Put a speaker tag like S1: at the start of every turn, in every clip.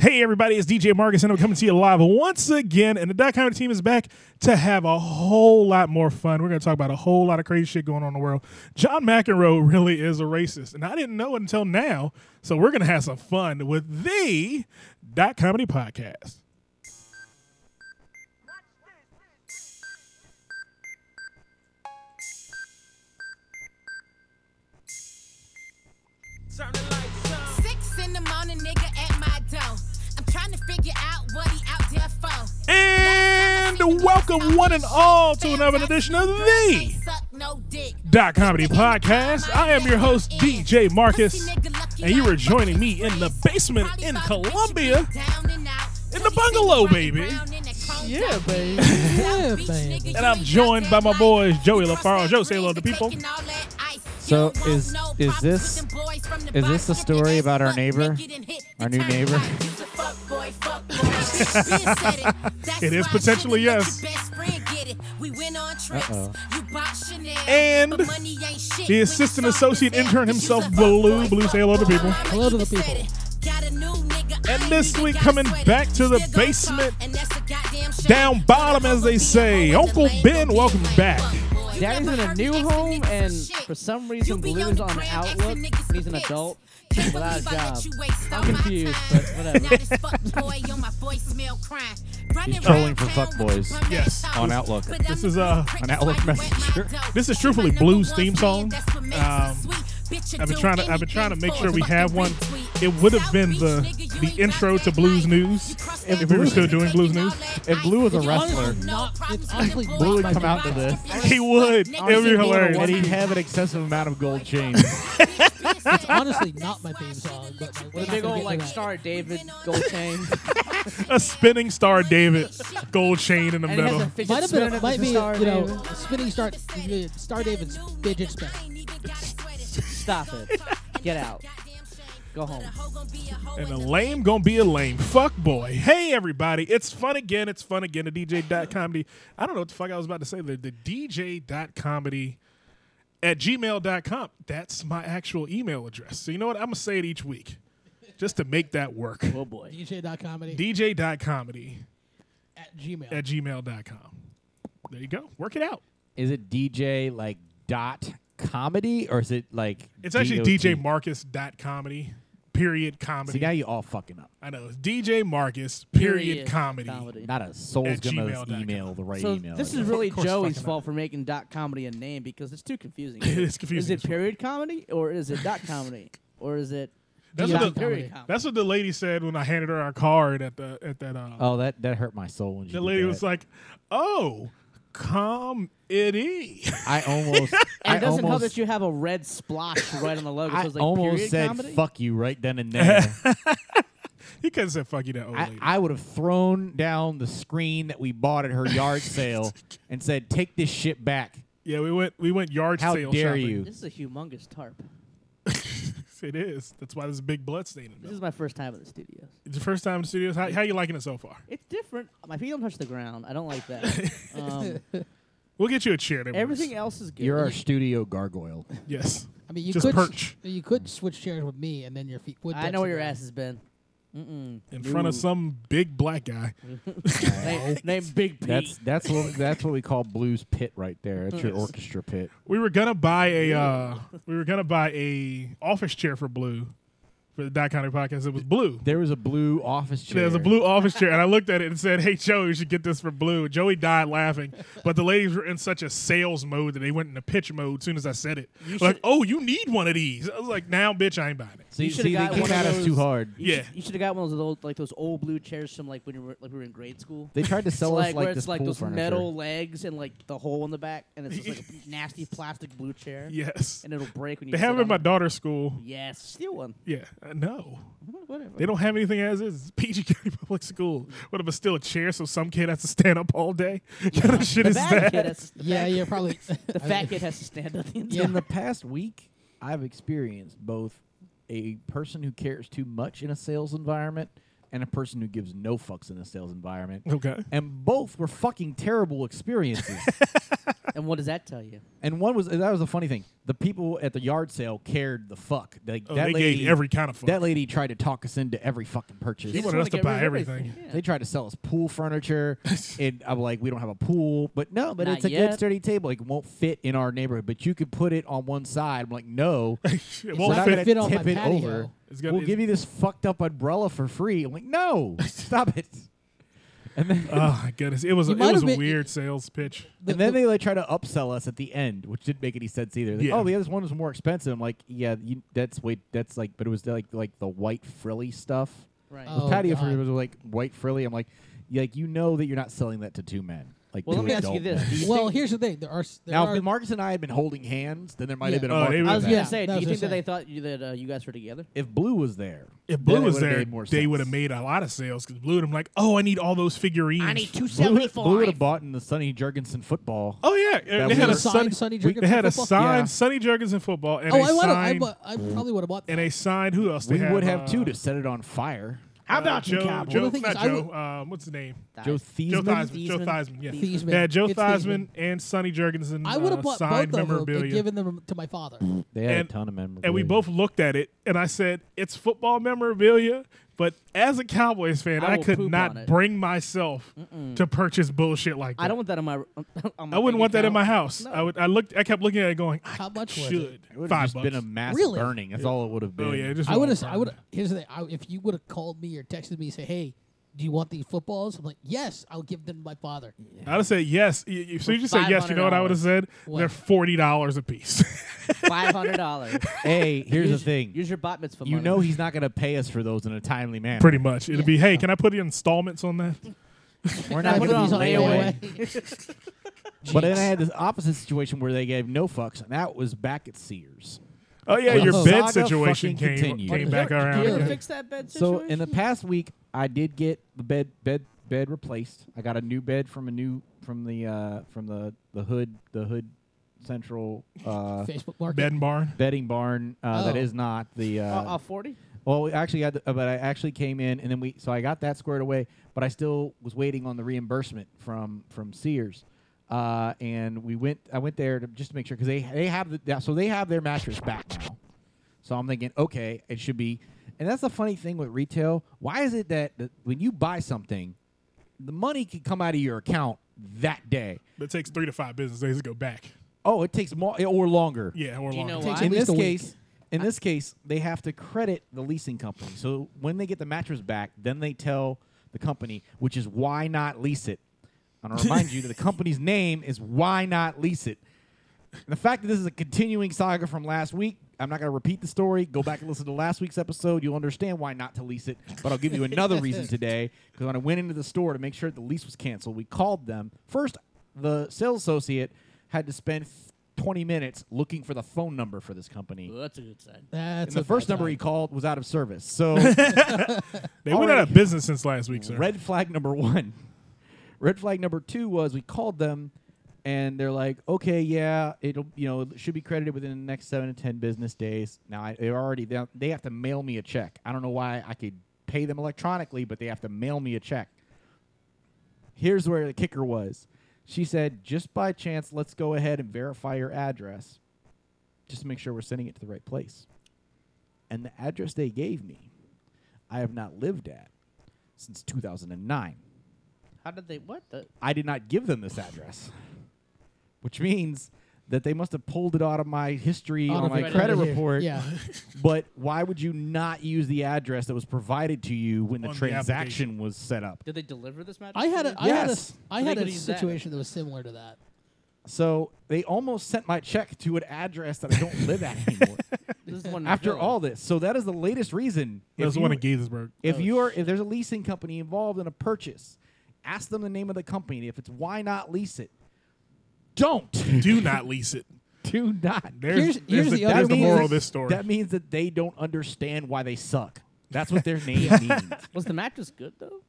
S1: Hey, everybody, it's DJ Marcus, and I'm coming to you live once again. And the Dot Comedy team is back to have a whole lot more fun. We're going to talk about a whole lot of crazy shit going on in the world. John McEnroe really is a racist, and I didn't know it until now. So we're going to have some fun with the Dot Comedy Podcast.
S2: Turn the lights on.
S3: Six in the morning, nigga at my door. I'm trying to figure out what he out there for.
S1: And welcome, one and all, to another edition of the Dot Comedy Podcast. I am your host, DJ Marcus, and you are joining me in the basement in Columbia. in the bungalow, baby.
S4: Yeah, baby. Yeah, baby.
S3: And I'm joined by my boys Joey LaFaro. Joe, say hello to people.
S5: So is- is this- is this the story about our neighbor? Our new neighbor?
S3: it
S1: It is potentially yes.
S5: Uh-oh.
S1: And
S3: And
S1: the
S3: the
S1: assistant
S3: assistant associate intern himself, Blue. Blue, say hello to people.
S4: Hello to the people.
S3: And this week, coming back to the basement, down bottom, as they say. Uncle Ben, welcome back.
S4: Daddy's in a new home, and for some reason, Blue is on Outlook. and He's an adult without a job. I'm confused, but whatever.
S3: He's
S5: trolling for fuckboys.
S1: Yes.
S5: On Outlook.
S3: This is uh,
S5: An Outlook messenger.
S3: This is truthfully Blue's theme song. Um,
S1: I've been trying to I've been trying to make sure we have one. It would have been the the intro to Blues News if, we were still doing Blues News.
S5: If Blue was a wrestler,
S4: Not, it's honestly
S5: Blue would come out to this.
S1: He would. It would be
S5: And
S1: hilarious.
S5: he'd have an excessive amount of gold chains.
S4: honestly not my theme song. But like,
S6: With a big old like Star David gold chain.
S1: A spinning star David gold chain in the
S6: and it has
S1: middle.
S6: a fidget
S4: Might have been,
S6: spinner
S4: might
S6: that's a
S4: be,
S6: Star
S4: you know,
S6: David.
S4: spinning Star, Star David's fidget spinner.
S6: Stop it. Get out. Go home.
S1: And a lame gonna be a lame fuck boy. Hey everybody, it's fun again. It's fun again. The DJ dot comedy. I don't know what the fuck I was about to say. The, the DJ dot comedy at gmail.com. That's my actual email address. So you know what? I'm gonna say it each week. Just to make that work.
S6: Oh boy.
S4: DJ.comedy
S1: DJ dot comedy
S4: at Gmail.
S1: at gmail.com. There you go. Work it out.
S5: Is it DJ like dot comedy or is it like
S1: It's actually
S5: DOT?
S1: DJ Marcus dot comedy. Period
S5: See
S1: comedy.
S5: now you all fucking up.
S1: I know. It's DJ Marcus period, comedy.
S5: Not a soul's
S1: At
S5: gonna
S1: gmail.com.
S5: email the right
S6: So
S5: email.
S6: this
S5: address.
S6: is really
S1: Of course
S6: Joey's
S1: fucking
S6: fault for making dot comedy a name because it's too confusing.
S1: It is confusing
S6: Is
S1: as
S6: it
S1: fuck.
S6: period comedy or is it dot comedy or is it
S1: That's
S6: dot
S1: what the-
S6: period
S4: Comedy.
S6: comedy?
S1: That's what the lady said when I handed her our card at the at that. Uh,
S5: Oh, that that hurt my soul when you
S1: the
S5: did
S1: lady
S5: that.
S1: was like, "Oh, comedy."
S5: I almost
S6: and
S5: I
S6: it doesn't help
S5: almost
S6: that you have a red splotch right on the logo.
S5: I
S6: so it's like
S5: almost
S6: period
S5: said
S6: comedy?
S5: fuck you right then and there.
S1: he could have said, "Fuck you, that old
S5: I,
S1: lady."
S5: I would have thrown down the screen that we bought at her yard sale and said, "Take this shit back!
S1: yeah, we went we went yard
S5: How
S1: sale
S5: dare
S1: shopping.
S5: you!"
S6: This is a humongous tarp.
S1: It is. That's why there's a big blood stain in
S6: This
S1: it.
S6: is my first time in the studios.
S1: It's the first time in the studios. How, how you liking it so far?
S6: It's different. My feet don't touch the ground. I don't like that. Um,
S1: We'll get you a chair. That
S6: everything
S1: works.
S6: else is good.
S5: You're our studio gargoyle.
S1: Yes.
S4: I mean, you
S1: Just
S4: could
S1: perch.
S4: you could switch chairs with me, and then your feet would.
S6: I
S4: touch
S6: know where
S4: the
S6: your
S4: ground.
S6: ass has been. Mm-mm.
S1: In front of
S6: Ooh.
S1: some big black guy.
S6: name, name Big Pete.
S5: That's that's what that's what we call blues pit right there. It's your orchestra pit.
S1: We were gonna buy a uh, we were gonna buy a office chair for Blue for the Dot County podcast. It was blue.
S5: There was a blue office chair.
S1: There's a blue office chair, and I looked at it and said, "Hey, Joey, you should get this for Blue." Joey died laughing, but the ladies were in such a sales mode that they went into pitch mode as soon as I said it. Like, "Oh, you need one of these." I was like, "Now, bitch, I ain't buying it."
S5: See,
S6: You should've
S5: see they
S6: got
S5: came
S6: one of
S5: at us too
S6: those-
S5: hard.
S6: You should-
S1: Yeah.
S6: you should have got one of those old, like those old blue chairs from like when you were like we were in grade school.
S5: They tried to
S6: It's
S5: sell
S6: like,
S5: us
S6: where
S5: like
S6: it's
S5: this
S6: like
S5: pool
S6: those
S5: furniture.
S6: metal legs and like the hole in the back, and it's just like a nasty plastic blue chair,
S1: Yes,
S6: and it'll break when you.
S1: they have
S6: sit
S1: them in
S6: on
S1: my daughter's school.
S6: Yes, steal one.
S1: Yeah, uh, no,
S6: Whatever.
S1: they don't have anything as is. It's PG County Public School. What if it's still a chair, so some kid has to stand up all day? What kind of shit
S6: The
S1: is
S6: fat
S1: that?
S6: kid has, the
S4: Yeah,
S6: fat,
S4: you're probably
S6: the fat kid has to stand on the inside.
S4: Yeah.
S5: In the past week, I've experienced both a person who cares too much in a sales environment and a person who gives no fucks in a sales environment.
S1: Okay.
S5: And both were fucking terrible experiences.
S6: And what does that tell you?
S5: And one was that was the funny thing. The people at the yard sale cared the fuck. Like
S1: Oh,
S5: that
S1: they
S5: lady,
S1: gave every kind of fuck.
S5: That lady tried to talk us into every fucking purchase.
S1: They
S6: Just
S1: wanted
S6: wanna
S1: us to
S6: get rid
S1: buy
S6: of
S1: everything.
S6: Yeah.
S5: They tried to sell us pool furniture, and I'm like, we don't have a pool, but no, but
S6: Not
S5: it's a good
S6: yet.
S5: sturdy table. Like, it won't fit in our neighborhood, but you could put it on one side. I'm like, no,
S1: It
S5: we're
S1: won't
S5: not
S1: fit.
S5: gonna
S2: fit
S5: tip
S2: on my
S5: it
S2: patio.
S5: over.
S1: It's gonna-
S5: we'll
S1: it's-
S5: give you this fucked up umbrella for free. I'm like, no, stop it. And then,
S1: Oh my goodness! It was a, it
S2: You might
S1: was a
S2: have been-
S1: weird sales pitch.
S2: The-
S5: and then
S2: the-
S5: they like try to upsell us at the end, which didn't make any sense either. Like,
S1: Yeah.
S5: oh, the other one was more expensive. I'm like, yeah, you, that's way that's like, but it was like like the white frilly stuff.
S6: Right.
S2: Oh,
S5: the patio
S2: God.
S5: furniture was like white frilly. I'm like, yeah, like you know that you're not selling that to two men. Like,
S6: Well,
S5: two
S6: let me ask you
S5: adult
S6: this.
S5: men.
S6: Do you
S2: well,
S6: think-
S2: here's the thing. There are s- there
S5: Now,
S2: are,
S5: if Marcus and I had been holding hands, then there might have
S2: Yeah.
S5: been a
S1: Oh, they
S5: market.
S1: would've
S6: I was
S1: been-
S6: gonna
S2: Yeah, that
S6: say, do
S2: was
S6: you
S2: what
S6: think that
S2: I'm
S6: they thought you, that uh, you guys were together?
S5: If Blue was there,
S1: If
S5: then
S1: Blue
S5: it
S1: was
S5: would've
S1: there,
S5: made more
S1: they
S5: sense.
S1: would have made a lot of sales because Blue would have like, oh, I need all those figurines.
S6: two
S5: Blue, Blue would have bought in the Sonny Jurgensen football.
S1: Oh yeah, they
S5: was-
S1: had a
S5: The
S1: sun,
S2: signed Sonny
S1: we- They
S2: Jurgensen
S1: had a
S2: football?
S1: signed
S5: Yeah.
S1: Sonny Jurgensen football and
S2: Oh,
S1: a
S2: I would have. I,
S1: signed
S2: bu- I probably would have bought.
S1: and a signed. Who else?
S5: we
S1: they
S5: would
S1: Uh,
S5: have two to set it on fire.
S1: How
S6: about you,
S1: Uh, Joe?
S6: Cowboys?
S1: Joe,
S2: Well, the thing
S1: not
S2: is, I
S1: Joe.
S2: would-
S1: um, what's the name?
S5: Joe
S1: Joe
S5: Theismann.
S1: Theismann. Joe
S6: Theismann.
S1: Theismann. Yeah.
S2: Theismann.
S1: Yeah, Joe
S2: It's
S1: Theismann
S2: Theismann.
S1: and Sonny Jurgensen.
S2: I would
S1: uh,
S2: have bought
S1: signed
S2: both of them and
S1: memorabilia.
S2: given them to my father.
S5: They had
S1: And-
S5: a ton of memory.
S1: and we both looked at it, and I said, "It's football memorabilia." But as a Cowboys fan,
S6: I
S1: I,
S6: will
S1: could
S6: poop on
S1: not
S6: it.
S1: bring myself to purchase bullshit like that.
S6: I don't want that in my. on my
S1: I wouldn't
S6: bank
S1: want that in
S6: account.
S1: my house.
S6: No.
S1: I would. I looked. I kept looking at it, going, I
S2: How much was it?
S1: should
S5: It would have
S1: five
S5: just
S1: bucks.
S5: been a mass
S2: Really?
S5: burning. That's all it would have been.
S1: oh yeah, it just
S2: I would have.
S1: went
S2: I would. Here's the thing. I, if you would have called me or texted me and said, "Hey, do you want these footballs?" I'm like, "Yes, I'll give them to my father."
S1: I would say yes. Y- y- As soon as you said yes, you know what I would have said?
S2: What?
S1: They're forty dollars a piece.
S6: Five hundred dollars.
S5: hey, here's the thing.
S6: Use your bat mitzvah.
S5: you
S6: money.
S5: know he's not going to pay us for those in a timely manner.
S1: Pretty much. It'd be, hey, can I put installments on that?
S5: We're
S2: I
S5: not
S2: put
S5: gonna
S2: it
S5: be
S2: on
S5: layaway. But then I
S2: Jeez.
S5: had this opposite situation where they gave no fucks, and that was back at Sears.
S1: Oh yeah, your
S5: Oh.
S1: bed
S5: Saga
S1: situation
S5: fucking
S1: came
S5: continued.
S1: came
S5: What
S1: back
S6: Did you
S1: around.
S6: ever
S1: again.
S6: fix that bed
S5: So
S6: situation?
S5: in the past week, I did get the bed bed bed replaced. I got a new bed from a new from the uh, from the the hood the hood central uh,
S2: Facebook Market.
S1: Bed and barn.
S5: bedding barn uh, that
S2: Oh.
S5: is not the.
S6: Uh, uh,
S5: Uh,
S6: forty.
S5: well, we actually had, the, uh, but I actually came in and then we so I got that squared away, but I still was waiting on the reimbursement from from Sears. Uh, and we went. I went there to just to make sure because they they have the yeah, so they have their mattress back now. So I'm thinking, okay, it should be. And that's the funny thing with retail. Why is it that that when you buy something, the money can come out of your account that day?
S1: It takes three to five business days to go back.
S5: Oh, it takes more or longer.
S1: Yeah, or
S6: Do you know
S1: longer.
S6: why?
S5: in
S2: at least
S5: this
S2: a week.
S5: case, in this case, they have to credit the leasing company. So when they get the mattress back, then they tell the company, which is why not lease it. And I'll remind you that the company's name is why not lease it. And the fact that this is a continuing saga from last week, I'm not going to repeat the story. Go back and listen to last week's episode. You'll understand why not to lease it. But I'll give you another reason today because when I went into the store to make sure the lease was canceled, we called them. First, the sales associate had to spend 20 minutes looking for the phone number for this company.
S6: Well, that's a good sign.
S2: That's
S5: And
S2: a
S5: the first
S2: bad
S5: number
S2: time.
S5: he called was out of service. So,
S1: They went out of business since last week, sir.
S5: red flag number one. Red flag number two was we called them, and they're like, "Okay, yeah, it'll you know it should be credited within the next seven to ten business days." Now I, they already they, they have to mail me a check. I don't know why I could pay them electronically, but they have to mail me a check. Here's where the kicker was. She said, "Just by chance, let's go ahead and verify your address, just to make sure we're sending it to the right place." And the address they gave me, I have not lived at since 2009.
S6: How did they? What? The,
S5: I did not give them this address, which means that they must have pulled it out of my history
S2: Out
S5: on
S2: of
S5: my
S2: it,
S5: credit
S2: out of here.
S5: report.
S2: Yeah.
S5: But why would you not use the address that was provided to you when the
S1: On the
S5: transaction was set up?
S6: did they deliver this mattress?
S2: I had a.
S6: to
S2: I
S6: you?
S2: had a.
S5: Yes.
S2: I
S6: So they
S2: had
S6: could
S2: a
S6: use that.
S2: situation that was similar to that.
S5: So they almost sent my check to an address that I don't live at anymore.
S6: This is one in
S5: After
S6: Philly.
S5: all this, so that is the latest reason.
S1: That was
S5: if
S1: the one
S5: you-
S1: in Gaithersburg.
S5: If you are, if there's a leasing company involved in a purchase, ask them the name of the company. If it's why not lease it, don't
S1: Do not lease it.
S5: do not.
S1: There's,
S2: Here's-
S1: there's
S2: here's
S1: the,
S2: the other
S1: there's the
S2: thing.
S1: moral of this story.
S5: That means that they don't understand why they suck. That's what their name means.
S6: Was the mattress good though?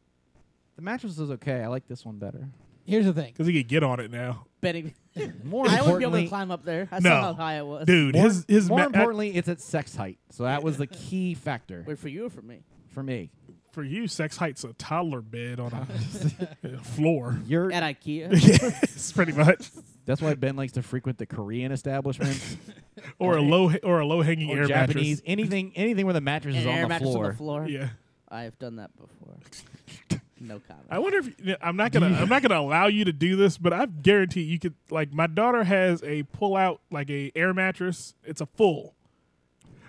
S5: The mattress is okay. I like this one better.
S2: Here's the thing.
S1: Because he could get on it now.
S6: Betting.
S5: More
S6: I wouldn't be able to
S5: importantly,
S6: climb up there. I
S1: No.
S6: saw how high it was.
S1: Dude,
S5: more,
S1: his his
S5: more
S1: ma-
S5: importantly, it's at sex height. So that was the key factor
S6: Wait for you or for me?
S5: for me.
S1: for you, sex height's a toddler bed on a, a floor.
S5: Your
S6: At IKEA.
S1: yes, pretty much.
S5: That's why Ben likes to frequent the Korean establishments
S1: or a low or a low hanging
S5: or
S1: air
S5: Japanese, anything, anything where the mattress
S6: An
S5: is
S6: air
S5: on the
S6: mattress
S5: floor.
S6: on the floor.
S1: mattress. Yeah.
S6: I've done that before. no comment.
S1: I wonder if yeah, I'm not gonna I'm not gonna allow you to do this, but I guarantee you could like my daughter has a pull out like a air mattress. It's a full.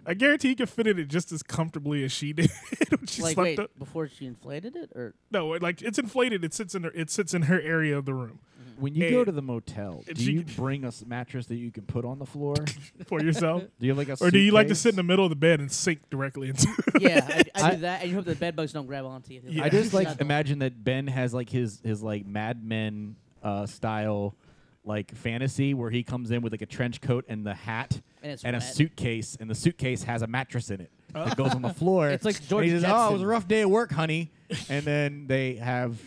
S1: I guarantee you could fit in it just as comfortably as she did. when she
S6: like,
S1: slept
S6: wait,
S1: up.
S6: before she inflated it, or
S1: No, it, like it's inflated. It sits in her, it sits in her area of the room
S5: When you go
S1: Hey,
S5: to the motel,
S1: if
S5: do
S1: she
S5: you
S1: could-
S5: bring a s- mattress that you can put on the floor? do
S1: for yourself.
S5: you have like a
S1: or do you like to sit in the middle of the bed and sink directly into? it?
S6: yeah, I, I
S5: I-
S6: do that, and you hope the bed bugs don't grab onto you.
S1: Yeah.
S5: I just
S6: Shut
S5: like
S6: the-
S5: imagine that Ben has like his his like Mad Men uh, style like fantasy where he comes in with like a trench coat and the hat
S6: And it's
S5: a
S6: wet.
S5: suitcase, and the suitcase has a mattress in it
S1: Oh.
S5: that goes on the floor.
S6: It's like
S5: And
S6: George
S5: he says, "Oh, it was a
S6: Jetson."
S5: rough day at work, honey," and then they have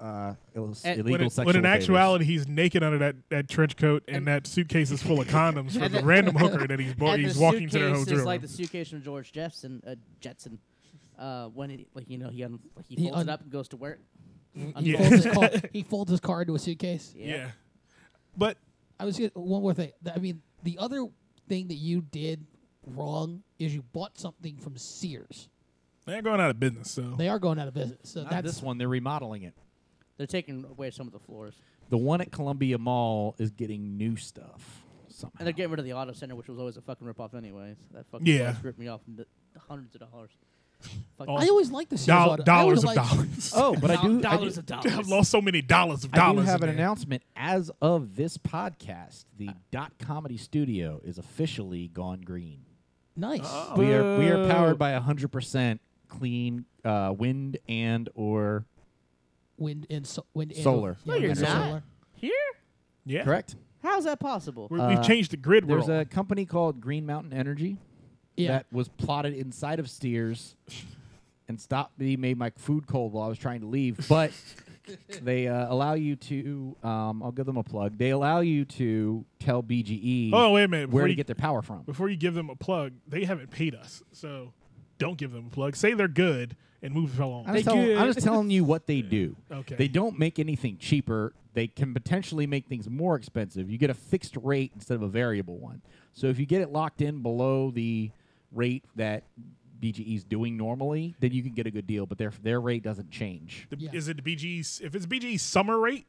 S5: uh, ill-
S6: And-
S5: illegal
S1: When, it-
S5: sexual
S1: when in
S5: favors.
S1: actuality he's naked under that, that trench coat and, that suitcase is full of condoms from the random hooker that he's, bo-
S6: And
S1: he's
S6: the
S1: walking to their
S6: suitcase
S1: hotel
S6: is like
S1: room.
S6: the suitcase from George Jetson. Uh, Jetson. Uh, when it, like you know he un- Mm, like he
S2: He
S6: folds
S2: un-
S6: it up and goes to work.
S2: He,
S1: Yeah.
S2: folds his car, he folds his car into a suitcase.
S1: Yeah. But
S2: I was gonna, one more thing. Th- I mean, the other thing that you did wrong is you bought something from Sears.
S1: they're going out of business, so
S2: They are going out of business, so
S5: Not
S2: that's
S5: this one. They're remodeling it.
S6: They're taking away some of the floors,
S5: The one at Columbia Mall is getting new stuff. Somehow.
S6: and they're getting rid of the auto center, which was always a fucking ripoff anyway. So that fucking
S1: Yeah.
S6: place ripped me off into hundreds of dollars. Fuck
S1: Oh.
S2: I always liked the Sears.
S1: Doll-
S2: auto. I
S1: dollars
S2: always
S1: of
S2: liked-
S1: dollars.
S5: oh, but I do. I do
S6: dollars of dollars.
S1: I've lost so many dollars of
S5: I do
S1: dollars.
S5: have
S1: in
S5: an
S1: there.
S5: announcement. As of this podcast, the Dot Comedy Studio is officially gone green.
S2: Nice.
S5: We are we are powered by 100% clean uh, wind and or
S2: wind and so, wind and
S5: Solar.
S2: Yeah,
S5: No,
S6: you're
S2: wind and
S6: not.
S2: solar.
S6: Here?
S1: Yeah,
S5: correct. Uh,
S6: How's that possible?
S1: We're, we've changed the grid. We're
S5: There's
S1: on.
S5: a company called Green Mountain Energy
S2: Yeah.
S5: that was plotted inside of Steers and stopped me made my food cold while I was trying to leave, but they uh, allow you to um, I'll give them a plug. They allow you to tell BGE
S1: Oh wait a minute! Before
S5: where to
S1: you
S5: get their power from.
S1: before you give them a plug, they haven't paid us, so don't give them a plug. Say they're good and move along.
S5: I'm just,
S1: They
S5: telling, I'm
S1: good.
S5: just telling you what they do.
S1: Okay.
S5: They don't make anything cheaper. They can potentially make things more expensive. You get a fixed rate instead of a variable one. So if you get it locked in below the rate that BGE is doing normally, then you can get a good deal. But their their rate doesn't change.
S1: The-
S2: Yeah.
S1: Is it the BG's? If it's BG's summer rate,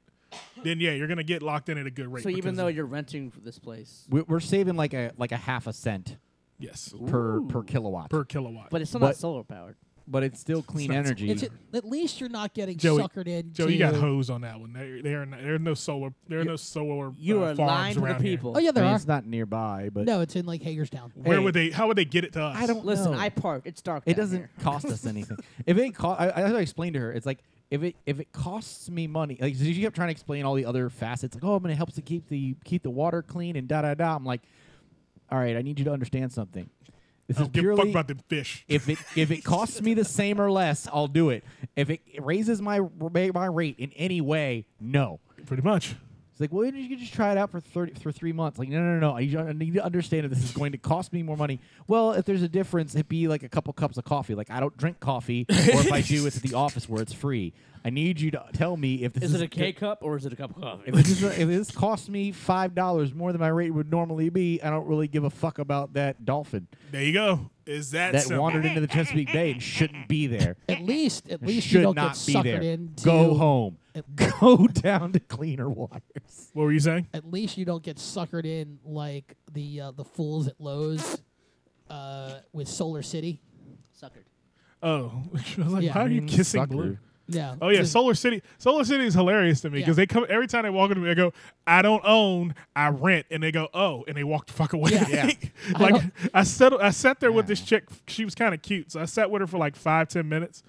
S1: then yeah, you're gonna get locked in at a good rate.
S6: so even
S1: because-
S6: though you're renting for this place,
S5: We're, we're saving like a like a half a cent
S1: yes,
S5: per per kilowatt.
S1: per kilowatt.
S6: but it's still
S5: But-
S6: not solar powered.
S5: but it's still clean
S1: not-
S5: energy.
S2: It's a- at least you're not getting
S1: Joey-
S2: suckered in.
S1: Joe, you got
S2: to-
S1: hosed on that one. There, there are no, there are no solar. There are no solar.
S6: You
S1: uh,
S6: are
S1: farms
S6: lying to the
S1: around here.
S6: people.
S2: Oh yeah,
S5: I
S2: there
S5: mean,
S2: are.
S5: it's not nearby, but
S2: No, it's in like Hagerstown.
S1: Where
S5: Hey.
S1: would they? How would they get it to us?
S5: I don't
S6: Listen,
S5: know.
S6: I parked. It's dark.
S5: It
S6: down
S5: doesn't
S6: here.
S5: cost us anything. if it cost, I, I explained to her, it's like if it if it costs me money, like she kept trying to explain all the other facets, like oh, I'm gonna help to keep the keep the water clean and da da da. I'm like, all right, I need you to understand something. This
S1: I
S5: is
S1: don't give a fuck
S5: purely
S1: about them fish.
S5: if it if it costs me the same or less, I'll do it. If it raises my my rate in any way, no.
S1: Pretty much.
S5: It's like, well, you could just try it out for thirty for three months. Like, no, no, no, no. I, I need to understand that this is going to cost me more money. Well, if there's a difference, it'd be like a couple cups of coffee. Like, I don't drink coffee, or if I do, it's at the office where it's free. I need you to tell me if this
S6: Is
S5: is,
S6: it a K cup or is it a cup of coffee?
S5: If this, is a, if this costs me five dollars more than my rate would normally be, I don't really give a fuck about that dolphin
S1: There you go. Is that
S5: that
S1: simple.
S5: wandered into the Chesapeake Bay and shouldn't be there.
S2: At least, at least
S5: Should
S2: you don't
S5: not
S2: get
S5: be
S2: suckered
S5: there.
S2: in.
S5: Go home.
S2: At-
S5: Go down to cleaner waters.
S1: What were you saying?
S2: At least you don't get suckered in like the uh, the fools at Lowe's uh, with Solar City.
S6: Suckered.
S1: Oh, I was like,
S2: Yeah,
S1: how
S2: I
S1: are you
S5: mean,
S1: kissing
S5: sucker.
S1: blue?
S2: No.
S1: Oh yeah,
S2: just-
S1: Solar City. Solar City is hilarious to me
S2: Yeah.
S1: because they come every time they walk into me. They go, "I don't own, I rent," and they go, "Oh," and they walk the fuck away.
S2: Yeah. I
S1: like
S2: don't-
S1: I, settled. I sat there with this chick. She was kind of cute, so I sat with her for like five, ten minutes,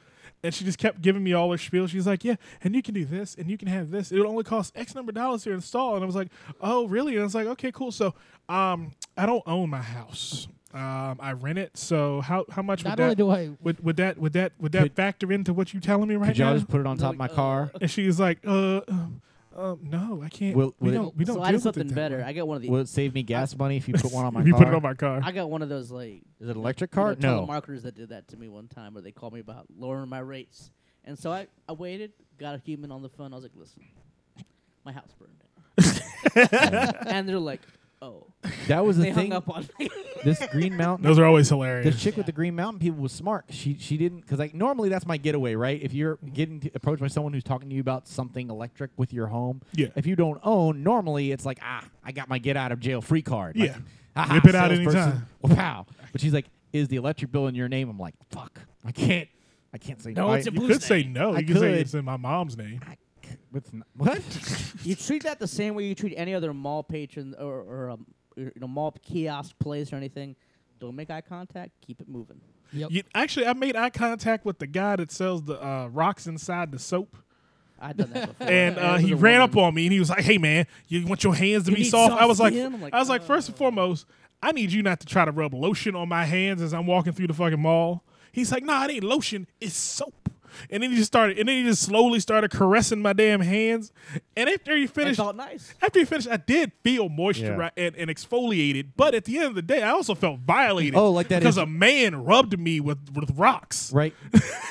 S1: and she just kept giving me all her spiel. She's like, "Yeah, and you can do this, and you can have this. It'll only cost X number of dollars to install." And I was like, "Oh, really?" And I was like, "Okay, cool. So, um, I don't own my house." Um, I rent it, so how how much
S2: Not
S1: would
S2: only
S1: that
S2: do I-
S1: would, would that would that would that
S5: Could-
S1: factor into what you telling me right
S5: Could
S1: now?
S5: y'all just put it on top of my car?
S1: And she's like, uh, um, um, no, I can't.
S5: Will-
S1: we
S5: will it-
S1: don't. We don't.
S6: So
S1: deal
S6: I did
S1: with
S6: something
S1: it that
S6: better.
S1: way.
S6: I got one of the.
S5: Will it save me gas money if you put one on my
S1: If you
S5: car?
S1: put it on my car.
S6: I got one of those like
S5: Is it electric
S6: you know,
S5: car? No.
S6: telemarketers that did that to me one time, where they called me about lowering my rates, and so I, I waited, got a human on the phone. I was like, listen, my house burned down. and they're like, oh,
S5: That was the
S6: they
S5: thing.
S6: hung up on me.
S5: This Green Mountain.
S1: Those are always
S5: The
S1: hilarious.
S5: chick with the Green Mountain people was smart. She she didn't because like normally that's my getaway, right? If you're getting t- approached by someone who's talking to you about something electric with your home,
S1: Yeah.
S5: If you don't own, normally it's like ah, I got my get out of jail free card. Like,
S1: Yeah.
S5: "Haha,
S1: Whip it out
S5: salesperson."
S1: anytime.
S5: Well, pow. But she's like, is the electric bill in your name? I'm like, fuck, I can't, I can't say
S6: No,
S5: I-
S6: it's a
S1: You
S6: Blue's
S1: could say
S6: name.
S1: no.
S5: I
S1: You could say
S5: could.
S1: it's in my mom's name.
S5: it's n- what?
S6: you treat that the same way you treat any other mall patron or, or um, you know, mall kiosk place or anything. Don't make eye contact. Keep it moving.
S2: Yep.
S1: You, actually, I made eye contact with the guy that sells the uh, rocks inside the soap.
S6: I've done that before.
S1: and uh, he ran up on me and he was like, "Hey man, you want your hands to
S6: You
S1: be
S6: need
S1: soft?"
S6: soft
S1: I was like,
S6: skin? I'm like,
S1: "I was like, first and
S6: oh.
S1: foremost, I need you not to try to rub lotion on my hands as I'm walking through the fucking mall." He's like, "Nah, it ain't lotion, it's soap." And then he just started, and then he just slowly started caressing my damn hands. And after he
S6: It
S1: finished,
S6: felt nice.
S1: after he finished, I did feel moisturized and, and exfoliated. But at the end of the day, I also felt violated.
S5: Oh, like that
S1: because
S5: is-
S1: a man rubbed me with with rocks.
S5: Right?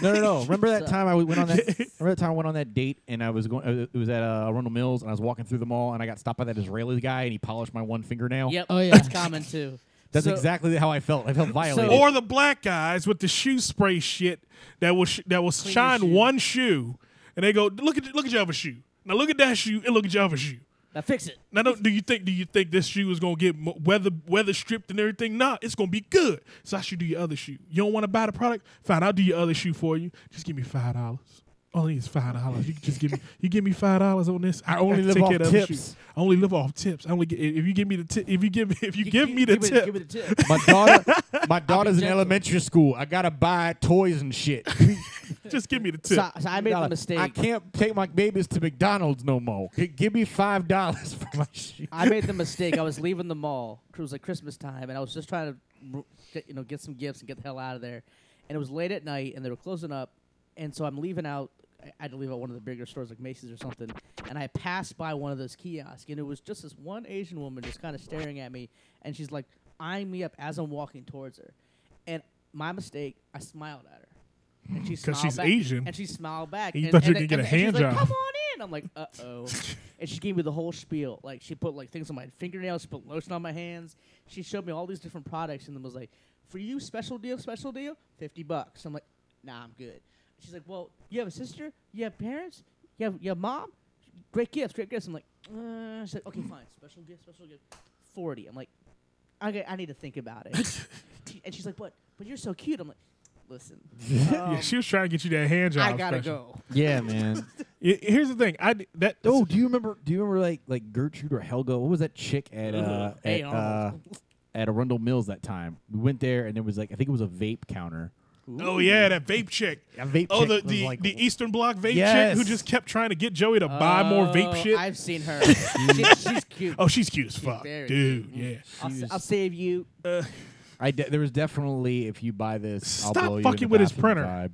S5: No, no, no. Remember that time I went on that. Remember that time I went on that date and I was going. uh, It was at uh, Arundel Mills and I was walking through the mall and I got stopped by that Israeli guy and he polished my one fingernail.
S6: Yep.
S2: Oh, yeah.
S6: That's common too.
S5: That's
S6: So-
S5: exactly how I felt. I felt violated.
S1: or the black guys with the shoe spray shit that will sh- that will shine
S6: shoe.
S1: one shoe, and they go look at look at your other shoe. Now look at that shoe and look at your other shoe.
S6: Now fix it.
S1: Now don't, do you think do you think this shoe is gonna get mo- weather weather stripped and everything? Nah, it's gonna be good. So I should do your other shoe. You don't want to buy the product? Fine, I'll do your other shoe for you. Just give me five dollars. Only it's five dollars. You can just give me you give me five dollars on this. I only
S5: I live
S1: take
S5: off
S1: care of the other
S5: tips.
S1: shoe. I only live off tips. I only get, if you give me the tip if you give me if you give me the tip.
S6: Give it a tip.
S5: my daughter, my daughter's in
S6: gentle.
S5: elementary school. I gotta buy toys and shit.
S1: just give me the tip.
S6: So, so I made a mistake.
S5: I can't take my babies to McDonald's no more. G- give me five dollars for my shit.
S6: I made the mistake. I was leaving the mall. 'cause It was like Christmas time, and I was just trying to, r- get, you know, get some gifts and get the hell out of there. And it was late at night, and they were closing up, and so I'm leaving out. I- I had to leave out one of the bigger stores like Macy's or something, and I passed by one of those kiosks, and it was just this one Asian woman just kind of staring at me, and she's like eyeing me up as I'm walking towards her, and my mistake, I smiled at her. And she
S1: 'Cause
S6: smiled
S1: she's
S6: back,
S1: Asian.
S6: And she smiled back.
S1: You
S6: and,
S1: thought you
S6: and
S1: were
S6: and-
S1: gonna
S6: and
S1: get a
S6: she's
S1: hand
S6: like,
S1: job.
S6: Come on in. I'm like, uh oh. and she gave me the whole spiel. Like she put like things on my fingernails, she put lotion on my hands. She showed me all these different products and then was like, For you, special deal, special deal, fifty bucks. I'm like, nah, I'm good. She's like, Well, you have a sister? You have parents? You have you have mom? Great gifts, great gifts. I'm like, uh, she's like, okay, fine, special gift, special gift, forty. I'm like, okay, I need to think about it. and she's like, but but you're so cute. I'm like, listen,
S1: yeah, she was trying to get you that hand job.
S6: Um, I gotta
S1: special.
S6: go.
S5: Yeah, man.
S1: Y- Here's the thing. I d- that
S5: Oh, do you remember? Do you remember like like Gertrude or Helga? What was that chick at uh,
S6: Ugh. Hey,
S5: at, uh,
S6: Arnold.
S5: at Arundel Mills that time? We went there and there was like I think it was a vape counter.
S1: oh yeah, that vape chick.
S5: A vape
S1: Oh,
S5: chick
S1: the
S5: was
S1: the,
S5: like-
S1: the Eastern Bloc vape
S5: Yes.
S1: chick who just kept trying to get Joey to buy more vape
S6: Oh,
S1: shit.
S6: I've seen her. she, she's cute.
S1: oh, she's cute as fuck,
S6: very
S1: dude. Yeah.
S6: I'll, s-
S5: She was-
S6: I'll save you.
S5: I de- there was definitely if you buy this,
S1: Stop
S5: I'll blow you in
S1: fucking
S5: the
S1: with his
S5: bathroom
S1: printer.
S5: vibe.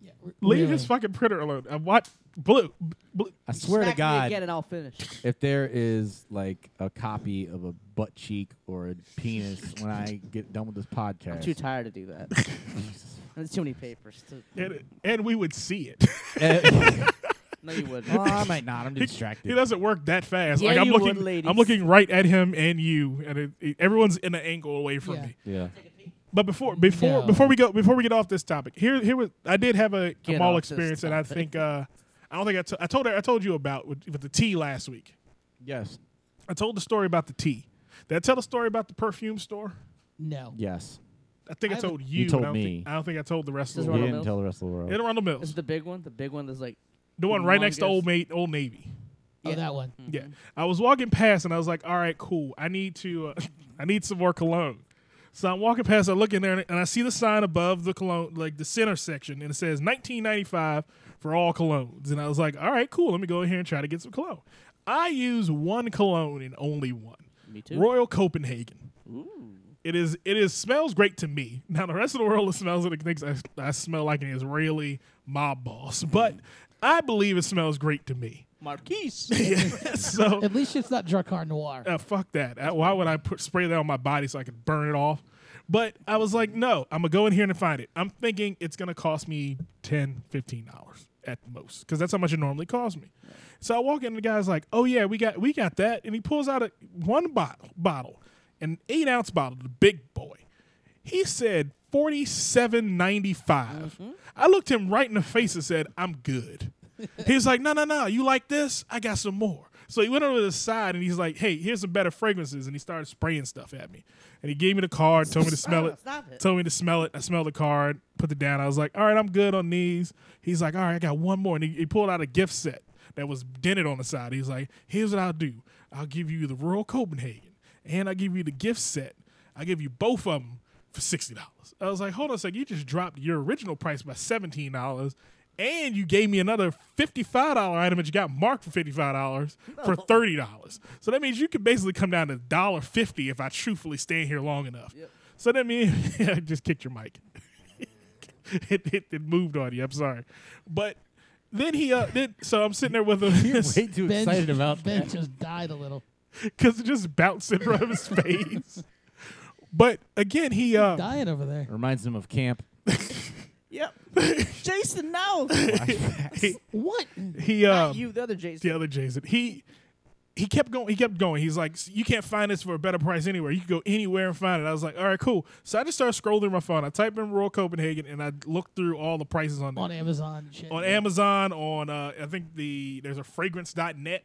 S2: Yeah, re-
S1: Leave
S2: really.
S1: his fucking printer alone. I watch blue. blue.
S5: I swear
S6: Smack
S5: to
S6: me
S5: God,
S6: again and I'll finish.
S5: if there is like a copy of a butt cheek or a penis when I get done with this podcast,
S6: I'm too tired to do that. There's too many papers. To,
S1: And, and we would see it.
S5: Eh,
S6: no, you wouldn't.
S5: well, I might not. I'm
S1: He-
S5: distracted.
S1: He doesn't work that fast.
S6: Yeah,
S1: like I'm
S6: you would,
S1: looking,
S6: ladies.
S1: I'm looking right at him and you, and it, it- everyone's in an angle away from
S2: Yeah.
S1: me.
S5: yeah.
S1: But before before
S2: No.
S1: before we go before we get off this topic, here here was I did have a, a
S6: Get
S1: mall
S6: off this
S1: experience that I
S6: topic.
S1: think uh, I don't think I, to- I told her I told you about with, with the tea last week.
S5: Yes.
S1: I told the story about the tea. Did I tell the story about the perfume store?
S2: No.
S5: Yes.
S1: I think I,
S2: I haven't-
S1: told you.
S5: You told
S1: but I don't
S5: me.
S1: Think, I don't think I told the rest of
S6: This
S1: the
S5: You
S6: Arundel
S1: world.
S5: didn't
S6: Mills?
S5: tell the rest of the world.
S1: It around the
S6: This is
S1: mills,
S6: the big one. The big one that's like
S1: the one right next to Old
S6: longest-
S1: Mate, Old Navy.
S2: Oh, that one.
S6: Mm-hmm.
S1: Yeah, I was walking past and I was like, "All right, cool. I need to, uh, I need some more cologne." So I'm walking past. I look in there and, and I see the sign above the cologne, like the center section, and it says 19.95 for all colognes. And I was like, "All right, cool. Let me go in here and try to get some cologne." I use one cologne and only one.
S6: Me too.
S1: Royal Copenhagen. It is. It is smells great to me. Now the rest of the world smells it and thinks I, I smell like an Israeli mob boss,
S6: Mm.
S1: but I believe it smells great to me.
S6: Marquise.
S1: so
S2: At least it's not Drakkar Noir.
S1: uh, fuck that. Uh, Why would I put spray that on my body so I could burn it off? But I was like, no, I'm gonna go in here and find it. I'm thinking it's gonna cost me 10 dollars, at most because that's how much it normally costs me. So I walk in and the guy's like, "Oh yeah, we got we got that," and he pulls out a one bottle bottle, an eight ounce bottle, the big boy. He said forty seven ninety five.
S6: Mm-hmm.
S1: I looked him right in the face and said, "I'm good." he was like, "No, no, no, you like this? I got some more." So he went over to the side and he's like, "Hey, here's some better fragrances," and he started spraying stuff at me. And he gave me the card, told me to smell it,
S6: Stop it.
S1: told me to smell it. I smelled the card, put it down. I was like, "All right, I'm good on these." He's like, "All right, I got one more," and he, he pulled out a gift set that was dented on the side. He's like, "Here's what I'll do. I'll give you the Royal Copenhagen, and I give you the gift set. I give you both of them for sixty dollars. I was like, hold on a second, you just dropped your original price by seventeen dollars, and you gave me another fifty-five dollar item that you got marked for fifty-five dollars for thirty dollars. So that means you could basically come down to dollar fifty if I truthfully stand here long enough. So that means I just kicked your mic. it, it, it moved on you. I'm sorry, but then he uh, then, so I'm sitting there with him
S5: You're way too
S2: Ben,
S5: excited about
S2: ben
S5: that.
S2: just died a little.
S1: because it just bounced in front of his face. But again, he
S5: Oh.
S1: uh,
S2: Dying over there.
S5: Reminds him of camp.
S6: Yep. Jason, no.
S2: What?
S1: he uh,
S6: Not you, the other Jason.
S1: the other Jason. He he kept going. He kept going. He's like, you can't find this for a better price anywhere. You can go anywhere and find it. I was like, all right, cool. So I just started scrolling my phone. I typed in Royal Copenhagen and I looked through all the prices on there.
S2: On Amazon. Shit.
S1: on Amazon, on uh, I think the there's a fragrance.net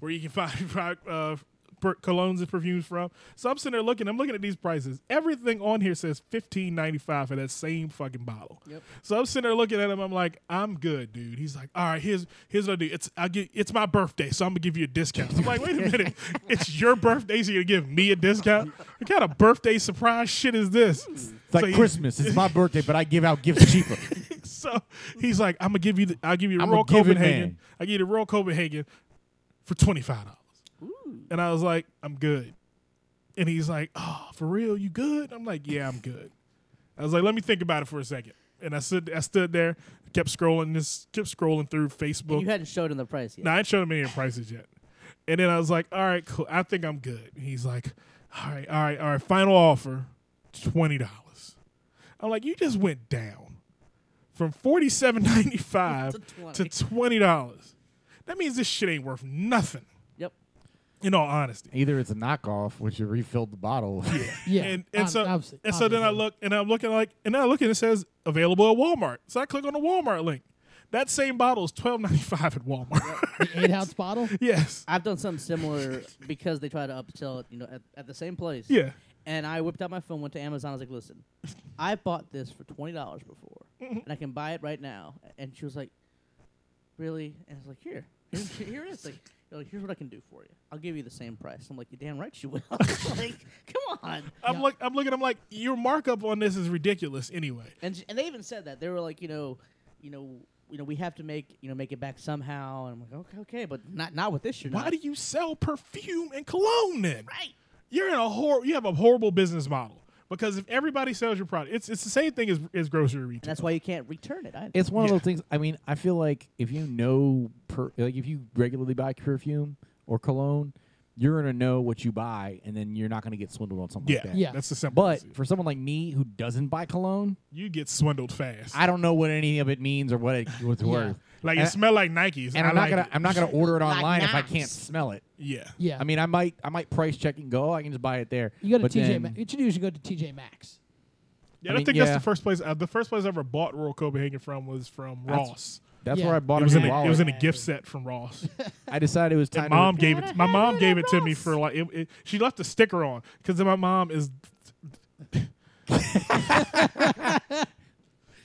S1: where you can find product, uh, per- colognes and perfumes from. So I'm sitting there looking. I'm looking at these prices. Everything on here says fifteen ninety five for that same fucking bottle.
S6: Yep.
S1: So I'm sitting there looking at him. I'm like, I'm good, dude. He's like, all right, here's here's what I do. It's I get it's my birthday, so I'm gonna give you a discount. I'm like, wait a minute, it's your birthday, so you're gonna give me a discount? What kind of birthday surprise shit is this?
S5: It's like
S1: So he-
S5: Christmas. It's my birthday, but I give out gifts cheaper.
S1: so he's like, I'm gonna give you, the, I'll give you the
S5: I'm a
S1: Royal
S5: giving
S1: Copenhagen.
S5: man.
S1: I give you the Royal Copenhagen for twenty five dollars. And I was like, I'm good. And he's like, Oh, for real? You good? I'm like, Yeah, I'm good. I was like, Let me think about it for a second. And I stood, I stood there, kept scrolling, just kept scrolling through Facebook.
S6: You hadn't showed him the price yet.
S1: No, I ain't showed him any of the prices yet. And then I was like, all right, cool. I think I'm good. And he's like, all right, all right, all right. Final offer, twenty dollars. I'm like, you just went down from forty seven ninety five
S6: To
S1: to twenty dollars. That means this shit ain't worth nothing.
S6: Yep.
S1: In all honesty.
S5: Either it's a knockoff, which you refilled the bottle.
S2: Yeah.
S1: And, and
S2: ob-
S1: so
S2: obviously-
S1: and so then I
S2: obviously.
S1: look and I'm looking like and then I look and it says available at Walmart. So I click on the Walmart link. That same bottle is twelve ninety five at Walmart.
S2: The eight ounce bottle?
S1: yes.
S6: I've done something similar because they try to upsell it, you know, at, at the same place.
S1: Yeah.
S6: And I whipped out my phone, went to Amazon. I was like, "Listen, I bought this for twenty dollars before,
S1: Mm-hmm.
S6: and I can buy it right now." And she was like, "Really?" And I was like, "Here, here's- here it is. Like, you're like, here's what I can do for you. I'll give you the same price." I'm like, "You damn right you will." like, come on.
S1: I'm
S2: Yeah.
S1: look. I'm looking. I'm like, your markup on this is ridiculous. Anyway,
S6: And sh- and they even said that they were like, you know, you know, you know, we have to make you know make it back somehow. And I'm like, okay, okay, but not not with this. You're
S1: why
S6: not.
S1: do you sell perfume and cologne then?
S6: right?
S1: You're in a hor- You have a horrible business model because if everybody sells your product, it's it's the same thing as, as grocery retail.
S6: And that's why you can't return it. Either.
S5: It's one
S1: Yeah.
S5: of those things. I mean, I feel like if you know, per, like if you regularly buy perfume or cologne, you're gonna know what you buy, and then you're not gonna get swindled on something
S1: yeah,
S5: like that.
S1: yeah.
S2: Yeah.
S1: That's the simple.
S5: But for someone like me who doesn't buy cologne,
S1: you get swindled fast.
S5: I don't know what any of it means or what it was worth.
S1: like you
S5: and-
S1: smell like Nikes.
S5: And
S1: I
S5: I'm not
S1: like
S5: gonna
S1: it.
S5: I'm not gonna order it
S6: Like
S5: online if I
S6: knives.
S5: can't smell it.
S1: yeah.
S2: Yeah.
S5: I mean, I might I might price check and go. Oh, I can just buy it there.
S2: you go to
S5: But
S2: TJ
S5: then-
S2: Maxx. What you do is you go to TJ Maxx.
S1: Yeah, I,
S5: I mean,
S1: think
S5: yeah.
S1: that's the first place. Uh, the first place I ever bought Royal Copenhagen from was from
S5: That's-
S1: Ross.
S5: That's
S2: Yeah.
S5: where I bought
S1: It was
S5: a
S1: in
S5: new
S1: a,
S5: wallet.
S1: it was in a gift set from Ross.
S5: I decided it was time.
S1: And mom
S5: to,
S1: gave it. My mom gave it to me for like. It, it, she left a sticker on because my mom is.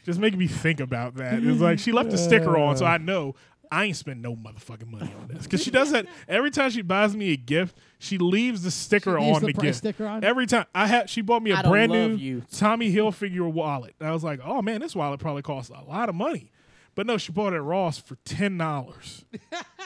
S1: Just making me think about that. It's like she left a sticker on, so I know I ain't spend no motherfucking money on this. Because she does that every time she buys me a gift. She leaves the sticker
S2: Leaves
S1: on
S2: the
S1: the,
S2: price
S1: gift.
S2: sticker on.
S1: Every time I had, she bought me a
S6: I don't
S1: brand new
S6: love you.
S1: Tommy Hilfiger wallet. And I was like, oh man, this wallet probably costs a lot of money. But no, she bought it at Ross for ten dollars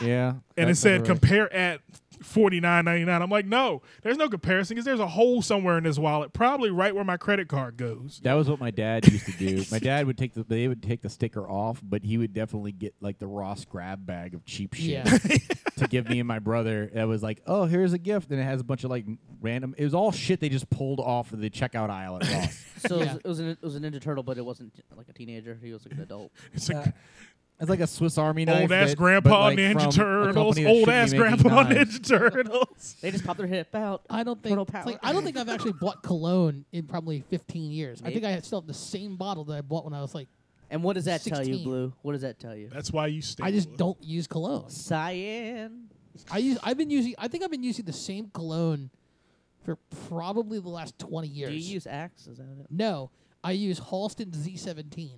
S5: yeah,
S1: and it
S5: that's
S1: said
S5: never right.
S1: compare at forty nine ninety nine. I'm like, no, there's no comparison because there's a hole somewhere in this wallet, probably right where my credit card goes.
S5: That was what my dad used to do. my dad would take the they would take the sticker off, but he would definitely get like the Ross grab bag of cheap shit
S2: Yeah.
S5: to give me and my brother. That was like, oh, here's a gift, and it has a bunch of like random. It was all shit they just pulled off of the checkout aisle at Ross.
S6: So
S2: Yeah.
S6: it, was, it was an it was a Ninja Turtle, but it wasn't like a teenager. He was like an adult.
S1: It's like,
S5: It's like a Swiss Army knife.
S1: Old ass
S5: that- but,
S1: grandpa
S5: like, from
S1: Ninja
S5: a
S1: Turtles.
S5: company that
S1: Old
S5: shouldn't
S1: ass
S5: be making
S1: grandpa
S5: knives.
S1: Ninja Turtles.
S6: They just pop their hip out.
S2: I don't think
S6: Total
S2: it's
S6: power.
S2: like, I don't think I've actually bought cologne in probably 15 years. I
S6: Maybe.
S2: think I still have the same bottle that I bought when I was like.
S6: And what does that tell you,
S2: 16.
S6: Blue? What does that tell you?
S1: That's why you stay.
S2: I just
S1: blue.
S2: don't use cologne.
S6: Cyan.
S2: I use. I've been using. I think I've been using the same cologne for probably the last 20 years.
S6: Do you use Axe? Is that it?
S2: No, I use Halston Z17.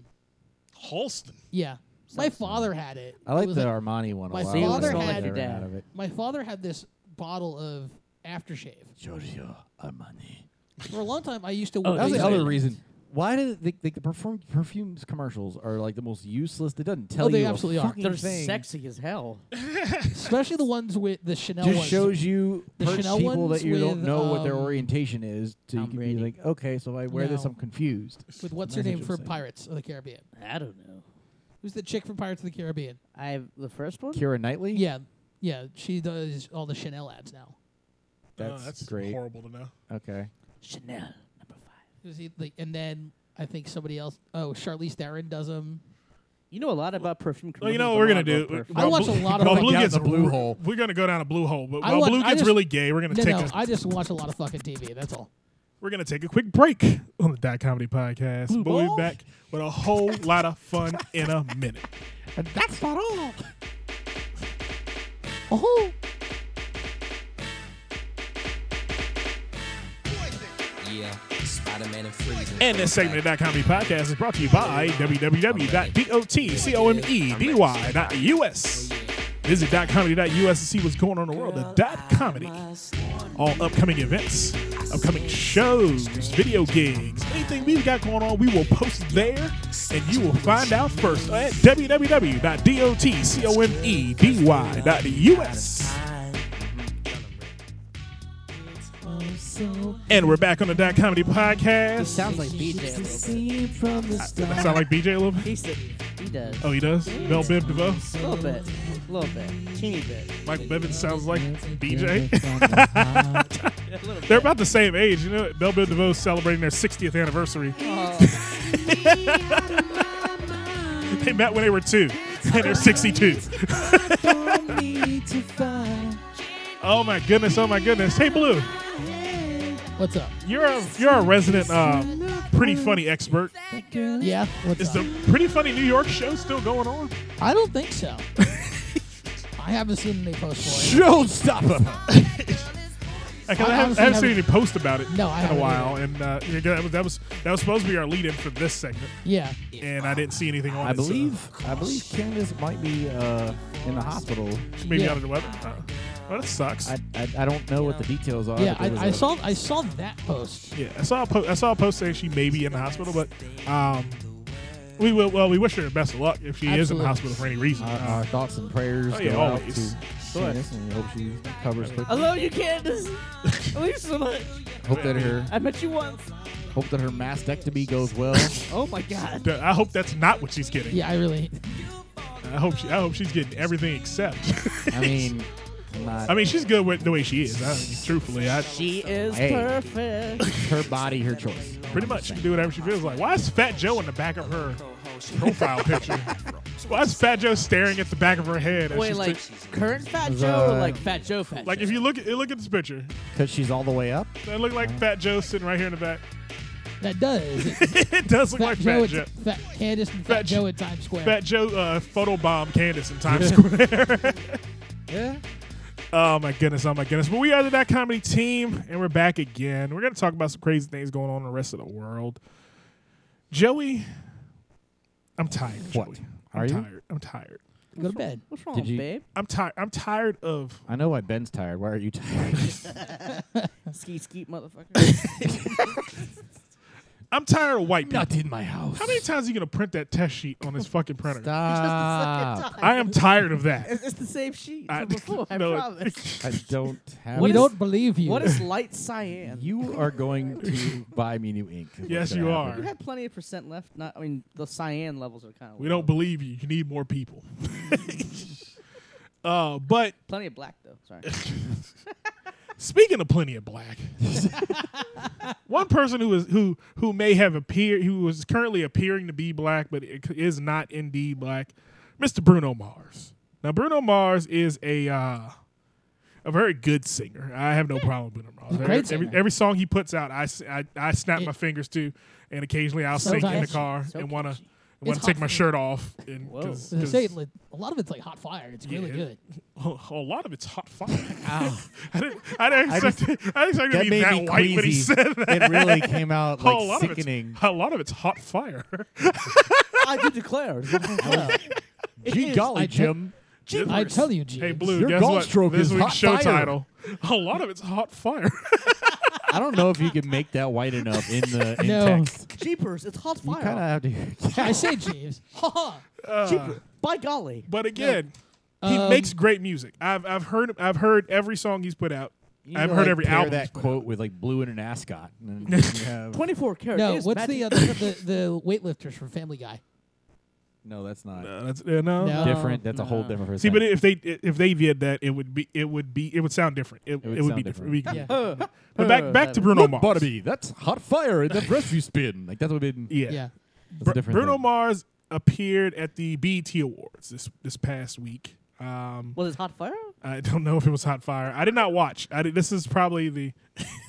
S1: Halston.
S2: Yeah, my father had it.
S5: I
S2: It
S5: like
S2: was
S5: the Armani one. a
S2: my
S5: lot.
S2: father
S5: I was never
S2: had-
S5: out of it.
S2: my father had this bottle of aftershave.
S5: Giorgio Armani.
S2: For a long time, I used to.
S5: Oh, That was
S2: I
S5: the
S2: used
S5: other
S2: to-
S5: reason. Why do the, the, the perfume perfumes commercials are like the most useless? It doesn't tell
S2: they
S5: you
S2: absolutely
S5: a
S2: are.
S5: fucking
S6: They're
S5: thing.
S6: sexy as hell.
S2: especially the ones with the Chanel
S5: Just
S2: ones.
S5: shows you
S2: The
S5: perch
S2: Chanel
S5: people
S2: ones
S5: that you don't
S2: with,
S5: know what their
S2: um,
S5: orientation is. So you
S6: Tom
S5: can
S6: Brady.
S5: be like, okay, so if I wear this,
S2: No.
S5: I'm confused.
S2: with what's her
S5: That's
S2: name from
S5: interesting.
S2: Pirates of the Caribbean?
S6: I don't know.
S2: Who's the chick from Pirates of the Caribbean?
S6: I have the first one.
S5: Kira Knightley.
S2: Yeah, yeah, she does all the Chanel ads now.
S5: That's
S1: Uh, that's
S5: great.
S1: horrible to know.
S5: Okay.
S6: Chanel number five.
S2: It was e- like- and then I think somebody else. Oh, Charlize Theron does them.
S6: You know a lot about perfume.
S1: Well, you
S6: commercials,
S1: know
S6: but
S1: what we're
S6: a
S1: gonna
S6: lot
S1: do?
S6: about perfume.
S2: I
S1: While
S2: watch a
S1: Blue-
S2: lot of
S1: while
S2: fucking-
S1: Blue
S5: Down
S1: gets
S5: the blue
S1: r-
S5: hole.
S1: We're gonna go down a blue hole, but
S2: I
S1: while
S2: watch-
S1: Blue
S2: I
S1: gets
S2: just-
S1: really gay, we're gonna
S2: No,
S1: take
S2: no,
S1: a
S2: I just watch a lot of fucking TV. That's all.
S1: we're gonna take a quick break on the Dot Comedy Podcast.
S5: Blue
S1: but we'll
S5: ball?
S1: be back with a whole lot of fun in a minute.
S5: And that's not all.
S2: Oh,
S7: Yeah, Spider-Man and Freeze.
S1: And this segment of Dot Comedy Podcast is brought to you by E www.dotcomedy.us. Visit dotcomedy.us to see what's going on in the world of dot comedy. All upcoming events, upcoming shows, video gigs, anything we've got going on, we will post there and you will find out first at E www.dotcomedy.us. And we're back on the Dot Comedy Podcast.
S6: Sounds like BJ. A little bit.
S1: Does that sound like BJ a little bit?
S6: He's the, he does.
S1: Oh, he does? Mel Biv DeVoe?
S6: A little bit. A little bit. Teeny bit.
S1: Mike Bivin sounds like BJ. They're about the same age, you know. Bell Biv DeVoe's celebrating their 60th anniversary. they met when they were two, and they're 62. oh my goodness! Oh my goodness! Hey, Blue,
S2: what's up?
S1: you're a you're a resident uh, pretty funny expert.
S2: Yeah, what's
S1: Is
S2: up?
S1: the pretty funny New York show still going on?
S2: I don't think so. I haven't seen any post for it.
S5: Showstopper.
S1: Like, I, haven't,
S2: I honestly
S1: I haven't seen
S2: haven't-
S1: any post about it
S2: No, I
S1: in a
S2: haven't
S1: while, and uh, you know, that was that was that was supposed to be our lead-in for this segment,
S2: Yeah,
S1: and I didn't see anything on
S5: I
S1: it. so
S5: believe. I believe Candace might be uh, in the hospital.
S1: she may be
S2: Yeah.
S1: out of the weather. Uh, well, that sucks.
S5: I, I, I don't know what the details are.
S2: yeah.
S5: but there was
S2: I, I
S5: a-
S2: saw I saw that post.
S1: yeah, I saw a po- I saw a post saying she may be in the hospital, but um, we will, well we wish her the best of luck if she is in the
S2: Absolutely.
S1: hospital for any reason.
S5: Our,
S1: Uh,
S5: our thoughts and prayers
S1: Oh,
S5: go
S1: yeah,
S5: out to
S1: always.
S5: Candace, and we hope she recovers
S6: I
S5: quickly.
S6: love you, Candace. I love you so much.
S5: Hope that her
S6: I met you once.
S5: hope that her mastectomy goes well.
S6: Oh my god.
S1: th- I hope that's not what she's getting.
S2: Yeah, I really.
S1: I hope she. I hope she's getting everything except.
S5: I mean, I'm not,
S1: I mean, she's good with the way she is. I mean, truthfully, I
S6: She is
S5: Hey.
S6: perfect.
S5: her body, her choice.
S1: pretty much she can do whatever she feels like. Why is Fat Joe in the back of her profile picture? Why is Fat Joe staring at the back of her head? as
S6: Wait,
S1: she's
S6: like
S1: pic-
S6: current Fat
S5: Was,
S6: Joe or
S5: uh,
S6: like Fat Joe Fat
S1: like
S6: Joe?
S1: if you look at look at this picture,
S5: Because she's all the way up.
S1: that look like Fat Joe sitting right here in the back.
S2: That does. It's
S1: it does look
S2: Fat
S1: like Fat
S2: Joe. at-
S1: Joe.
S2: Fat Candace and
S1: Fat
S2: Fat
S1: Jo-
S2: Joe at Times Square.
S1: Fat Joe uh, photobombed Candace in Times Square.
S5: Yeah.
S1: oh my goodness, oh my goodness. But we are the That Comedy team, and we're back again. We're going to talk about some crazy things going on in the rest of the world. Joey, I'm tired.
S5: What?
S1: Joey.
S5: Are
S1: I'm
S5: you?
S1: tired. I'm tired.
S2: Go to bed.
S6: What's wrong,
S5: Did you-
S6: babe?
S1: I'm tired. I'm tired of.
S5: I know why Ben's tired. Why are you tired?
S6: Skeet skeet, motherfucker.
S1: I'm tired of white people.
S5: in my house.
S1: How many times are you going to print that test sheet on this fucking printer?
S5: Stop.
S1: I am tired of that.
S6: it's, it's the same sheet
S1: I-
S6: from before. I
S1: no.
S6: promise.
S5: I don't have.
S2: We
S5: it.
S2: don't believe you.
S6: What is light cyan?
S5: You are going to buy me new ink. is what's
S1: Yes,
S5: gonna
S1: you
S5: happen.
S6: You have plenty of percent left. Not, I mean, the cyan levels are kind of.
S1: We don't believe you. You need more people. uh, but
S6: Plenty of black though. Sorry.
S1: Speaking of plenty of black, one person who is who who may have appeared who is currently appearing to be black but it c- is not indeed black, Mr. Bruno Mars. Now, Bruno Mars is a uh, a very good singer. I have no problem with Bruno Mars.
S2: He's a
S1: Every-
S2: great
S1: every,
S2: singer.
S1: every song he puts out, I, s- I- I snap
S2: It-
S1: my fingers to, and occasionally I'll
S2: So
S1: sing in the
S2: catchy.
S1: car
S6: So
S1: and wanna
S6: catchy.
S1: wanna
S2: It's
S1: take
S2: hot
S1: my
S2: for-
S1: shirt off. And
S6: Whoa.
S1: cause,
S2: As I say,
S1: 'cause
S2: like, a lot of it's like hot fire. It's really
S1: Yeah.
S2: good.
S1: a lot of it's hot fire. I didn't, I didn't expect, it, I didn't expect it to
S5: That
S1: be
S5: made
S1: that
S5: me
S1: white when he
S5: queasy.
S1: said that.
S5: It really came out
S1: a
S5: like
S1: lot
S5: sickening.
S1: of it's a lot of it's hot fire.
S6: I do declare. it's not allowed. It
S5: Gee
S6: is.
S5: golly,
S2: I took-
S5: Jim.
S2: I tell you, Gene.
S1: Hey Blue,
S5: Your
S1: guess
S5: golf
S1: what?
S5: stroke
S1: this
S5: is
S1: week's
S5: hot
S1: show
S5: fire.
S1: title. A lot of it's hot fire.
S5: I don't know if you can make that white enough in the in
S2: No.
S5: text.
S6: Jeepers, it's hot
S5: You
S6: fire.
S5: kind of have to.
S2: I say Jeeves. Ha ha.
S6: Jeepers. By golly.
S1: Uh, But again, he
S2: Um,
S1: makes great music. I've I've heard I've heard every song he's put out.
S5: You
S1: I've
S5: need to,
S1: heard
S5: like,
S1: every
S5: pair
S1: album. he's
S5: that
S1: put
S5: quote with like blue and an ascot. And then you have-
S6: 24 karat.
S2: No,
S6: is
S2: what's
S6: magic.
S2: the, uh, the the the weightlifters from Family Guy?
S5: no, that's not
S1: out. Uh, that's, uh, no.
S2: No.
S5: different. That's a whole
S6: no.
S5: different.
S1: See, but
S5: thing.
S1: if they if they did that, it would be it would be it would sound different. It, it would,
S5: would
S1: be
S5: sound
S1: different.
S5: different.
S1: It'd be
S2: Yeah.
S1: good. But back back to Bruno
S5: Look,
S1: Mars.
S5: Barnaby, that's hot fire in the rescue spin. Like that would have been.
S1: Yeah.
S2: Yeah.
S5: that's a
S1: Br-
S5: different
S1: Bruno
S5: thing.
S1: Mars appeared at the BET Awards this this past week. Um,
S6: Was it hot fire?
S1: I don't know if it was hot fire. I did not watch. I did, this is probably the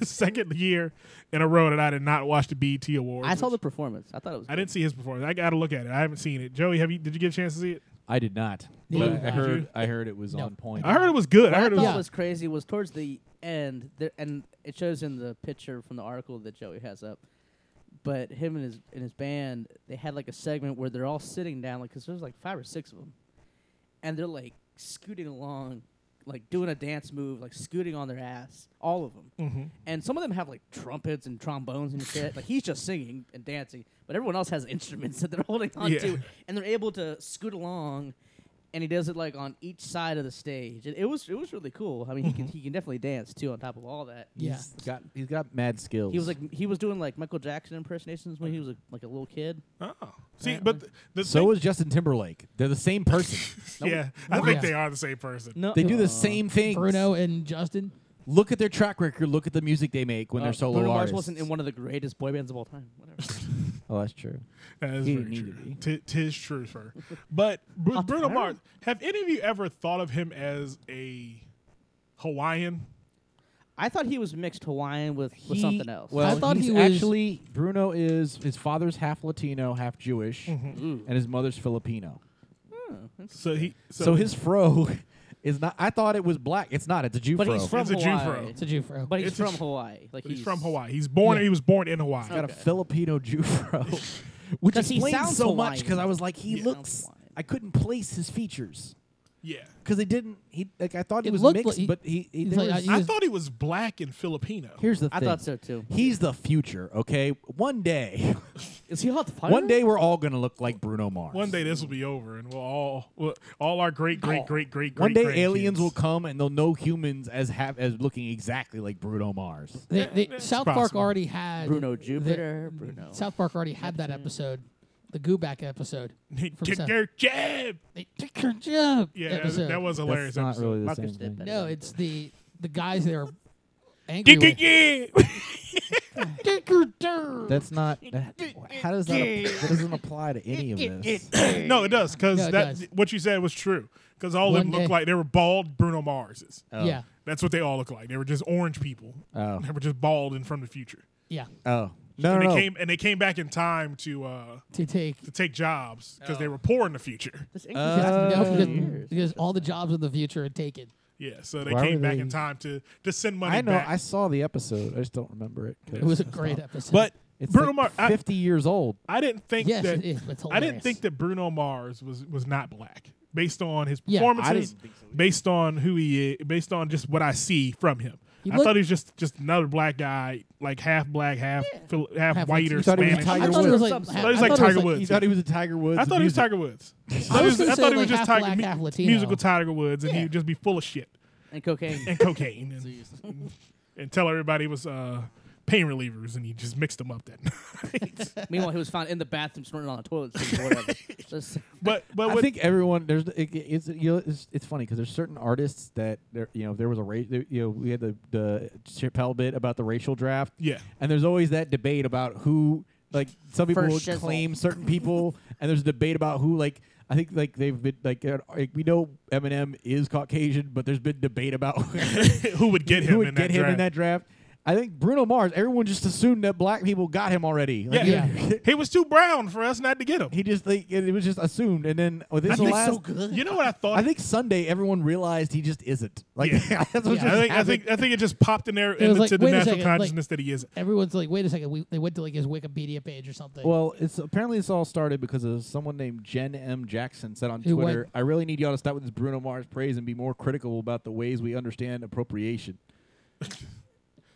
S1: second year in a row that I did not watch the BET Awards.
S6: I saw
S1: which-
S6: the performance. I thought it was.
S1: I didn't see his performance. I got to look at it. I haven't seen it. Joey, have you? Did you get a chance to see it?
S5: I did not.
S2: Neither
S5: But
S2: did
S5: I
S2: I.
S5: heard. I heard it was
S2: No.
S5: on point.
S1: I heard it was good. I
S6: What I
S1: heard it
S6: thought
S1: was.
S2: Yeah.
S6: was crazy was towards the end, there, and it shows in the picture from the article that Joey has up. But him and his and his band, they had like a segment where they're all sitting down, like, 'cause there's like five or six of them, and they're like scooting along, like doing a dance move, like scooting on their ass, all of them.
S1: Mm-hmm.
S6: And some of them have like trumpets and trombones and shit. like he's just singing and dancing, but everyone else has instruments that they're holding on
S1: Yeah.
S6: to, and they're able to scoot along. And he does it like on each side of the stage. It, it was it was really cool. I mean, he can
S1: Mm-hmm.
S6: he can definitely dance too. On top of all that,
S2: Yeah.
S5: He's got. He's got mad skills.
S6: he was like he was doing like Michael Jackson impersonations when he was like, like a little kid.
S1: Oh, see, but the, the
S5: So
S1: thing,
S5: was Justin Timberlake. They're the same person.
S1: yeah. I think
S2: Yeah.
S1: they are the same person.
S6: No,
S5: They do the same thing.
S2: Bruno and Justin.
S5: Look at their track record. Look at the music they make when
S6: Uh,
S5: they're solo
S6: Bruno Mars
S5: artists.
S6: wasn't in one of the greatest boy bands of all time. Whatever.
S5: Oh, that's true.
S1: That is
S5: He
S1: very
S5: didn't need
S1: true.
S5: to
S1: T- tis true, sir. But Bru-
S6: Hot
S1: Bruno
S6: fire?
S1: Mars. Have any of you ever thought of him as a Hawaiian?
S6: I thought he was mixed Hawaiian with, with
S5: He-
S6: something else.
S5: Well,
S2: I thought
S5: he's
S2: he was-
S5: actually Bruno is his father's half Latino, half Jewish,
S2: Mm-hmm.
S6: Mm.
S5: and his mother's Filipino.
S1: So he. So,
S5: So, his fro is not. I thought it was black. It's not. It's a Jew
S6: but
S5: fro.
S6: he's from
S1: It's a Jew
S6: Hawaii.
S1: fro.
S2: It's a Jew fro.
S6: But he's
S1: It's a
S6: from
S1: Jew-
S6: Hawaii. Like
S1: he's from Hawaii. He's born.
S2: Yeah.
S1: He was born in Hawaii.
S5: got a Filipino Jew fro, which
S6: 'Cause he
S5: explains
S6: sounds
S5: so
S6: Hawaiian.
S5: much. Because I was like, he
S6: Yeah.
S5: looks.
S6: Hawaiian.
S5: I couldn't place his features
S1: yeah.
S5: because they didn't. He like I thought he
S2: It
S5: was
S2: looked
S5: mixed,
S2: like he-
S5: but he. he,
S2: he's
S5: there
S2: like,
S5: was-
S2: I-
S1: I
S2: was-
S1: thought he was black and Filipino.
S5: here's the
S6: I
S5: thing.
S6: thought so, too.
S5: He's the future. Okay, one day,
S6: Is he hot fire?
S5: one day we're all gonna look like Bruno Mars.
S1: One day this will be over, and we'll all we'll, all our great great great great great
S5: One day,
S1: grandkids-
S5: aliens will come and they'll know humans as have as looking exactly like Bruno Mars.
S2: They, they, South Park
S1: possible.
S2: already had
S6: Bruno
S2: the-
S6: Jupiter, Bruno.
S2: South Park already had that episode, the Gooback episode. from
S1: Get
S2: South-
S1: your jab.
S2: They took your job.
S1: Yeah, that-
S2: episode.
S1: that was hilarious.
S5: That's not
S1: episode.
S5: really the
S6: Marcus
S5: same
S6: did
S5: thing.
S6: better.
S2: No, it's the the guys that are angry.
S1: Get,
S2: with-
S1: get,
S2: Take your job.
S5: That's not. That, how does that? app- That doesn't apply to any of this.
S1: get. no, it does because
S2: No, it
S1: that
S2: does.
S1: what you said was true. Because all of them
S2: One
S1: looked
S2: day.
S1: like they were bald Bruno Marses.
S5: Oh.
S2: Yeah,
S1: That's what they all look like. They were just orange people.
S5: Oh.
S1: They were just bald and from the future.
S2: yeah.
S5: Oh no,
S1: and
S5: no,
S1: they
S5: no.
S1: came and they came back in time to uh,
S2: To take
S1: to take jobs because they were poor in the future.
S6: This
S5: uh,
S1: Uh,
S2: no,
S6: English
S2: because, because all the jobs in the future are taken.
S1: Yeah, so they
S5: Why
S1: came
S5: were
S1: back
S5: they-
S1: in time to to send money
S5: I know.
S1: back.
S5: I saw the episode. I just don't remember it. 'cause
S2: It was a
S5: it's
S2: great
S5: not-
S2: episode.
S1: but
S5: It's
S1: Bruno
S5: like
S1: Mars. I,
S5: fifty years old.
S1: I didn't think
S2: yes,
S1: that
S2: it is. It's
S1: I
S2: hilarious.
S1: didn't think that Bruno Mars was was not black based on his
S2: Yeah, I didn't
S1: performances, based on who he is, based on just what I see from him.
S2: He
S1: I
S2: looked-
S1: thought he was just just another black guy, like half black, half Phil- half,
S2: Half
S1: white
S2: Latino.
S1: or
S2: You
S5: thought he was
S1: Spanish.
S5: Tiger
S1: I
S2: I thought it was
S6: Woods.
S2: like,
S6: Some-
S1: thought he was like
S2: I thought it was
S1: Tiger
S2: like-
S1: Woods.
S5: You thought he was a Tiger Woods.
S1: I thought he was
S5: music.
S1: Tiger Woods. I thought
S2: I
S1: he
S2: was
S1: was, I
S2: gonna
S1: thought
S2: say,
S1: he was
S2: like,
S1: just
S2: half
S1: Tiger,
S2: black,
S1: mu-
S2: half Latino.
S1: musical Tiger Woods, and he
S2: Yeah.
S1: would just be full of shit
S6: and cocaine.
S1: and cocaine, and, and tell everybody it was uh, pain relievers, and he just mixed them up. Then,
S6: Meanwhile, he was found in the bathroom snorting on the toilet seat or whatever. Just-
S1: but but
S5: I
S1: what-
S5: think everyone there's it, it- it's you know, it's, it's funny because there's certain artists that there you know if there was a race you know we had the the Chappelle bit about the racial draft
S1: Yeah.
S5: and there's always that debate about who like some people
S6: For
S5: would
S6: shizzle.
S5: claim certain people and there's a debate about who like I think like they've been like, they're- like, we know Eminem is Caucasian, but there's been debate about
S1: who would get him
S5: who would
S1: in
S5: get
S1: that
S5: him
S1: draft.
S5: in that draft. I think Bruno Mars. Everyone just assumed that black people got him already. Like,
S1: yeah.
S5: He,
S1: he was too brown for us not to get him.
S5: he just like it was just assumed, and then with this
S1: think
S5: last,
S2: so good.
S1: You know what I thought?
S5: I think Sunday everyone realized he just isn't. Like
S1: Yeah.
S5: that's what
S2: Yeah.
S5: just
S1: I think, I
S5: happened.
S1: think I think it just popped in there
S2: It was
S1: into
S2: like,
S1: the
S2: wait a
S1: national
S2: second, like-
S1: consciousness that he is.
S2: Everyone's like, wait a second. We, they went to like his Wikipedia page or something.
S5: Well, it's apparently this all started because of someone named Jen M. Jackson said on
S2: Who what?
S5: Twitter, "I really need y'all to stop with this Bruno Mars praise and be more critical about the ways we understand appropriation."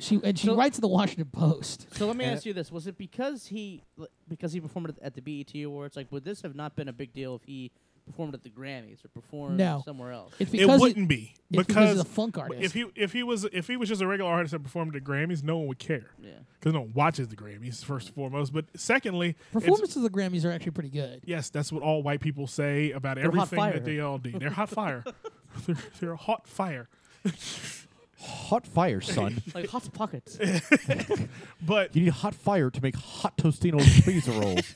S2: she and she
S6: so-
S2: writes in the Washington Post.
S6: So let me
S5: And-
S6: ask you this: Was it because he because he performed at the- at the BET Awards? Like, would this have not been a big deal if he performed at the Grammys or performed
S2: No.
S6: somewhere else?
S2: It's
S1: It
S2: because he-
S1: wouldn't be
S2: it's
S1: because,
S2: because he's a funk artist.
S1: If he if he was if he was just a regular artist that performed at the Grammys, no one would care
S6: yeah.
S1: because no one watches the Grammys first and foremost. But secondly, it's-
S2: performances of the Grammys are actually pretty good.
S1: Yes, that's what all white people say about
S6: hot
S1: everything
S6: fire.
S1: that they all do. They're hot fire. they're, they're a hot fire.
S5: Hot fire, son.
S6: Like hot pockets.
S1: But
S5: you need hot fire to make hot Tostino's freezer rolls.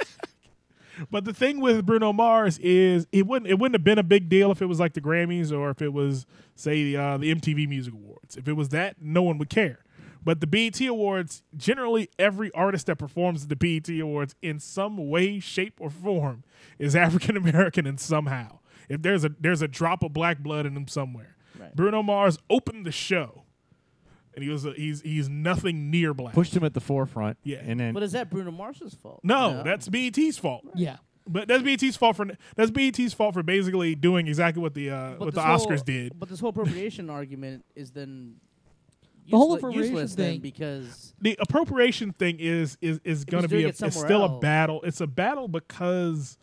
S1: but the thing with Bruno Mars is it wouldn't it wouldn't have been a big deal if it was like the Grammys or if it was say the uh, the MTV Music Awards. If it was that, no one would care. But the BET Awards, generally every artist that performs at the BET Awards in some way, shape, or form is African American in somehow. If there's a there's a drop of black blood in him somewhere.
S6: Right.
S1: Bruno Mars opened the show, and he was a, he's he's nothing near black.
S5: Pushed him at the forefront.
S1: Yeah.
S5: and then
S6: but is that Bruno Mars's fault?
S1: no, that's BET's fault.
S2: Yeah.
S1: But that's BET's fault for that's BET's fault for basically doing exactly what the uh,
S6: But
S1: what the
S6: this whole-
S1: Oscars did.
S6: But this whole appropriation argument is then
S2: The whole
S6: usele-
S2: appropriation
S6: useless then
S2: thing-
S6: because
S1: The appropriation thing is is is going to
S6: he's
S1: be
S6: doing
S1: a,
S6: it
S1: it's
S6: somewhere
S1: still a
S6: else.
S1: battle. It's a battle because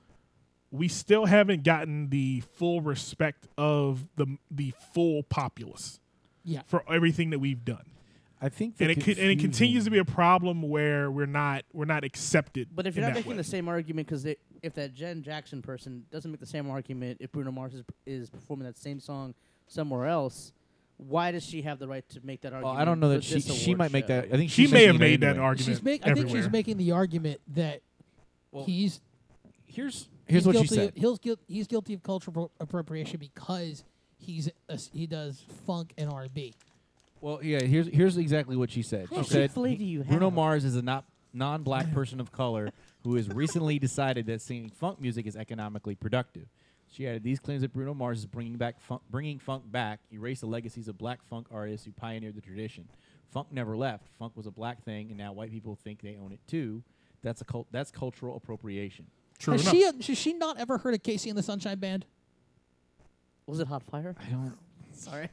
S1: we still haven't gotten the full respect of the the full populace
S2: Yeah.
S1: for everything that we've done.
S5: I think
S1: And it con- and it continues to be a problem where we're not we're not accepted.
S6: But if you're
S1: in
S6: not
S1: that
S6: making
S1: way.
S6: the same argument, because if that Jen Jackson person doesn't make the same argument, if Bruno Mars is, is performing that same song somewhere else, why does she have the right to make that
S5: Well,
S6: argument?
S5: I don't know
S6: for
S5: that she
S6: this
S5: she
S6: award
S5: might make
S6: show?
S5: that. I think
S1: she
S5: she's
S1: may
S5: making
S1: have
S5: it
S1: made that
S5: anyway.
S1: argument.
S2: She's make, I
S1: everywhere.
S2: think she's making the argument that
S5: Well,
S2: he's
S5: Here's
S2: he's
S5: here's what she
S2: guilty
S5: said.
S2: Of, he's, guil- he's guilty of cultural appropriation because he's a s he does funk and R and B.
S5: Well, yeah. Here's here's exactly what she said. She
S6: much
S5: said
S6: Chick-fil-A do you
S5: Bruno
S6: have?"
S5: Mars is a not non-black person of color who has recently decided that singing funk music is economically productive. She added these claims that Bruno Mars is bringing back funk, bringing funk back, erase the legacies of black funk artists who pioneered the tradition. Funk never left. Funk was a black thing, and now white people think they own it too. That's a cult, that's cultural appropriation.
S1: True
S2: has
S1: enough.
S2: she has she not ever heard of Casey and the Sunshine Band?
S6: Was it Hot Fire?
S5: I don't.
S6: Sorry.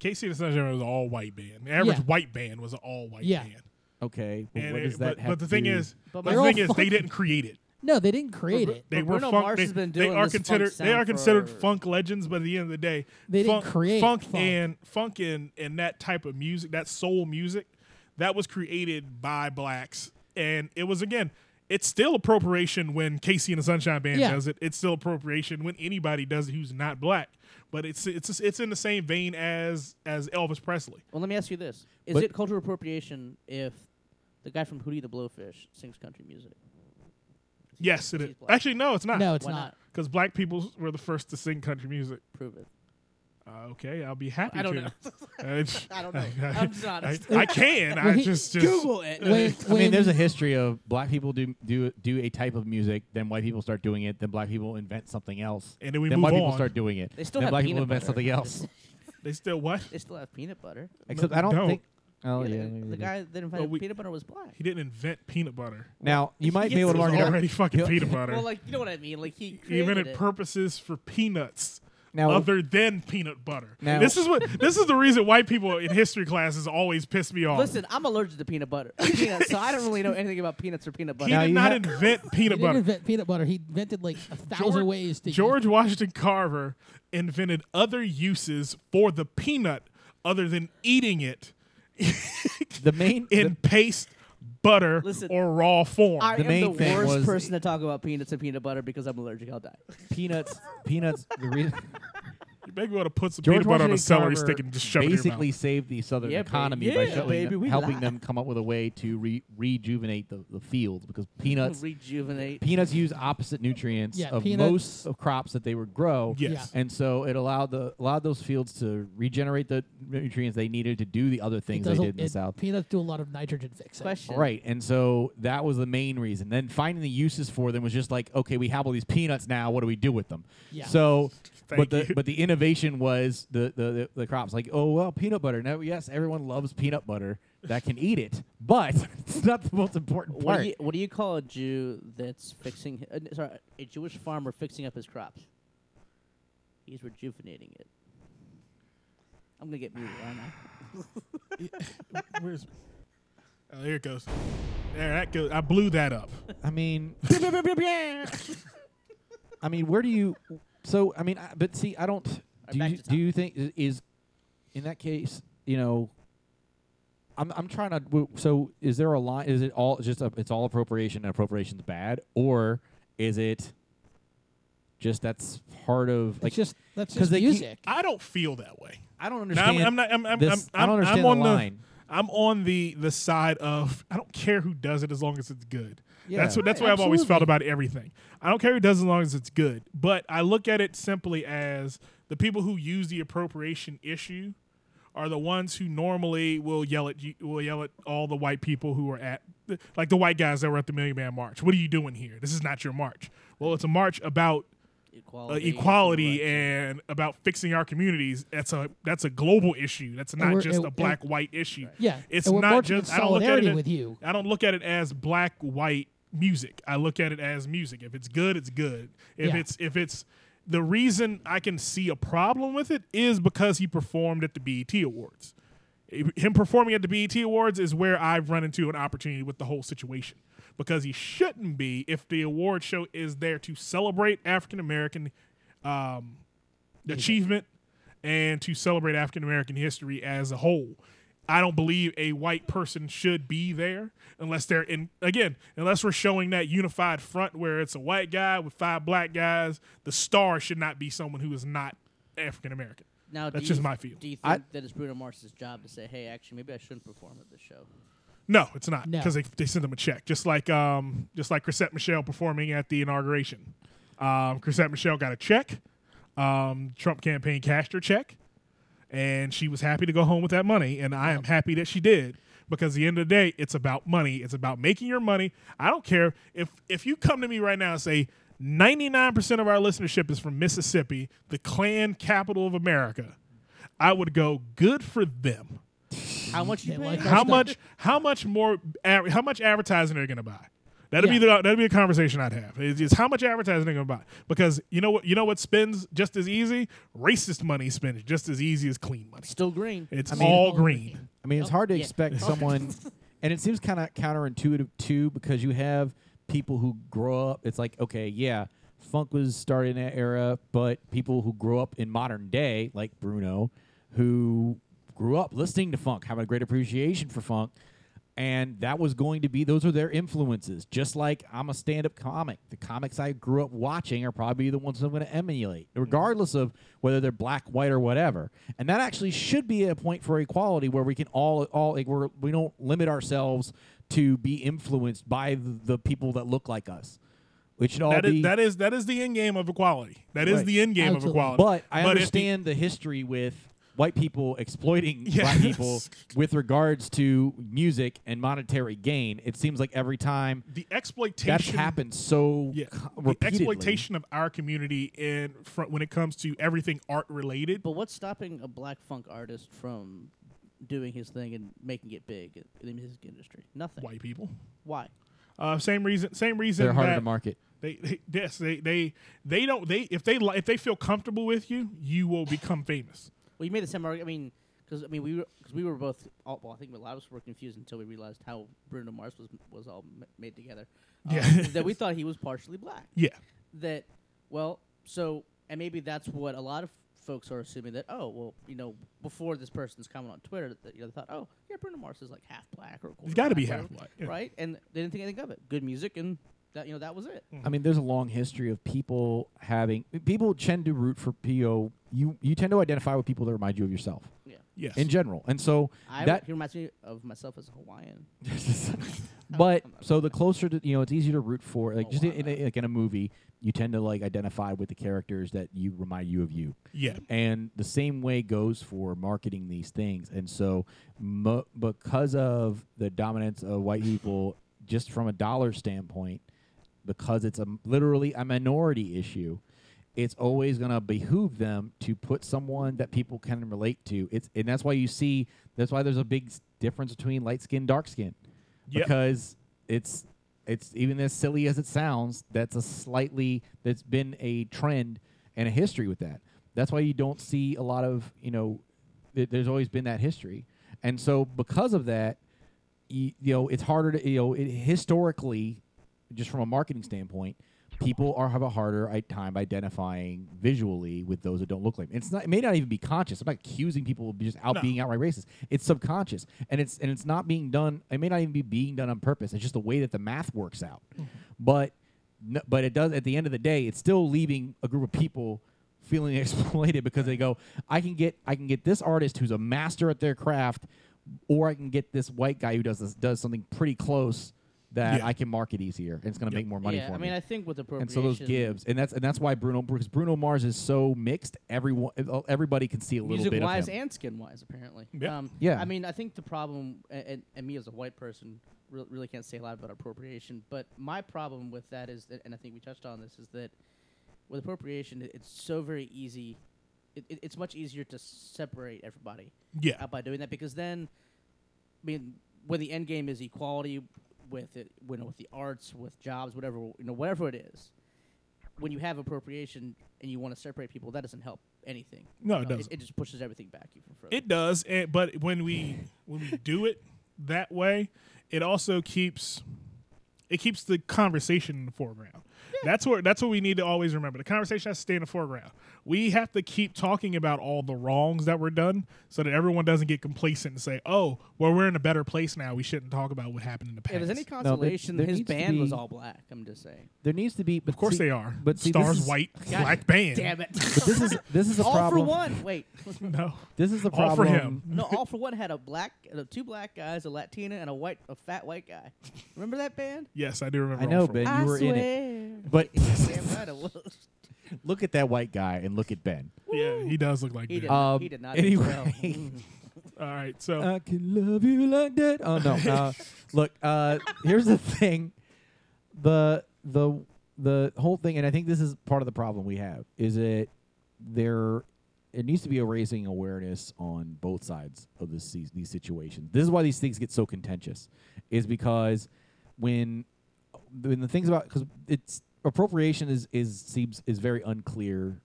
S1: Casey and the Sunshine Band was an all white band. The average
S2: Yeah.
S1: white band was an all white
S2: Yeah.
S1: band.
S5: Okay, but
S1: And
S5: what
S1: it-
S5: does that
S1: but,
S5: have
S1: but the
S5: to
S1: thing
S5: do-
S1: is, but
S2: they're
S1: the
S2: all
S1: thing is, they
S2: fucking-
S1: didn't create it.
S2: No, they didn't create it.
S1: They
S6: But
S1: were
S6: Bruno
S1: funk.
S6: Mars
S1: they,
S6: has been
S1: they
S6: doing
S1: are
S6: this funk
S1: considered they are
S6: sound
S1: considered
S6: for-
S1: funk legends, but at the end of the day,
S2: They didn't
S1: funk,
S2: create
S1: funk,
S2: funk.
S1: and funk and and that type of music, that soul music, that was created by blacks, and it was again. It's still appropriation when Casey and the Sunshine Band
S2: Yeah.
S1: does it. It's still appropriation when anybody does it who's not black. But it's it's it's in the same vein as as Elvis Presley.
S6: Well, let me ask you this: Is
S5: But-
S6: it cultural appropriation if the guy from Hootie the Blowfish sings country music?
S1: Yes, it
S6: He's
S1: is.
S6: black.
S1: Actually, no, it's not.
S2: no, it's
S6: Why
S2: not.
S1: because black people were the first to sing country music.
S6: Prove it.
S1: Uh, okay, I'll be happy
S6: I don't
S1: to.
S6: know.
S1: Uh, it's-
S6: I don't know. I'm just
S1: I,
S6: honest.
S1: I can. I
S2: Well, he-
S1: just, just
S6: Google it.
S2: When,
S5: I mean,
S2: when-
S5: there's a history of black people do do do a type of music, then white people start doing it, then black people invent something else,
S1: And then we move
S5: white people
S1: on.
S5: start doing it,
S6: They still
S5: then
S6: have
S5: black
S6: peanut
S5: people invent
S6: butter.
S5: something else.
S1: They still what?
S6: They still have peanut butter.
S5: Except I don't,
S1: don't.
S5: think. Oh
S6: the-
S5: yeah,
S6: the,
S5: maybe they do.
S6: guy that invented
S1: we-
S6: peanut butter was black.
S1: He didn't invent peanut butter.
S5: Now you might
S6: Yes,
S5: be able
S1: It
S5: to
S1: was
S5: argue. that-
S1: already fucking
S5: He'll-
S1: peanut butter.
S6: Well, like you know what I mean. Like he
S1: he
S6: created
S1: invented
S6: it.
S1: purposes for peanuts.
S5: Now-
S1: other than peanut butter,
S5: Now-
S1: this is what this is the reason white people in history classes always piss me off.
S6: Listen, I'm allergic to peanut butter, peanuts, so I don't really know anything about peanuts or peanut
S1: he
S6: butter.
S5: Now
S1: did
S5: you
S1: not
S5: ha-
S1: invent
S2: he
S1: peanut
S2: didn't
S1: butter.
S2: invent peanut butter. He invented like a thousand
S1: George-
S2: ways to use-
S1: George Washington Carver invented other uses for the peanut other than eating it
S5: The main
S1: in paste, butter,
S6: Listen,
S1: or raw form.
S6: I
S5: the
S6: am
S5: main
S6: the
S5: thing
S6: worst
S5: was-
S6: person to talk about peanuts and peanut butter because I'm allergic. I'll die.
S5: the peanuts. Peanuts. The reason.
S1: You maybe want to put some
S5: George
S1: peanut butter on
S5: Washington
S1: a celery
S5: Carver
S1: stick and just shove it in your
S5: basically
S1: mouth.
S5: saved the southern
S6: Yeah, ba-
S5: economy by
S6: yeah,
S5: shutting-
S6: baby, we
S5: helping
S6: lied.
S5: them come up with a way to re- rejuvenate the, the fields because peanuts
S6: Rejuvenate.
S5: peanuts use opposite nutrients
S2: Yeah,
S5: of
S2: peanuts-
S5: most of crops that they would grow.
S1: Yes.
S5: And so it allowed the allowed those fields to regenerate the nutrients they needed to do the other things they
S2: doesn't-
S5: did in the
S2: it-
S5: south.
S2: Peanuts do a lot of nitrogen fixing.
S6: Question.
S5: Right. And so that was the main reason. Then finding the uses for them was just like, okay, we have all these peanuts now. What do we do with them?
S2: Yeah.
S5: So,
S1: Thank
S5: but the
S1: you.
S5: but the innovation was the, the the the crops like, oh well, peanut butter. Now, yes, everyone loves peanut butter that can eat it, but it's not the most important
S6: What
S5: part.
S6: do, you, what do you call a Jew that's fixing? Uh, sorry, a Jewish farmer fixing up his crops. He's rejuvenating it. I'm gonna get muted, aren't I?
S1: Where's? Oh, here it goes. There, that goes. I blew that up.
S5: I mean, I mean, where do you? So I mean, I, but see, I don't. Do
S6: back
S5: you,
S6: to
S5: do you think i- is in that case? You know, I'm I'm trying to. w- So is there a line? Is it all just a, it's all appropriation and appropriation's bad, or is it just that's part of like
S2: it's just that's
S5: 'cause
S2: just
S5: they keep-
S2: music.
S1: I don't feel that way.
S5: I don't
S1: Now, I'm,
S5: understand.
S1: I'm not. I'm, I'm,
S5: this-
S1: I'm, I'm,
S5: I don't understand
S1: I'm on
S5: the line.
S1: I'm on the the side of I don't care who does it as long as it's good. that's
S5: Yeah.
S1: what that's what
S6: Right,
S1: I've always felt
S6: absolutely.
S1: about everything. I don't care who does it as long as it's good. But I look at it simply as the people who use the appropriation issue are the ones who normally will yell at you, will yell at all the white people who are at like the white guys that were at the Million Man March. What are you doing here? This is not your march. Well, it's a march about uh,
S6: Equality.
S1: equality and about fixing our communities. That's a that's a global issue. That's not
S2: we're-
S1: just
S2: and-
S1: a
S2: and-
S1: black white issue.
S2: Yeah,
S1: it's
S2: and we're
S1: not
S2: marching in
S1: just. I don't look at
S2: solidarity
S1: it
S2: with you.
S1: I don't look at it as black white music. I look at it as music. If it's good, it's good. If
S2: Yeah.
S1: it's if it's the reason I can see a problem with it is because he performed at the BET Awards. Him performing at the BET Awards is where I've run into an opportunity with the whole situation because he shouldn't be if the award show is there to celebrate African American um, achievement and to celebrate African American history as a whole. I don't believe a white person should be there unless they're in again, unless we're showing that unified front where it's a white guy with five black guys, the star should not be someone who is not African American.
S6: Now, do
S1: That's just
S6: you-
S1: my feel.
S6: Do you think
S5: I-
S6: that it's Bruno Mars's job to say, "Hey, actually, maybe I shouldn't perform at this show"?
S1: No, it's not
S2: No.
S1: because they, they send them a check, just like um, just like Chrisette Michelle performing at the inauguration. Um, Chrisette Michelle got a check. Um, Trump campaign cashed her check, and she was happy to go home with that money. And I am happy that she did because at the end of the day, it's about money. It's about making your money. I don't care if if you come to me right now and say. 99% of our listenership is from Mississippi, the Klan capital of America. I would go, good for them
S6: How much you
S2: They
S6: pay?
S2: like
S1: how
S2: stuff.
S1: much how much more ad- how much advertising are they going to buy that'd be the
S2: Yeah.
S1: that'd be a conversation i'd have it's just how much advertising they're going to buy because you know what you know what spends just as easy racist money spends just as easy as clean money
S6: Still green.
S1: it's
S2: mean-
S1: all green
S5: I mean, it's hard to
S6: Yeah.
S5: expect someone, and it seems kind of counterintuitive too, because you have people who grow up. It's like, okay, yeah, funk was started in that era, but people who grow up in modern day, like Bruno, who grew up listening to funk, having a great appreciation for funk, and that was going to be those are their influences. Just like I'm a stand-up comic, the comics I grew up watching are probably the ones I'm going to emulate,
S1: Mm-hmm.
S5: regardless of whether they're black, white, or whatever. And that actually should be a point for equality where we can all all like we're, we don't limit ourselves to be influenced by the, the people that look like us. We should all
S1: that
S5: be
S1: is that is that is the end game of equality That is
S5: Right.
S1: the end game of
S2: Absolutely.
S1: equality
S5: but I
S1: if the-
S5: understand the history with white people exploiting black
S1: Yes.
S5: people with regards to music and monetary gain. It seems like every time
S1: the, exploitation
S5: that's happened so
S1: yeah,
S5: co-
S1: the
S5: repeatedly.
S1: exploitation of our community in front when it comes to everything art related
S6: But what's stopping a black funk artist from doing his thing and making it big in the music industry? Nothing.
S1: white people
S6: Why?
S1: uh, same reason same reason
S5: They're harder to
S1: that-
S5: market.
S1: They, they yes, they they they don't they if they li- if they feel comfortable with you, you will become famous.
S6: Well, you made the same argument. I mean, because I mean, we because we were both. All, well, I think a lot of us were confused until we realized how Bruno Mars was was all ma- made together. Um,
S1: Yeah.
S6: that we thought he was partially black.
S1: Yeah,
S6: That well, so and maybe that's what a lot of folks are assuming that oh well you know before this person's comment on Twitter that you know they thought oh yeah Bruno Mars is like half black or
S1: He's gotta be
S6: quarter
S1: half
S6: or-
S1: black, yeah.
S6: right and they didn't think anything of it. Good music and That you know that was
S1: Mm.
S6: it.
S1: Mm-hmm.
S5: I mean, there's a long history of people having people tend to root for PO. You you tend to identify with people that remind you of yourself
S6: Yeah.
S1: Yes.
S5: in general, and so
S6: I
S5: that.
S6: he reminds me of myself as a Hawaiian.
S5: but so the closer to you know, it's easier to root for. Like
S6: Oh,
S5: just
S6: wow.
S5: in, a, like in a movie, you tend to like identify with the characters that you remind you of you.
S1: yeah.
S5: And the same way goes for marketing these things. And so, mo- because of the dominance of white people, just from a dollar standpoint, because it's a m- literally a minority issue, it's always going to behoove them to put someone that people can relate to. It's and that's why you see that's why there's a big s- difference between light skin, dark skin,
S1: Yep.
S5: because it's it's even as silly as it sounds. That's a slightly that's been a trend and a history with that. That's why you don't see a lot of you know. th- There's always been that history, and so because of that, you, you know it's harder to you know it, historically just from a marketing standpoint people are have a harder i- time identifying visually with those that don't look like them. it's not it may not even be conscious i'm not accusing people of just out
S1: No.
S5: being outright racist it's subconscious and it's and it's not being done it may not even be being done on purpose it's just the way that the math works out but no, but it does at the end of the day it's still leaving a group of people feeling exploited because they go i can get i can get this artist who's a master at their craft or i can get this white guy who does this does something pretty close that
S1: Yeah.
S5: i can market easier and it's going to make more money
S6: yeah,
S5: for
S6: I
S5: me
S6: mean I think with appropriation.
S5: and so those gives and that's and that's why bruno because bruno mars is so mixed everyone everybody can see a little
S6: Music
S5: bit
S6: wise
S5: of him.
S6: and skin wise, apparently.
S1: Yeah.
S6: Um,
S5: Yeah.
S6: I mean, I think the problem, and, and, and me as a white person, re- really can't say a lot about appropriation. But my problem with that is that, and I think we touched on this, is that with appropriation, it- it's so very easy. It, it, it's much easier to separate everybody
S1: Yeah.
S6: out uh, by doing that because then, I mean, when the end game is equality with it, you know, with the arts, with jobs, whatever, you know, whatever it is, when you have appropriation and you want to separate people, that doesn't help anything.
S1: No,
S6: You
S1: it
S6: know,
S1: doesn't.
S6: It, just pushes everything back even further.
S1: It does, and, but when we when we do it that way, it also keeps it keeps the conversation in the foreground. That's where that's what we need to always remember. The conversation has to stay in the foreground. We have to keep talking about all the wrongs that were done, so that everyone doesn't get complacent and say, "Oh, well, we're in a better place now. We shouldn't talk about what happened in the past."
S6: if there's any consolation,
S5: there
S6: his
S5: needs to
S6: band was
S5: be-
S6: all black. I'm just saying.
S5: there needs to be but
S1: of course
S5: see-
S1: they are.
S5: but see, this
S1: stars
S5: is-
S1: white, black band.
S6: Damn it!
S5: but this is this is a
S6: all
S5: problem
S6: for one. Wait,
S1: No,
S5: this is the problem
S1: All for him.
S6: no, all for one had a black, uh, two black guys, a Latina, and a white, a fat white guy. Remember that band?
S1: Yes, I do remember.
S5: i
S1: All
S5: know
S1: For
S5: ben
S1: One.
S5: you were in it but
S6: Damn right it was.
S5: look at that white guy and look at ben
S1: Yeah, he does look like
S6: He
S1: Ben.
S6: did.
S5: um,
S6: he did not do
S5: anyway
S1: All right, so
S5: I can love you like that. Oh no. Uh, look, uh, here's the thing. The the the whole thing, and I think this is part of the problem we have, is that there it needs to be a raising awareness on both sides of this these, these situations. This is why these things get so contentious, is because when when the things about because it's appropriation is is seems is very unclear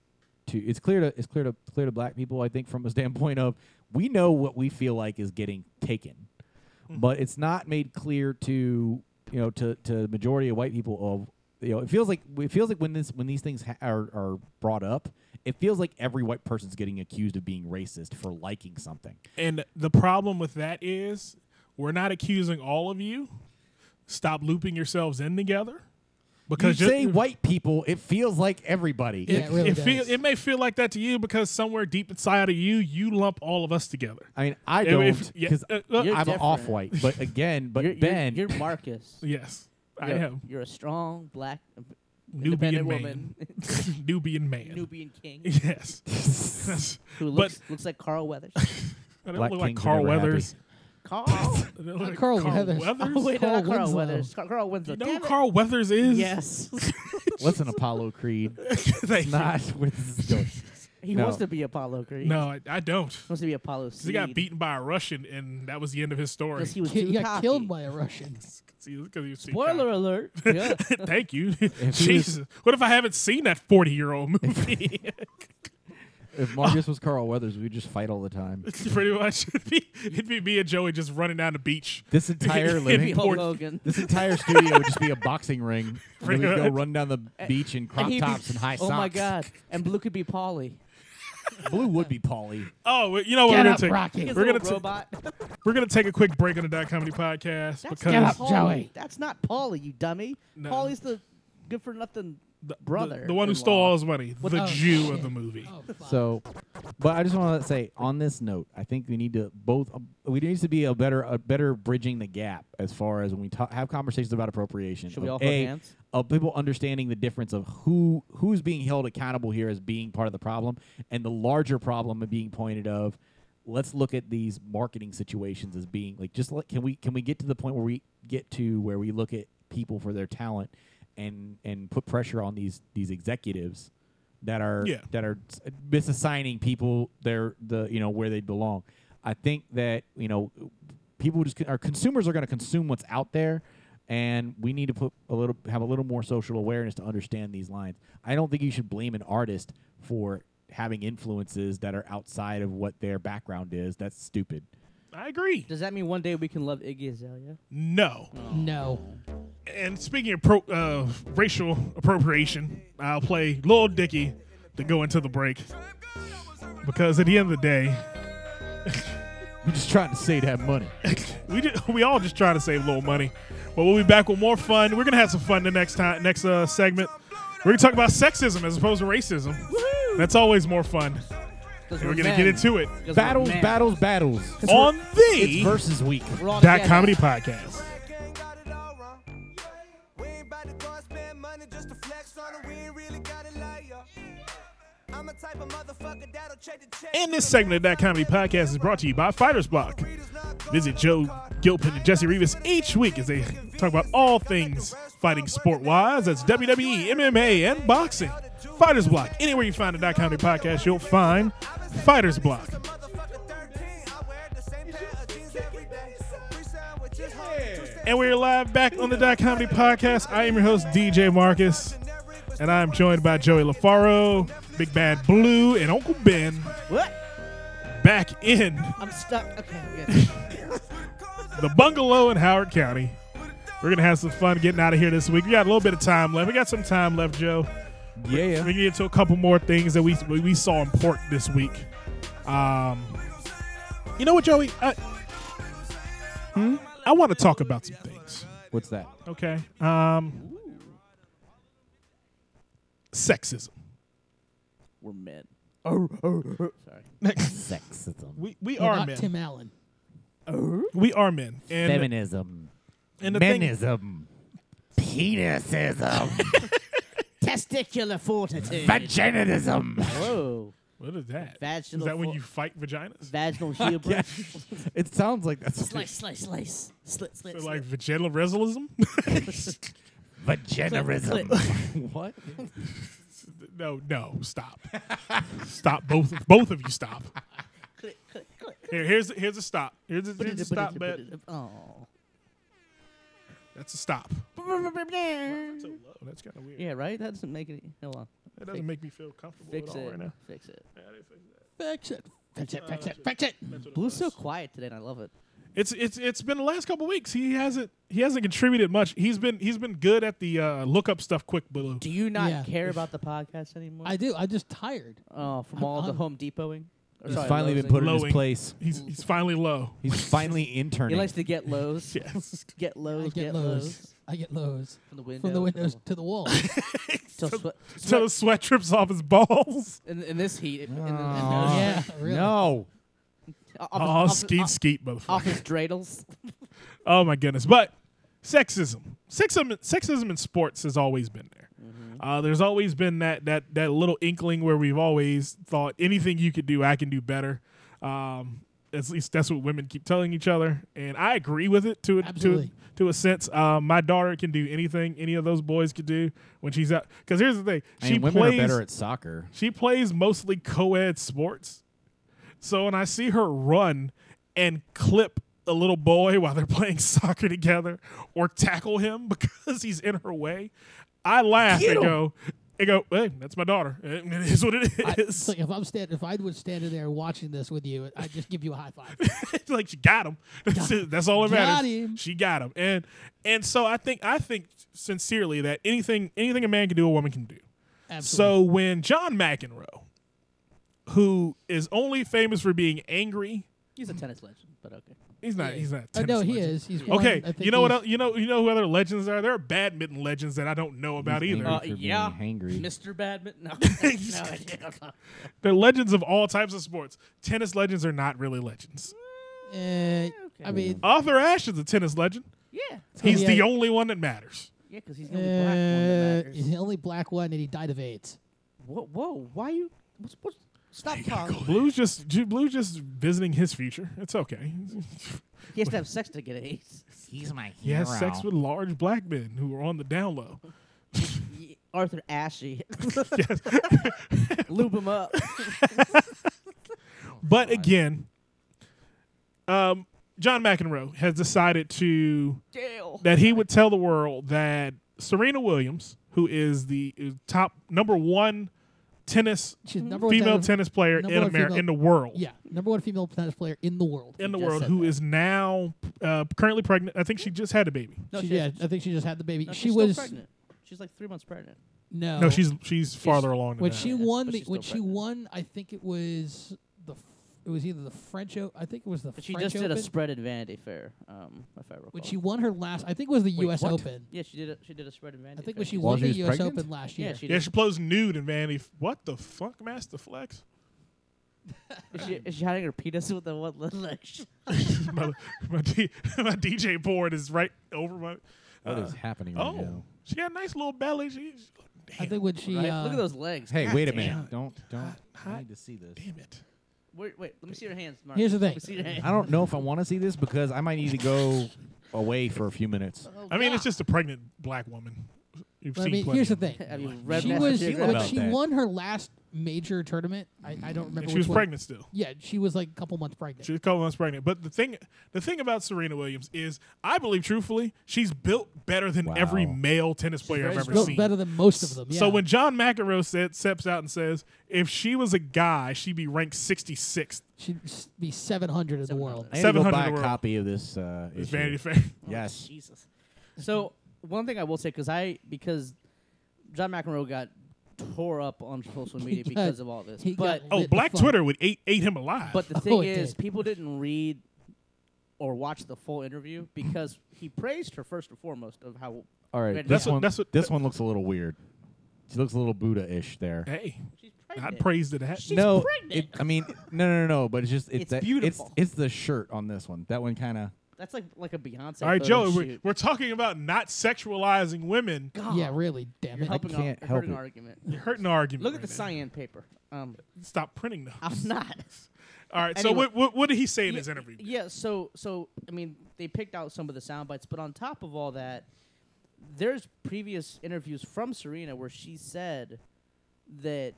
S5: to it's clear to it's clear to clear to black people I think from a standpoint of we know what we feel like is getting taken,
S1: Mm-hmm.
S5: but it's not made clear to you know to to the majority of white people of you know it feels like it feels like when this when these things ha- are are brought up it feels like every white person's getting accused of being racist for liking something.
S1: And the problem with that is we're not accusing all of you. Stop looping yourselves in together.
S5: You
S1: Because
S5: say
S1: ju-
S5: white people, it feels like everybody.
S2: Yeah, it really
S1: it,
S2: does.
S1: feel, it may feel like that to you because somewhere deep inside of you, you lump all of us together.
S5: I mean, I
S1: If-
S5: don't
S1: if- yeah,
S5: because
S1: uh, uh,
S6: You're
S5: I'm an
S6: different.
S5: off white. But again, but
S6: you're,
S5: Ben,
S6: you're, you're Marcus.
S1: Yes, I
S6: You're-
S1: am.
S6: You're a strong black uh,
S1: Nubian
S6: independent
S1: man.
S6: woman,
S1: Nubian man.
S6: Nubian king,
S1: Yes. Yes.
S6: who
S1: But-
S6: looks looks like Carl Weathers.
S1: I don't
S5: Black
S1: look like
S5: kings are
S1: Carl
S5: never happy.
S1: Weathers.
S6: Uh, Carl.
S1: I don't look like
S2: Carl Weathers.
S6: Oh, wait, no,
S2: Carl
S6: not Carl
S2: Winslow.
S6: Weathers. Car- Carl Winslow.
S1: You know
S6: Damn
S1: who
S6: it.
S1: Carl Weathers is?
S6: Yes,
S5: what's an Apollo Creed?
S1: Thank
S5: It's
S1: you.
S5: not where this is going.
S6: he
S5: No.
S6: wants to be Apollo Creed.
S1: No, I, I don't.
S6: he wants to be Apollo.
S1: 'Cause He got beaten by a Russian, and that was the end of his story.
S6: because he was
S2: Ki-
S6: too
S2: he got
S6: cocky.
S2: killed by a Russian.
S1: See, look at you, see,
S6: Spoiler alert. Yeah.
S1: God. Thank you.
S5: he
S1: Jesus. what if I haven't seen that 40 year old movie?
S5: If Marcus was Carl Weathers, we'd just fight all the time.
S1: Pretty much. It'd be, it'd be me and Joey just running down the beach.
S5: This entire
S1: It'd
S5: living,
S1: be
S6: Hulk
S1: Poor-
S6: Hogan.
S5: this entire studio would just be a boxing ring. And we'd go
S1: Pretty much.
S5: run down the beach in crop
S6: he'd be-
S5: tops and high
S6: oh
S5: socks.
S6: my God! And Blue could be Polly.
S5: Blue would be Polly.
S1: Oh, well, you know what
S2: Get
S1: we're gonna
S2: up,
S1: take?
S2: Rocky. His
S1: We're gonna
S6: little
S1: ta-
S6: robot.
S1: we're gonna take a quick break on the dot comedy podcast
S6: That's
S1: because
S2: Get up,
S6: Paulie.
S2: Joey.
S6: That's not Paulie, you dummy.
S1: No.
S6: Paulie's the good for nothing
S1: the, the-
S6: brother.
S1: the, one who
S6: in
S1: stole
S6: law.
S1: all his money,
S2: What-
S1: the
S2: oh,
S1: Jew
S2: shit.
S1: of the movie.
S2: Oh, fuck.
S5: So, but I just want to say on this note, I think we need to both uh, we needs to be a better a better bridging the gap as far as when we ta- have conversations about appropriation.
S6: Should we
S5: of
S6: all hold
S5: a,
S6: hands?
S5: Of people understanding the difference of who who's being held accountable here as being part of the problem, and the larger problem of being pointed of. Let's look at these marketing situations as being like just like can we can we get to the point where we get to where we look at people for their talent and and put pressure on these these executives that are
S1: Yeah.
S5: that are s- misassigning people their the you know where they belong. I think that you know people just our consumers are going to consume what's out there, and we need to put a little have a little more social awareness to understand these lines. I don't think you should blame an artist for having influences that are outside of what their background is. That's stupid.
S1: I agree.
S6: Does that mean one day we can love Iggy Azalea?
S1: No.
S2: no.
S5: Oh.
S1: And speaking of pro, uh, racial appropriation, I'll play Lil Dicky to go into the break because at the end of the day,
S5: We're just trying to save that money.
S1: we ju- we all just trying to save a little money. But we'll be back with more fun. We're gonna have some fun the next time, next uh, segment. We're gonna talk about sexism as opposed to racism. That's always more fun. And we're gonna get into it
S5: battles,
S6: man.
S5: battles, battles.
S1: on
S5: It's
S1: the
S5: versus week.
S6: We're all
S1: Dot
S6: together.
S1: Comedy Podcast. And this segment of That Comedy Podcast is brought to you by Fighters Block. Visit Joe Gilpin and Jesse Rivas each week as they talk about all things fighting sport wise. That's E, WWE, MMA, and boxing. Fighters Block. Anywhere you find a Dot Comedy Podcast, you'll find Fighters Block. And we're live back on the Dot Comedy Podcast. I am your host, DJ Marcus. And I am joined by Joey LaFaro, Big Bad Blue, and Uncle Ben
S6: What?
S1: back in
S6: I'm stuck. Okay, good.
S1: the bungalow in Howard County. We're going to have some fun getting out of here this week. We got a little bit of time left. We got some time left, Joe.
S5: Yeah.
S1: We can get to a couple more things that we we we saw important this week. Um, you know what, Joey? I, hmm? I want to talk about some things.
S5: What's that?
S1: Okay. Um, sexism.
S6: We're men. Sorry.
S5: Sexism.
S1: We we
S2: You're
S1: are
S2: not
S1: men.
S2: Tim Allen.
S1: we are men. And
S5: Feminism.
S1: and the thing-
S5: Menism. Penisism.
S6: Testicular fortitude.
S5: Vaginitism.
S6: Whoa.
S1: What is that? is
S6: Vaginal
S1: that when
S6: fo-
S1: you fight vaginas?
S6: Vaginal hubris.
S5: It sounds like that's
S6: slice, slice, slice. Slit, slit,
S1: They're
S6: slit.
S1: like vaginal resolution?
S5: vaginerism. what?
S1: no, no, stop, stop, both both of you stop.
S6: click, click, click.
S1: Here, here's here's a stop. Here's a, here's a stop bet.
S6: Oh.
S1: That's a stop. So low. That's kind of weird.
S6: Yeah, right? That doesn't make any. Hold on.
S1: That doesn't make me feel comfortable
S6: Fix
S1: at all
S6: it.
S1: right now.
S6: Fix it.
S2: Fix it. Fix it. Fix
S1: Uh,
S2: it. Fix it.
S6: Blue's so quiet today, and I love it.
S1: It's it's it's been the last couple weeks. He hasn't he hasn't contributed much. He's been he's been good at the uh, look up stuff quick blue.
S6: Do you not
S2: Yeah.
S6: care about the podcast anymore?
S2: I do. I'm just tired.
S6: oh, from all the
S2: I'm-
S6: Home Depoting. Or
S5: He's
S6: sorry,
S5: finally been
S6: Lowe's.
S5: put in
S1: Lowing.
S5: his place.
S1: He's he's finally low.
S5: He's finally
S6: He
S5: interning.
S6: likes to get lows.
S1: Yes.
S6: Get
S2: I
S6: lows.
S2: get, lows. I get lows
S6: From the window.
S2: from the windows to the wall.
S6: Till sweat,
S1: So the
S6: sweat.
S1: sweat trips off his balls.
S6: In, in this heat. it- in the- in the-
S5: Aw.
S2: yeah, really.
S5: No.
S6: Off his-
S1: Oh,
S6: off his-
S1: skeet
S6: off-
S1: skeet, motherfucker.
S6: Off his dreidels.
S1: Oh my goodness! But sexism, sexism, sexism in sports has always been there.
S5: Mm-hmm.
S1: Uh, there's always been that that that little inkling where we've always thought anything you could do, I can do better. Um, at least that's what women keep telling each other, and I agree with it to a, to
S2: Absolutely.
S1: to a sense. Um, my daughter can do anything any of those boys could do when she's out. Because here's the thing:
S5: I
S1: she
S5: mean, women
S1: plays
S5: are better at soccer.
S1: she plays mostly co-ed sports. So when I see her run and clip a little boy while they're playing soccer together or tackle him because he's in her way, I laugh and go, and go, hey, that's my daughter. It is what it
S2: I,
S1: is.
S2: it's like if I'm stand, if I was standing there watching this with you, I'd just give you a high five.
S1: It's like she got him. That's, it. That's all that
S2: Got
S1: matters.
S2: him.
S1: She got him. And and so I think I think sincerely that anything anything a man can do, a woman can do.
S2: Absolutely.
S1: So when John McEnroe who is only famous for being angry.
S6: He's a tennis legend, but okay.
S1: He's not. He's not.
S2: Uh,
S1: a
S2: no,
S1: tennis
S2: he
S1: legend.
S2: is. He's one,
S1: Okay,
S2: I think
S1: you know what?
S2: he's-
S1: el- You know, you know who other legends are? There are badminton legends that I don't know about
S5: He's
S1: either.
S5: angry.
S6: Uh,
S5: for being
S6: yeah,
S5: hangry.
S6: Mr. Badminton. No, no, I don't know.
S1: They're legends of all types of sports. Tennis legends are not really legends.
S2: Eh, I mean,
S1: Arthur Ashe is a tennis legend.
S6: yeah,
S1: He's
S2: Oh, Yeah.
S1: the only one that matters.
S6: yeah, because he's the only black one that
S2: uh,
S6: matters.
S2: he's the only black one, and he died of AIDS.
S6: Whoa, whoa, why you? What's, what's, stop talking.
S1: Blue's just Ju- Blue's just visiting his future. It's okay.
S6: He has to have sex to get AIDS.
S5: He's my
S1: He has sex with large black men who are on the down low.
S6: Ye- Arthur Ashe. Lube him up.
S1: But again, um, John McEnroe has decided to
S6: Jail.
S1: that he would tell the world that Serena Williams, who is the uh, top number one tennis
S2: She's
S6: Mm-hmm.
S2: number one
S1: female
S2: tennis-
S1: tennis player in
S2: number one
S1: America
S2: female-
S1: in the world,
S2: Yeah, number one female tennis player in the world.
S1: in the
S6: Just
S1: world,
S6: said
S1: who
S6: that.
S1: is now uh, currently pregnant. I think she just had a baby.
S6: No,
S2: she,
S6: she
S2: yeah,
S6: hasn't.
S2: I think she just had the baby.
S6: No,
S2: she
S6: she's still
S2: was
S6: pregnant. She's like three months pregnant.
S2: no,
S1: No, she's she's farther along than
S2: Oh. when
S1: that.
S2: she
S6: Yeah,
S2: won
S6: but
S2: the
S6: she's
S2: when
S6: still
S2: she
S6: pregnant.
S2: won. I think it was the f- it was either the French. O- I think it was the
S6: But she
S2: French
S6: just
S2: Open.
S6: did a spread at Vanity Fair, um, if I recall.
S2: when she won her last, I think it was the U.S.
S5: what?
S2: Open.
S6: yeah, she did. A, she did a spread at Vanity
S2: I think
S6: Fair.
S2: when she
S5: While
S2: won
S5: she
S2: the
S5: was
S2: U.s.
S5: pregnant?
S2: Open last year.
S6: Yeah, she
S1: yeah,
S6: did.
S1: she plays nude in Vanity. F- What the fuck, Master Flex?
S6: is, she, is she hiding her penis with the one little leg?
S1: my, my, D, my DJ board is right over my.
S5: What
S1: uh,
S5: is happening right
S1: Oh,
S5: now?
S1: she got a nice little belly. She, she-
S2: I
S1: damn,
S2: think when she
S6: Right?
S2: uh,
S6: Look at those legs.
S5: Hey,
S6: God
S5: wait a
S6: damn.
S5: minute! Don't don't.
S1: hot.
S5: I need to see this.
S1: damn it.
S6: Wait, wait, let me see your hands, Mark.
S2: Here's the
S6: Let
S2: thing.
S6: me see your hands.
S5: I don't know if I want to see this because I might need to go away for a few minutes.
S1: I mean, it's just a pregnant black woman. You've
S2: I
S1: seen
S2: mean,
S1: plenty
S2: here's the
S1: of them.
S2: thing.
S6: Have you read
S2: She
S6: National
S2: was
S6: Geographic?
S2: when
S5: about
S2: she
S5: that.
S2: won her last major tournament. I, I don't remember.
S1: And she
S2: which
S1: was
S2: one.
S1: pregnant still.
S2: Yeah, she was like a couple months pregnant.
S1: She was a couple months pregnant. But the thing, the thing about Serena Williams is, I believe truthfully, she's built better than every
S5: Wow.
S1: male tennis player I've
S6: very
S1: ever
S2: built
S1: seen.
S2: better than most of them. Yeah.
S1: So when John McEnroe said, steps out and says, "If she was a guy, she'd be ranked 66th."
S2: she'd s- be 700 in the world.
S5: I need to go
S1: 700
S5: buy
S1: in
S5: a
S1: the world.
S5: copy of this. Uh,
S1: It's
S5: issue.
S1: Vanity Fair.
S5: Yes.
S6: Jesus. So one thing I will say, because I because John McEnroe got tore up on social media
S2: got-
S6: because of all this,
S2: he
S6: but
S2: got
S1: Oh,
S2: lit the
S1: Black
S2: fuck.
S1: Twitter would ate, ate him alive.
S6: but the
S2: Oh,
S6: thing
S2: it
S6: is,
S2: did.
S6: people didn't read or watch the full interview because he praised her first and foremost of how
S5: All right.
S6: Vanity
S5: This
S6: Fair.
S5: one.
S1: that's what-
S5: this one looks a little weird. She looks a little Buddha-ish there.
S1: hey,
S6: she's
S1: I
S6: pregnant.
S1: praise to that.
S6: She's
S5: no,
S6: pregnant.
S5: It, I mean, no, no, no, no. But it's just it's,
S6: It's
S5: that-
S6: beautiful.
S5: It's, it's the shirt on this one. That one kind of.
S6: That's like like a Beyonce.
S1: All right, Joe,
S6: photo
S1: we're,
S6: shoot.
S1: we're talking about not sexualizing women.
S2: Yeah, really. Damn
S6: You're
S2: it.
S6: helping.
S5: can't
S6: ar-
S5: help
S6: hurting
S5: it.
S6: argument.
S1: You're hurting the argument.
S6: Look at the
S1: right now.
S6: cyan paper. Um,
S1: Stop printing those.
S6: I'm not.
S1: All right, so
S6: Anyway.
S1: what, what, what did he say in his
S6: yeah,
S1: interview?
S6: Yeah, so so I mean, they picked out some of the sound bites, but on top of all that, there's previous interviews from Serena where she said that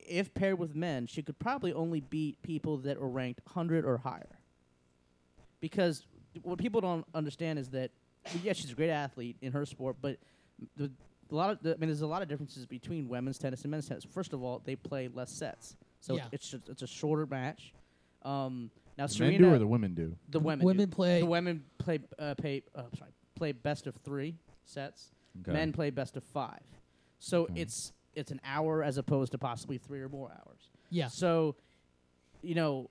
S6: if paired with men, she could probably only beat people that were ranked 100 or higher. Because what people don't understand is that yeah, she's a great athlete in her sport, but the, a lot of the, I mean, there's a lot of differences between women's tennis and men's tennis. First of all, they play less sets, so
S2: Yeah.
S6: it's just, it's a shorter match. Um, now
S5: The
S6: Serena,
S5: men do or the women do.
S6: the women,
S2: Women
S6: do.
S2: play-
S6: the women play uh, pay uh, sorry play best of three sets.
S5: Okay.
S6: Men play best of five, so it's it's an hour as opposed to possibly three or more hours.
S2: Yeah.
S6: So, you know,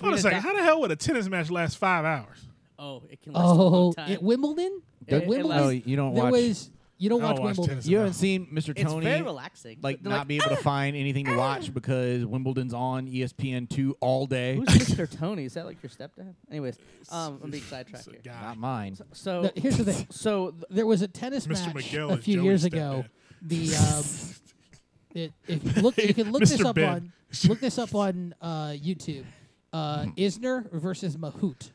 S1: Hold on a
S6: Serena's
S1: second.
S6: not-
S1: How the hell would a tennis match last five hours?
S6: oh, it can last a long
S2: Oh,
S6: time.
S2: at Wimbledon?
S6: It-
S2: At
S6: it
S2: Wimbledon?
S6: lasts-
S5: No, Oh, you don't
S2: there
S5: watch.
S2: was you don't
S1: I
S2: watch
S1: don't watch
S2: Wimbledon.
S1: tennis.
S5: you haven't seen Mr.
S6: it's
S5: Tony
S6: very relaxing.
S5: like
S6: They're "Ah!"
S5: not be able to find anything to watch because Wimbledon's on E ESPN two all day.
S6: Who's Mr. Tony? Is that like your stepdad? Anyways, um, I'm being sidetracked
S1: It's a
S6: here.
S1: guy.
S5: Not mine.
S6: So,
S2: No, here's the thing.
S6: so th-
S2: There was a tennis
S1: Mr.
S2: match
S1: Miguel
S2: a
S1: is
S2: few
S1: Joey's
S2: years ago. The um, it, if you look, you can look this
S1: Mr.
S2: up
S1: Ben.
S2: on look this up on uh, YouTube.
S1: Hmm.
S2: Uh, Isner versus Mahoot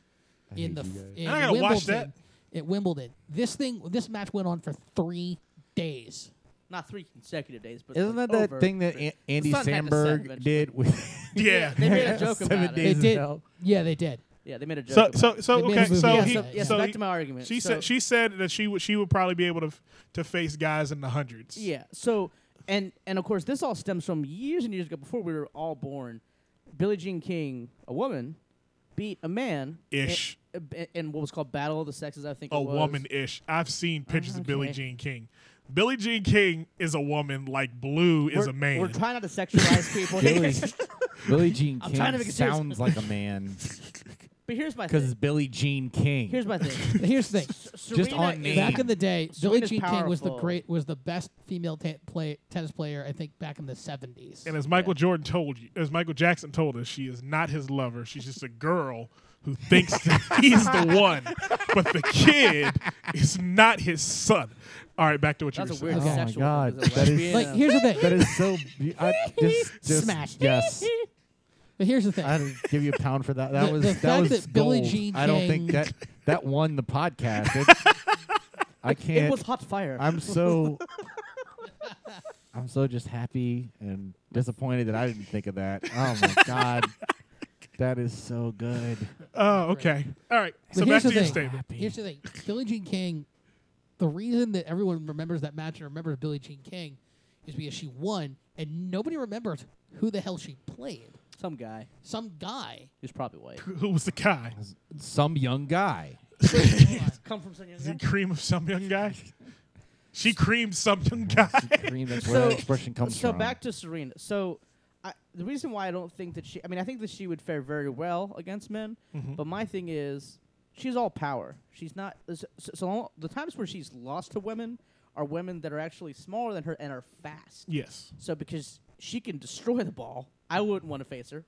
S2: in the f- in
S1: I gotta
S2: Wimbledon.
S1: watch that.
S2: At Wimbledon, this thing this match went on for three days.
S6: not three consecutive days, but
S5: Isn't
S6: like
S5: that that
S6: over
S5: thing that
S6: three.
S5: An- Andy
S6: sun had to set
S5: Samberg
S6: eventually.
S5: did with?
S1: Yeah.
S6: They made a joke
S5: Seven
S6: about
S5: days.
S6: it.
S2: they
S5: in
S2: did,
S5: hell.
S2: yeah, they did.
S6: Yeah, they made a joke.
S1: So
S6: about
S1: so
S6: it.
S1: so
S2: They made
S1: okay
S2: a movie
S1: so
S2: out
S1: he
S2: of it.
S6: Yeah,
S1: so
S6: so back
S1: he-
S6: to my argument.
S1: she
S6: So-
S1: said she said that she would she would probably be able to f- to face guys in the hundreds.
S6: Yeah. So and and of course this all stems from years and years ago before we were all born. Billie Jean King, a woman, beat a man
S1: Ish.
S6: in, in what was called Battle of the Sexes. I think
S1: a
S6: it was.
S1: woman ish. I've seen pictures of Billie
S6: okay.
S1: Jean King. Billie Jean King is a woman, like Blue is
S6: we're,
S1: a man.
S6: We're trying not to sexualize people.
S5: Billy,
S6: here.
S5: Billy Jean
S6: I'm trying
S5: King
S6: to make it serious.
S5: sounds like a man
S6: but here's my
S5: because
S6: thing.
S5: it's Billie Jean King.
S6: Here's my thing.
S2: Here's the thing.
S5: Just
S6: Serena
S5: on
S6: is-
S5: name.
S2: Back in the day, Billie
S6: Serena's
S2: Jean King was the
S6: powerful.
S2: great was the best female ta- play, tennis player I think back in the 70s.
S1: and as Michael Jordan told you, as Michael Jackson told us, she is not his lover. She's just a girl who thinks that he's the one, but the kid is not his son. All right, back to what you
S6: That's a
S1: were saying.
S6: weird
S5: Oh my
S6: sexual.
S5: God.
S6: because of
S5: That is-
S6: lesbian,
S2: like
S6: uh,
S2: here's the thing.
S5: that is so. Be- I, just, just,
S2: Smash.
S5: Yes.
S2: But here's the thing.
S5: I had to give you a pound for that. That
S2: The-
S5: was
S2: the
S5: that
S2: fact
S5: was
S2: that Billie
S5: gold.
S2: Jean
S5: I don't
S2: King-
S5: think that that won the podcast. It's- I can't.
S6: it was hot fire.
S5: I'm so I'm so just happy and disappointed that I didn't think of that. Oh my god. That is so good.
S1: Oh, okay. All right. So back
S2: But here's
S1: to
S2: the
S1: your
S2: thing.
S1: statement.
S2: Here's the thing. Billie Jean King, the reason that everyone remembers that match and remembers Billie Jean King is because she won and nobody remembers who the hell she played.
S6: Some guy
S2: Some guy.
S6: who's probably white.
S1: Who was the guy?
S5: Some young guy.
S6: Come from San
S1: Is he cream of some young guy? She creamed some young guy.
S5: Green, that's where that expression comes
S6: so
S5: from.
S6: back to Serena. So I, the reason why I don't think that she, I mean, I think that she would fare very well against men.
S1: Mm-hmm.
S6: But my thing is, she's all power. She's not. So, so the times where she's lost to women are women that are actually smaller than her and are fast.
S1: Yes.
S6: So because she can destroy the ball, I wouldn't want to face her.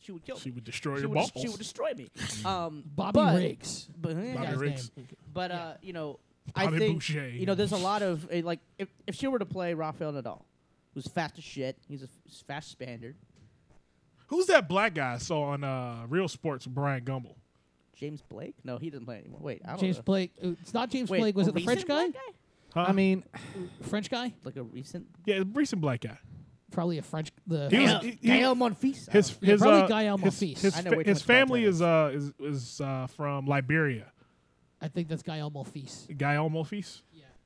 S6: She would kill
S1: She
S6: me.
S1: would destroy
S6: she
S1: your
S6: would
S1: balls.
S6: des- she would destroy me. Um,
S2: Bobby
S6: but,
S2: Riggs.
S6: But,
S1: Bobby
S2: guy's
S1: Riggs.
S6: but uh, you know,
S1: Bobby
S6: I think
S1: Boucher.
S6: you know, there's a lot of eh, like if, if she were to play Rafael Nadal, who's fast as shit, he's a f- he's fast Spaniard,
S1: Who's that black guy I saw on uh, Real Sports? Brian Gumble.
S6: James Blake. No, he doesn't play anymore. Wait, I don't
S2: James
S6: know.
S2: Blake. uh, It's not James
S6: Wait,
S2: Blake. Was
S6: a
S2: it the French
S6: recent
S2: guy?
S6: black
S5: I mean,
S2: French guy?
S6: Like a recent
S1: Yeah, a recent black guy.
S2: Probably a French. The
S1: He was-
S6: Gael,
S1: he-
S6: Gael Monfils. I
S1: His
S6: don't know.
S2: Yeah,
S1: his
S2: probably
S1: uh,
S2: Gael
S1: his,
S2: Monfils.
S1: his,
S6: I know
S1: fa-
S6: way too
S1: his
S6: much about
S1: family
S6: tennis.
S1: is uh is is uh, from Liberia.
S2: I think that's Guy Almofis.
S1: Gael Monfils.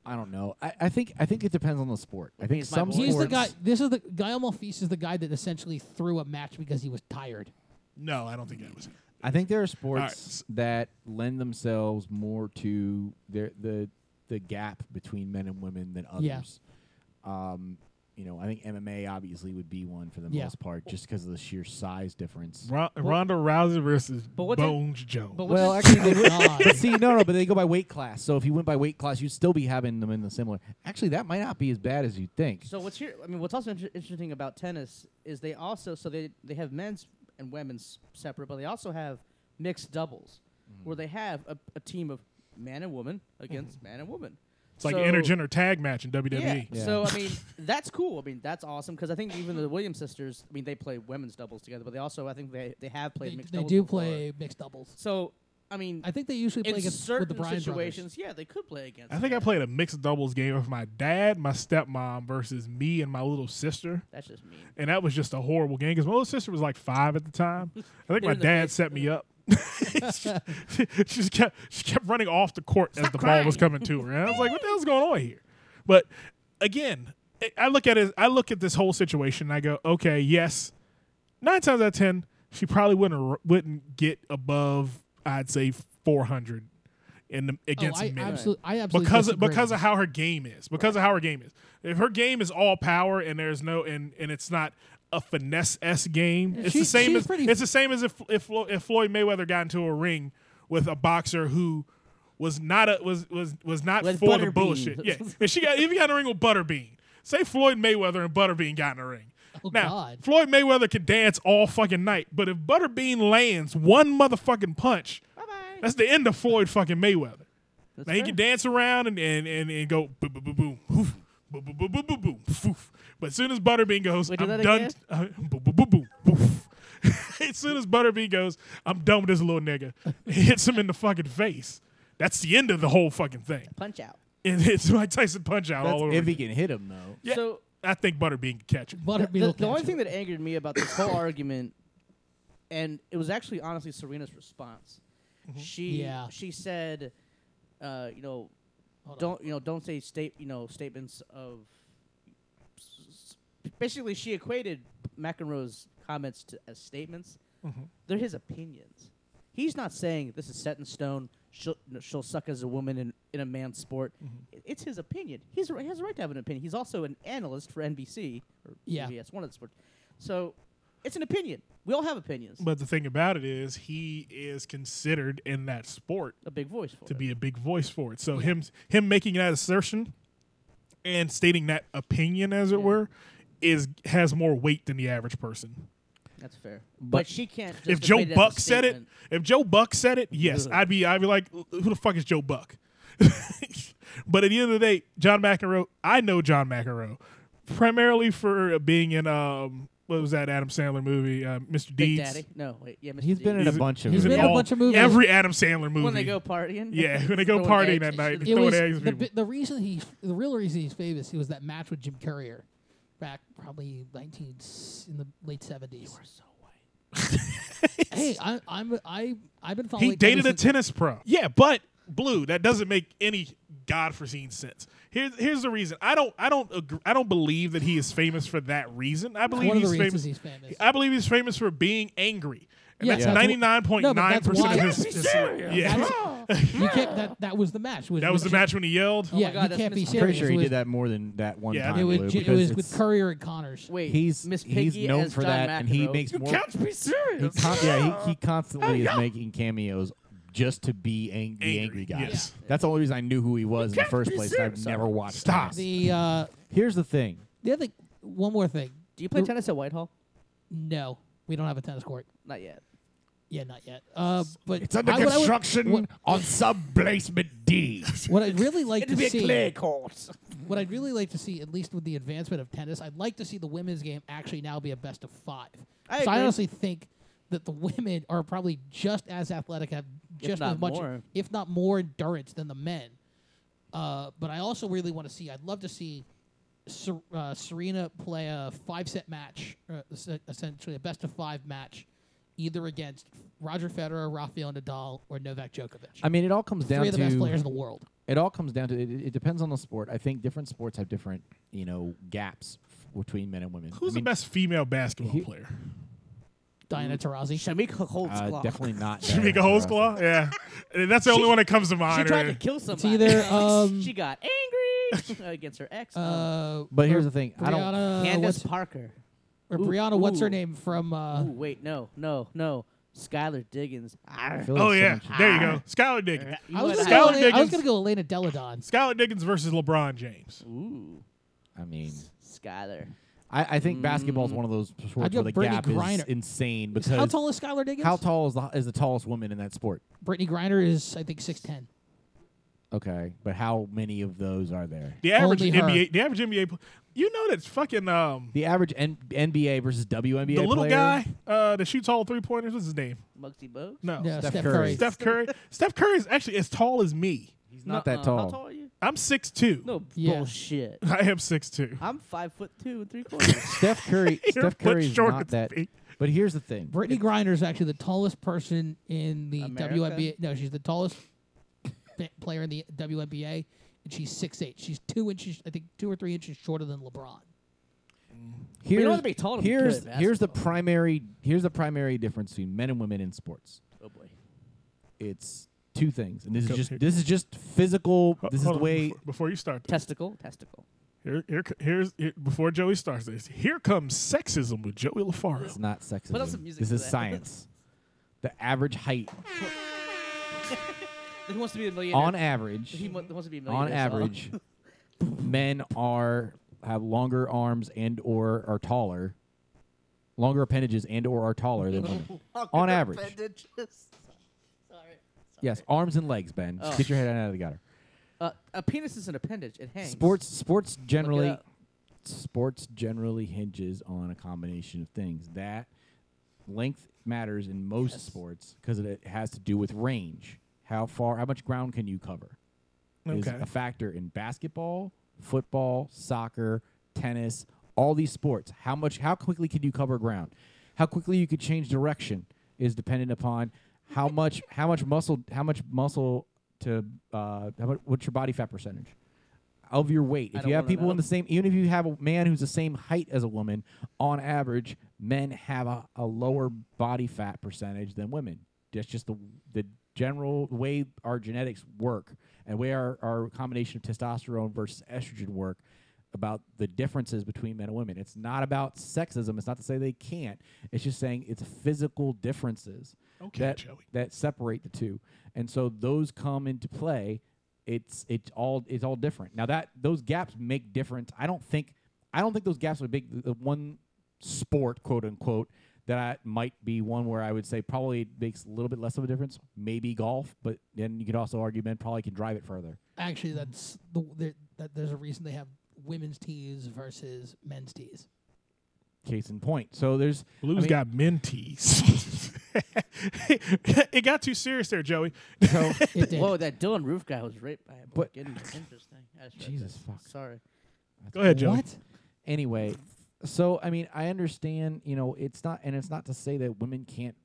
S5: I don't know. I, I think I think it depends on the sport. I think
S6: he's my
S5: some
S6: boy.
S5: sports
S2: He's the guy. This is the Guy Almofis is the guy that essentially threw a match because he was tired.
S1: No, I don't think that was. him.
S5: I think there are
S1: right,
S5: sports
S1: s-
S5: that lend themselves more to their, the the gap between men and women than others.
S2: Yeah.
S5: Um, you know, I think MMA obviously would be one for the
S2: Yeah.
S5: most part, just because of the sheer size difference.
S1: Ron- Ronda Rousey versus
S6: what's it-
S1: Bones Jones.
S6: But what's
S5: Well,
S6: his-
S5: actually, they would.
S2: God.
S5: But see, no, no, but they go by weight class. So if you went by weight class, you'd still be having them in the similar. Actually, that might not be as bad as you think.
S6: So what's here? I mean, what's also inter- interesting about tennis is they also so they they have men's and women's separate, but they also have mixed doubles,
S1: Mm.
S6: where they have a, a team of man and woman against
S2: Mm-hmm.
S6: man and woman.
S1: It's like
S6: So-
S1: an intergender tag match in E. WWE.
S6: Yeah.
S5: Yeah.
S6: So I mean, that's cool. I mean, that's awesome because I think even the Williams sisters. I mean, they play women's doubles together, but they also I think they they have played
S2: They,
S6: mixed.
S2: they
S6: doubles
S2: do
S6: before.
S2: play mixed doubles.
S6: So I mean,
S2: I think they usually play
S6: in
S2: against with the
S6: certain
S2: Bryan
S6: situations, yeah, they could play against.
S1: I think I
S6: that.
S1: played a mixed doubles game of my dad, my stepmom versus me and my little sister.
S6: That's just mean.
S1: And that was just a horrible game because my little sister was like five at the time. I think
S6: Hit her
S1: my
S6: in the
S1: dad
S6: face.
S1: set me up. she just kept she kept running off the court as the ball was coming to her. And I was like, what the hell's going on here? But again, I- I look at it I look at this whole situation and I go, okay, yes, nine times out of ten, she probably wouldn't r- wouldn't get above I'd say four hundred in the,
S2: brothers.
S1: against
S2: Oh, I
S1: men
S2: absolutely, I absolutely
S1: because of,
S2: disagree.
S1: because of how her game is because of how her game is if her game is all power and there's no and and it's not a finesse s game it's
S2: she-
S1: the same
S2: she's
S1: as
S2: pretty-
S1: it's the same as if if, Flo, if Floyd Mayweather got into a ring with a boxer who was not a was was was not
S6: With
S1: for the
S6: Butterbean.
S1: bullshit yeah if she got if he got in a ring with Butterbean say Floyd Mayweather and Butterbean got in a ring
S2: Oh,
S1: now
S2: God.
S1: Floyd Mayweather could dance all fucking night but if Butterbean lands one motherfucking punch
S6: Bye
S1: that's the end of Floyd fucking Mayweather.
S6: bye.
S1: Now he can dance around and and and, and go boom boom boom boom hoof, boom boom boom boom boom boom foof. But as soon as Butterbean goes,
S6: Wait, do
S1: I'm
S6: that
S1: done.
S6: again?
S1: Uh, boom boom boom boom boof. as soon as Butterbean goes, I'm done with this little nigga. hits him in the fucking face. That's the end of the whole fucking thing.
S6: punch out.
S1: And it's Mike Tyson punch out
S5: That's
S1: all over.
S5: if he
S1: again.
S5: can hit him though.
S1: Yeah.
S6: So
S1: I think Butterbean can catch him.
S2: Butterbean
S6: the,
S2: will
S6: the only
S2: catch
S6: thing
S2: it.
S6: that angered me about this whole argument, and it was actually honestly Serena's response. She
S2: Mm-hmm. Yeah.
S6: she said, uh, you know,
S2: Hold on.
S6: don't you know don't say state you know statements of. Basically, she
S1: Mm-hmm.
S6: equated McEnroe's comments to as statements. They're his opinions. He's not saying this is set in stone. She'll, no, she'll suck as a woman in, in a man's sport.
S1: Mm-hmm.
S6: I- It's his opinion. He's a, he has a right to have an opinion. He's also an analyst for NBC or
S2: Yeah.
S6: CBS, one of the sports. So it's an opinion. We all have opinions.
S1: But the thing about it is, he is considered in that sport
S6: a big voice for
S1: to
S6: it.
S1: be a big voice for it. So him him making that assertion and stating that opinion, as it were, is has more weight than the average person.
S6: That's fair. But,
S5: But-
S6: she can't. Just
S1: if Joe
S6: debate it as a
S1: Buck said it,
S6: statement.
S1: if Joe Buck said it, yes, I'd be I'd be like, who the fuck is Joe Buck? but at the end of the day, John McEnroe, I know John McEnroe primarily for being in um what was that Adam Sandler movie, uh, Mr.
S6: Big
S1: Deeds.
S6: Daddy. No, wait. Yeah, Mr.
S5: He's been in
S6: Deeds.
S5: a bunch of
S1: He's
S2: he's
S5: them.
S1: in
S2: been in a
S1: all-
S2: bunch of movies.
S1: Every Adam Sandler movie.
S6: when they go partying.
S1: Yeah, when they go
S6: Throwing
S1: partying
S6: eggs
S1: at night.
S6: shit.
S1: It-
S2: It
S1: throwing
S2: was
S1: eggs at
S2: the,
S1: people.
S2: bi- the reason he, the real reason he's famous, he was that match with Jim Courier, back probably nineteen s- in the late seventies.
S6: So white.
S2: Hey, I, I'm I I've been
S6: oh,
S2: following.
S1: He dated a
S2: Edison-
S1: tennis pro. Yeah, but blue. That doesn't make any godforeseen sense. Here's here's the reason. I don't I don't agree, I don't believe that he is famous for that reason. I believe
S2: One of the
S1: he's famous.
S2: reasons he's famous.
S1: I believe he's famous for being angry. And
S2: Yeah,
S1: that's
S2: that's wh-
S1: ninety nine point nine percent
S2: no,
S1: of
S2: but that's
S1: his.
S2: why-
S1: his- yeah,
S2: That was, you can't, that, that was the match. with-
S1: that was the
S2: with
S1: match when he yelled.
S2: Jim- Yeah,
S6: God,
S2: you
S6: that's
S2: can't be
S6: Miss-
S2: serious.
S6: I'm
S5: Pretty sure he
S2: It was-
S5: did that more than that one
S1: Yeah.
S5: time.
S2: It was,
S5: Lou,
S2: Ji- it
S5: because
S2: was with
S5: it's-
S2: Courier and Connors.
S6: Wait,
S5: He's
S6: Miss Piggy
S5: he's known
S6: as
S5: for
S6: John
S5: that, and he
S6: McEnroe.
S5: makes more. He con- yeah, he, he constantly is making cameos just to be ang- the
S1: Angry,
S5: angry guy.
S1: yes.
S5: That's the only reason I knew who he was in the first place. and I've never watched.
S1: Stop.
S5: tennis.
S2: The uh,
S5: Here's the thing.
S2: the other one more thing.
S6: Do you play
S2: the-
S6: tennis at Whitehall?
S2: No, we don't have a tennis court.
S6: Not yet.
S2: Yeah, not yet. Uh, but
S5: It's under
S2: I- what I would-
S5: construction
S2: what-
S5: on sub-basement D.
S2: What I'd really like to see,
S6: court.
S2: what I'd really like to see, at least with the advancement of tennis, I'd like to see the women's game actually now be a best of five.
S6: I
S2: so I
S6: agree.
S2: honestly think that the women are probably just as athletic, have just
S6: not
S2: as much,
S6: more.
S2: if not more, endurance than the men. Uh, but I also really want to see. I'd love to see Ser- uh, Serena play a five-set match, uh, es- essentially a best-of-five match, either against Roger Federer, Rafael Nadal, or Novak Djokovic.
S5: I mean, it all comes down
S2: Three of
S5: to
S2: the best players in the world.
S5: it all comes down to it, it depends on the sport. I think different sports have different you know gaps f- between men and women.
S1: Who's
S5: I mean,
S1: the best female basketball
S5: he-
S1: player?
S2: Diana Taurasi.
S6: Shamika holds
S5: Uh, definitely not.
S1: Jamaica
S5: Diana Taurasi.
S1: Holdsclaw? Yeah, that's the only one that comes to mind.
S6: She tried to
S1: right?
S6: kill
S2: It's
S6: somebody.
S2: either um,
S6: she got angry against her ex. Um,
S2: uh,
S5: But here's
S2: or
S5: the thing. I don't.
S2: Brianna,
S6: Candace
S2: what's,
S6: Parker.
S2: or
S6: Ooh,
S2: Brianna, what's her
S6: ooh.
S2: name from? Uh,
S6: Ooh, wait, no, no, no. Skylar Diggins.
S5: I
S6: Arr.
S5: feel like
S1: Oh
S5: so
S1: yeah,
S5: much-
S1: there you
S2: Ah.
S1: go. Skylar Diggins.
S6: You
S2: I was
S6: would
S2: gonna
S1: Skylar
S2: go.
S6: have-
S2: Elena, I was
S1: Diggins.
S2: gonna go Elena Deladon.
S1: Skylar Diggins versus LeBron James.
S6: Ooh,
S5: I mean,
S6: Skylar.
S5: I, I think basketball
S6: Mm.
S5: is one of those sports
S2: go
S5: where the
S2: Brittany
S5: gap
S2: Griner.
S5: is insane because
S2: How tall is Skylar Diggins?
S5: how tall is the is the tallest woman in that sport?
S2: Brittany Griner is, I think, six ten.
S5: Okay, but how many of those are there?
S1: The average
S2: Only her.
S1: NBA, the average NBA, pl- you know that's fucking um
S5: The average N- NBA versus WNBA.
S1: the little
S5: player?
S1: guy uh, that shoots all three pointers. What's his name?
S6: Muggsy Bogues.
S1: No,
S2: No,
S5: Oh, Steph
S2: Steph,
S5: Curry.
S2: Curry.
S1: Steph Curry. Steph Curry is actually as tall as me.
S5: He's not
S6: Nuh-uh.
S5: that tall.
S6: How tall are you?
S1: I'm six two.
S6: No
S2: Yeah.
S6: bullshit.
S1: I am six two. Uh,
S6: I'm five foot two and three quarters.
S5: Steph Curry.
S1: You're a
S5: Steph
S1: foot
S5: Curry is
S1: shorter
S5: not
S1: than
S5: that.
S1: me.
S5: But here's the thing.
S2: Brittany Griner is actually the tallest person in the
S6: America?
S2: WNBA. No, she's the tallest fa- player in the WNBA, and she's six eight. She's two inches, I think, two or three inches shorter than LeBron.
S5: Here's,
S6: don't have to be tall to be good at
S5: here's, here's the
S6: basketball.
S5: primary here's the primary difference between men and women in sports.
S6: oh boy.
S5: It's two things, and this
S1: Go
S5: is
S1: here.
S5: just this is just physical.
S1: Ho-
S5: This is
S1: hold
S5: the
S1: on,
S5: way.
S1: before, before you start. This,
S6: Testicle, testicle.
S1: here, here, c- here's here, before Joey starts this. Here comes sexism with Joey LaFaro.
S5: It's not sexism.
S6: else is music
S5: this
S6: for
S5: is
S6: that?
S5: science. The average height
S6: Who wants to be a millionaire?
S5: on average.
S6: He wa- wants to be a millionaire.
S5: on
S6: so-
S5: average, men are have longer arms and or are taller, longer appendages and or are taller than women. on average, yes, arms and legs. Ben,
S6: Oh.
S5: get your head out of the gutter.
S6: Uh, a penis is an appendage. It hangs.
S5: Sports, sports generally,
S6: up.
S5: sports generally hinges on a combination of things that length matters in most sports because it has to do with range. How far, how much ground can you cover? is
S1: Okay.
S5: a factor in basketball, football, soccer, tennis, all these sports. How much how quickly can you cover ground? How quickly you could change direction is dependent upon how much how much muscle how much muscle to uh how much, what's your body fat percentage of your weight.
S6: I
S5: If
S6: don't
S5: you have
S6: wanna
S5: people in
S6: know.
S5: the same even if you have a man who's the same height as a woman, on average men have a, a lower body fat percentage than women. That's just the the general way our genetics work and way our, our combination of testosterone versus estrogen work about the differences between men and women. It's not about sexism. It's not to say they can't. It's just saying it's physical differences
S1: Okay,
S5: that
S1: Joey.
S5: that separate the two, and so those come into play. It's it's all it's all different. Now that those gaps make difference. I don't think I don't think those gaps would make the one sport quote unquote that I, might be one where I would say probably it makes a little bit less of a difference. Maybe golf, but then you could also argue men probably can drive it further.
S2: Actually, that's the, there that there's a reason they have women's tees versus men's tees.
S5: Case in point. So there's
S1: Blues
S5: I mean,
S1: got mentees. it got too serious there, Joey.
S2: It did.
S6: Whoa, that Dylan Roof guy was raped by a boy.
S5: But-
S6: Getting interesting. I just read
S5: Jesus
S6: that.
S5: fuck.
S6: Sorry.
S1: Go ahead, Joey.
S2: what?
S5: anyway so i mean i understand you know it's not and it's not to say that women can't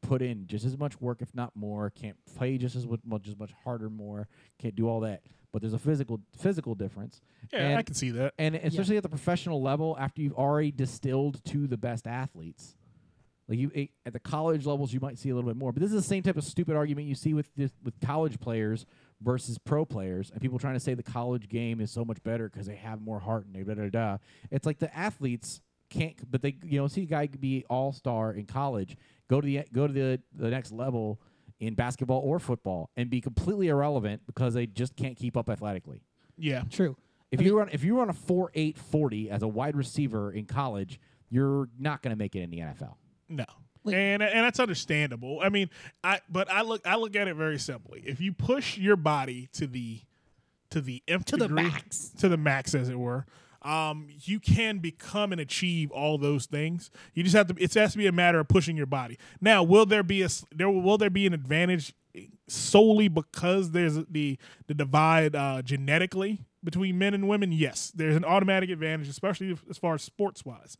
S5: put in just as much work if not more can't play just as much just much harder more can't do all that but there's a physical physical difference
S1: Yeah, I
S5: And-
S1: can see that.
S5: and especially at the professional level after you've already distilled to the best athletes like you it- at the college levels you might see a little bit more but this is the same type of stupid argument you see with this, with college players versus pro players and people trying to say the college game is so much better because they have more heart and they da da da it's like the athletes can't c- but they you know see a guy could be all star in college go to the go to the, the next level in basketball or football and be completely irrelevant because they just can't keep up athletically
S1: Yeah.
S2: True.
S5: if you run if you run a four eight forty as a wide receiver in college, you're not going to make it in the NFL.
S1: No.
S2: Like-
S1: and and that's understandable. I mean, I but I look I look at it very simply. If you push your body to the to the nth
S2: To the
S1: degree,
S2: max.
S1: to the max as it were, um, you can become and achieve all those things. You just have to. It has to be a matter of pushing your body. Now, will there be a s- there will there be an advantage solely because there's the the divide uh, genetically between men and women? Yes, there's an automatic advantage, especially if- as far as sports wise.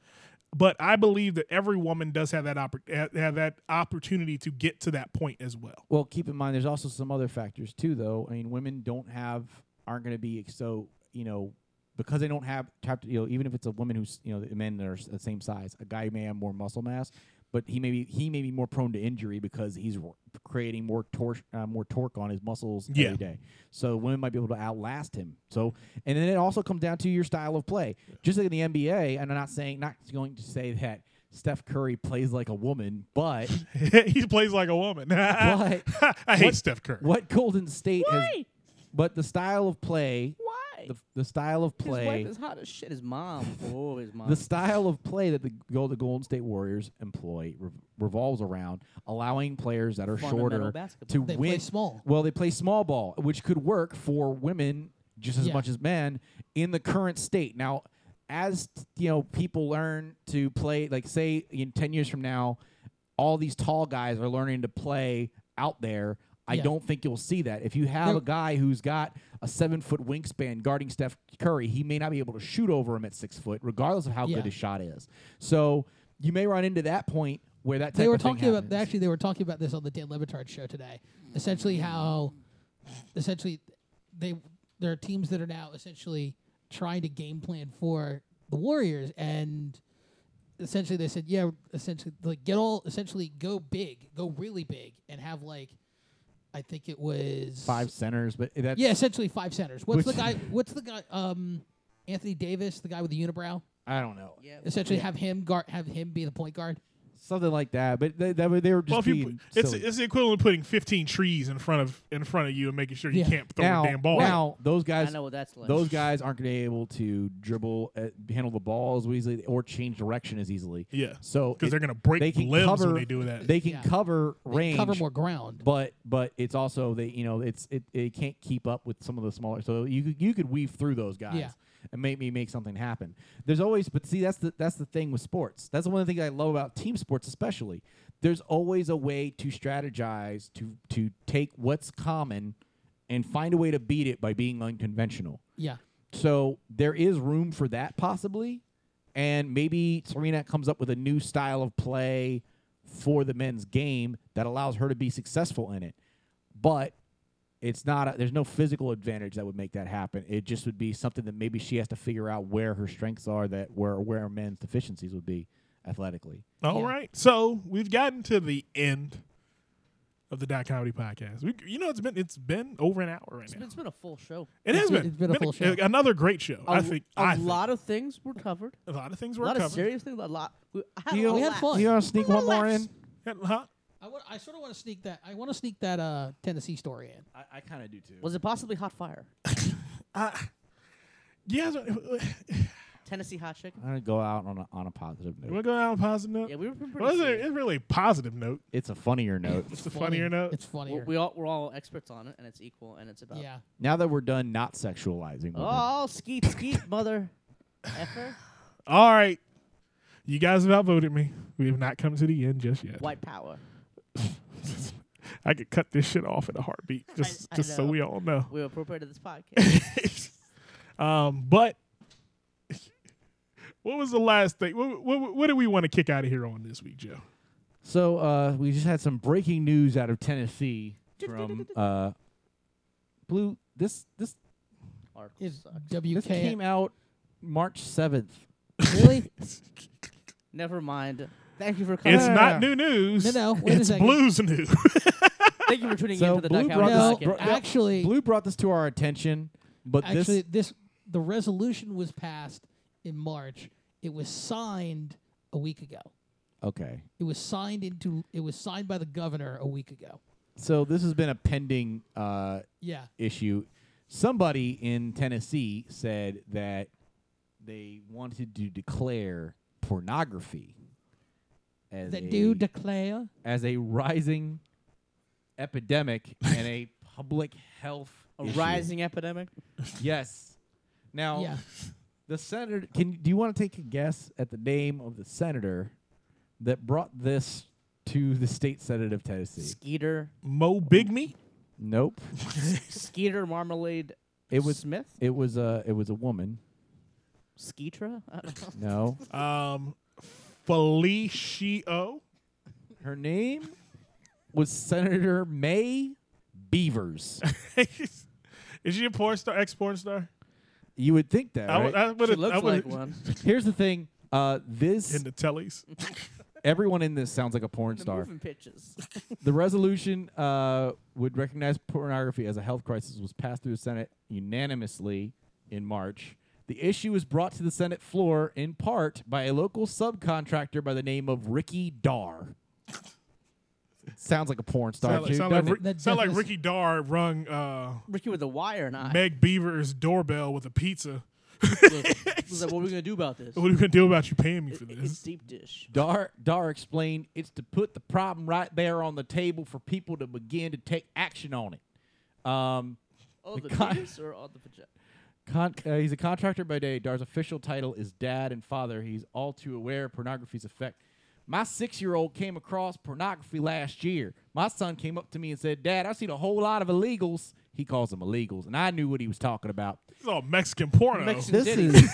S1: But I believe that every woman does have that oppor- ha- have that opportunity to get to that point as well.
S5: Well, keep in mind there's also some other factors too, though. I mean, women don't have aren't going to be so you know because they don't have chapter. You know, even if it's a woman who's you know the men that are s- the same size, a guy may have more muscle mass, but he may be he may be more prone to injury because he's r- creating more torque uh, more torque on his muscles
S1: Yeah.
S5: every day. So women might be able to outlast him. So and then it also comes down to your style of play. Just like in the NBA, and I'm not saying not going to say that Steph Curry plays like a woman, but
S1: he plays like a woman. I hate
S5: what-
S1: Steph Curry.
S5: what Golden State has,
S6: Why?
S5: but the style of play,
S6: Why?
S5: the, the style of
S6: His wife
S5: play,
S6: is hot as shit. His mom. Oh, his mom.
S5: the style of play that the Gold the Golden State Warriors employ re- revolves around allowing players that are
S6: Fundamental
S5: shorter to
S6: basketball.
S2: They play
S5: win.
S2: small.
S5: Well, they play small ball, which could work for women just as
S2: Yeah.
S5: much as men in the current state. Now, as you know, people learn to play. Like, say in ten years from now, all these tall guys are learning to play out there. I
S2: Yeah.
S5: don't think you'll see that. If you have
S2: No.
S5: a guy who's got a seven foot wingspan guarding Steph Curry, he may not be able to shoot over him at six foot, regardless of how
S2: Yeah.
S5: good his shot is. So you may run into that point where that type
S2: They were
S5: of thing
S2: talking about
S5: happens.
S2: actually they were talking about this on the Dan Levitard show today. Essentially how essentially they there are teams that are now essentially trying to game plan for the Warriors and essentially they said, Yeah, essentially like get all essentially go big, go really big and have like I think it was
S5: five centers, but that's
S2: Yeah, essentially five centers. What's the
S5: Which-
S2: guy what's the guy um Anthony Davis, the guy with the unibrow?
S5: I don't know.
S6: yeah.
S2: Essentially have him guard have him be the point guard.
S5: something like that. But they, they, were- they were just
S1: Well, if you
S5: being
S1: put, it's
S5: silly.
S1: it's the equivalent of putting 15 trees in front of in front of you and making sure you
S2: Yeah.
S1: can't throw
S5: now,
S1: a damn ball.
S5: now those
S6: I
S5: guys,
S6: know what that's like.
S5: those guys aren't going to be able to dribble, uh, handle the ball as easily, or change direction as easily.
S1: yeah,
S5: So
S1: because
S5: it-
S1: they're gonna break
S5: they can
S1: limbs
S5: cover,
S1: when they do that.
S5: They can
S2: Yeah.
S5: cover range,
S2: Cover more ground.
S5: but but it's also they you know it's it, it can't keep up with some of the smaller. So you could, you could weave through those guys.
S2: Yeah.
S5: And make me make something happen. There's always, but see, that's the that's the thing with sports. That's one of the things I love about team sports, especially. There's always a way to strategize to to take what's common and find a way to beat it by being unconventional.
S2: Yeah.
S5: So there is room for that possibly. And maybe Serena comes up with a new style of play for the men's game that allows her to be successful in it. But it's not a, there's no physical advantage that would make that happen. It just would be something that maybe she has to figure out where her strengths are that where where men's deficiencies would be athletically.
S1: All right, so we've gotten to the end of the Dot Comedy Podcast. We, you know, it's been it's been over an hour right
S6: It's been,
S1: now.
S6: it's been a full show.
S1: It has
S2: It's-
S1: been.
S2: it's been a full show.
S1: Another great show.
S6: A
S1: I
S6: l-
S1: think.
S6: a
S1: I think.
S6: lot of things were covered.
S1: a lot of things
S6: A
S1: were
S6: lot
S1: covered.
S6: of serious things. A lot. We, I had,
S5: You-
S6: a
S2: We had
S6: laugh.
S2: fun.
S5: You want to sneak one more in?
S1: Yeah, huh?
S2: I, wa- I sort of want to sneak that. I want to sneak that uh, Tennessee story in.
S5: I, I kind of do too.
S6: Was it possibly hot fire?
S1: Yeah. so- You
S6: Tennessee hot chicken.
S5: I'm gonna go out on a, on a positive note.
S1: want to go out on a positive note?
S6: Yeah, we were pretty.
S1: well, it's, a,
S6: serious.
S1: it's really a positive note.
S5: It's a funnier note.
S1: It's, the funnier note.
S2: It's
S6: We,
S2: funnier.
S6: we all we're all experts on it, and it's equal, and it's about.
S2: yeah.
S5: now that we're done not sexualizing, women,
S6: Oh, skeet skeet, mother. Effer,
S1: All right. You guys have outvoted me. We have not come to the end just yet.
S6: white power.
S1: I could cut this shit off in a heartbeat, just
S6: I
S1: just so
S6: know.
S1: we all know.
S6: We appropriated this podcast.
S1: Um, but what was the last thing? What, what, what do we want to kick out of here on this week, Joe?
S5: so uh, we just had some breaking news out of Tennessee from uh, Blue. This this
S6: Article
S2: Is
S6: sucks.
S2: WK
S5: this came out March seventh.
S2: really?
S6: Never mind. Thank you for coming.
S1: It's not new news.
S2: No, Uh, no, wait a
S1: it's
S2: second.
S1: blues news.
S6: Thank you for tuning
S5: So
S6: in to the
S5: Blue
S6: Duck
S5: brought
S6: Hour
S2: no,
S5: this-
S6: Podcast.
S5: bro-
S2: actually,
S5: Blue brought this to our attention, but
S2: actually,
S5: this
S2: this the resolution was passed in March. It was signed a week ago.
S5: okay.
S2: It was signed into. It was signed by the governor a week ago.
S5: So this has been a pending uh,
S2: Yeah.
S5: issue. Somebody in Tennessee said that they wanted to declare pornography as
S2: That
S5: a,
S2: do declare.
S5: as a rising epidemic and a public health
S6: A
S5: issue.
S6: rising epidemic.
S5: Yes. Now
S2: Yeah.
S5: the senator can do you want to take a guess at the name of the senator that brought this to the state senate of Tennessee?
S6: Skeeter,
S1: Mo Big Me.
S5: Nope.
S6: Skeeter Marmalade.
S5: It was
S6: Smith.
S5: it was a it was a woman.
S6: Skeetra. I don't know.
S5: No.
S1: Um, Felicio.
S5: Her name was Senator May Beavers.
S1: Is she a porn star? Ex porn star?
S5: you would think that,
S1: I,
S5: right?
S1: would- I would.
S6: She
S1: I
S6: looks
S1: would-
S6: like one.
S5: Here's the thing. Uh,
S1: in
S5: this
S1: the tellies.
S5: everyone in this sounds like a porn
S6: The
S5: star.
S6: moving pictures.
S5: The resolution uh, would recognize pornography as a health crisis was passed through the Senate unanimously in March. The issue was brought to the Senate floor in part by a local subcontractor by the name of Ricky Dar. sounds like a porn star,
S1: Sound like,
S5: dude.
S1: sound like,
S5: doesn't it?
S1: Rick-
S2: That
S1: sound like
S2: does-
S1: Ricky Dar rung uh,
S6: Ricky with a wire and I.
S1: Meg Beaver's doorbell with a pizza.
S6: was like, what are we gonna do about this?
S1: What are you gonna do about you paying me for
S6: It- It's
S1: this?
S6: deep dish.
S5: Dar, Dar explained it's to put the problem right there on the table for people to begin to take action on it. Um,
S6: All Oh, the,
S5: The
S6: the
S5: con-
S6: penis or all the vagina?
S5: con- uh, he's a contractor by day. Dar's official title is dad and father. He's all too aware of pornography's effect. My six year old came across pornography last year. My son came up to me and said, Dad, I've seen a whole lot of illegals. He calls them illegals, and I knew what he was talking about.
S1: It's all Mexican porno.
S6: Mexican
S5: This
S6: ditty.
S5: is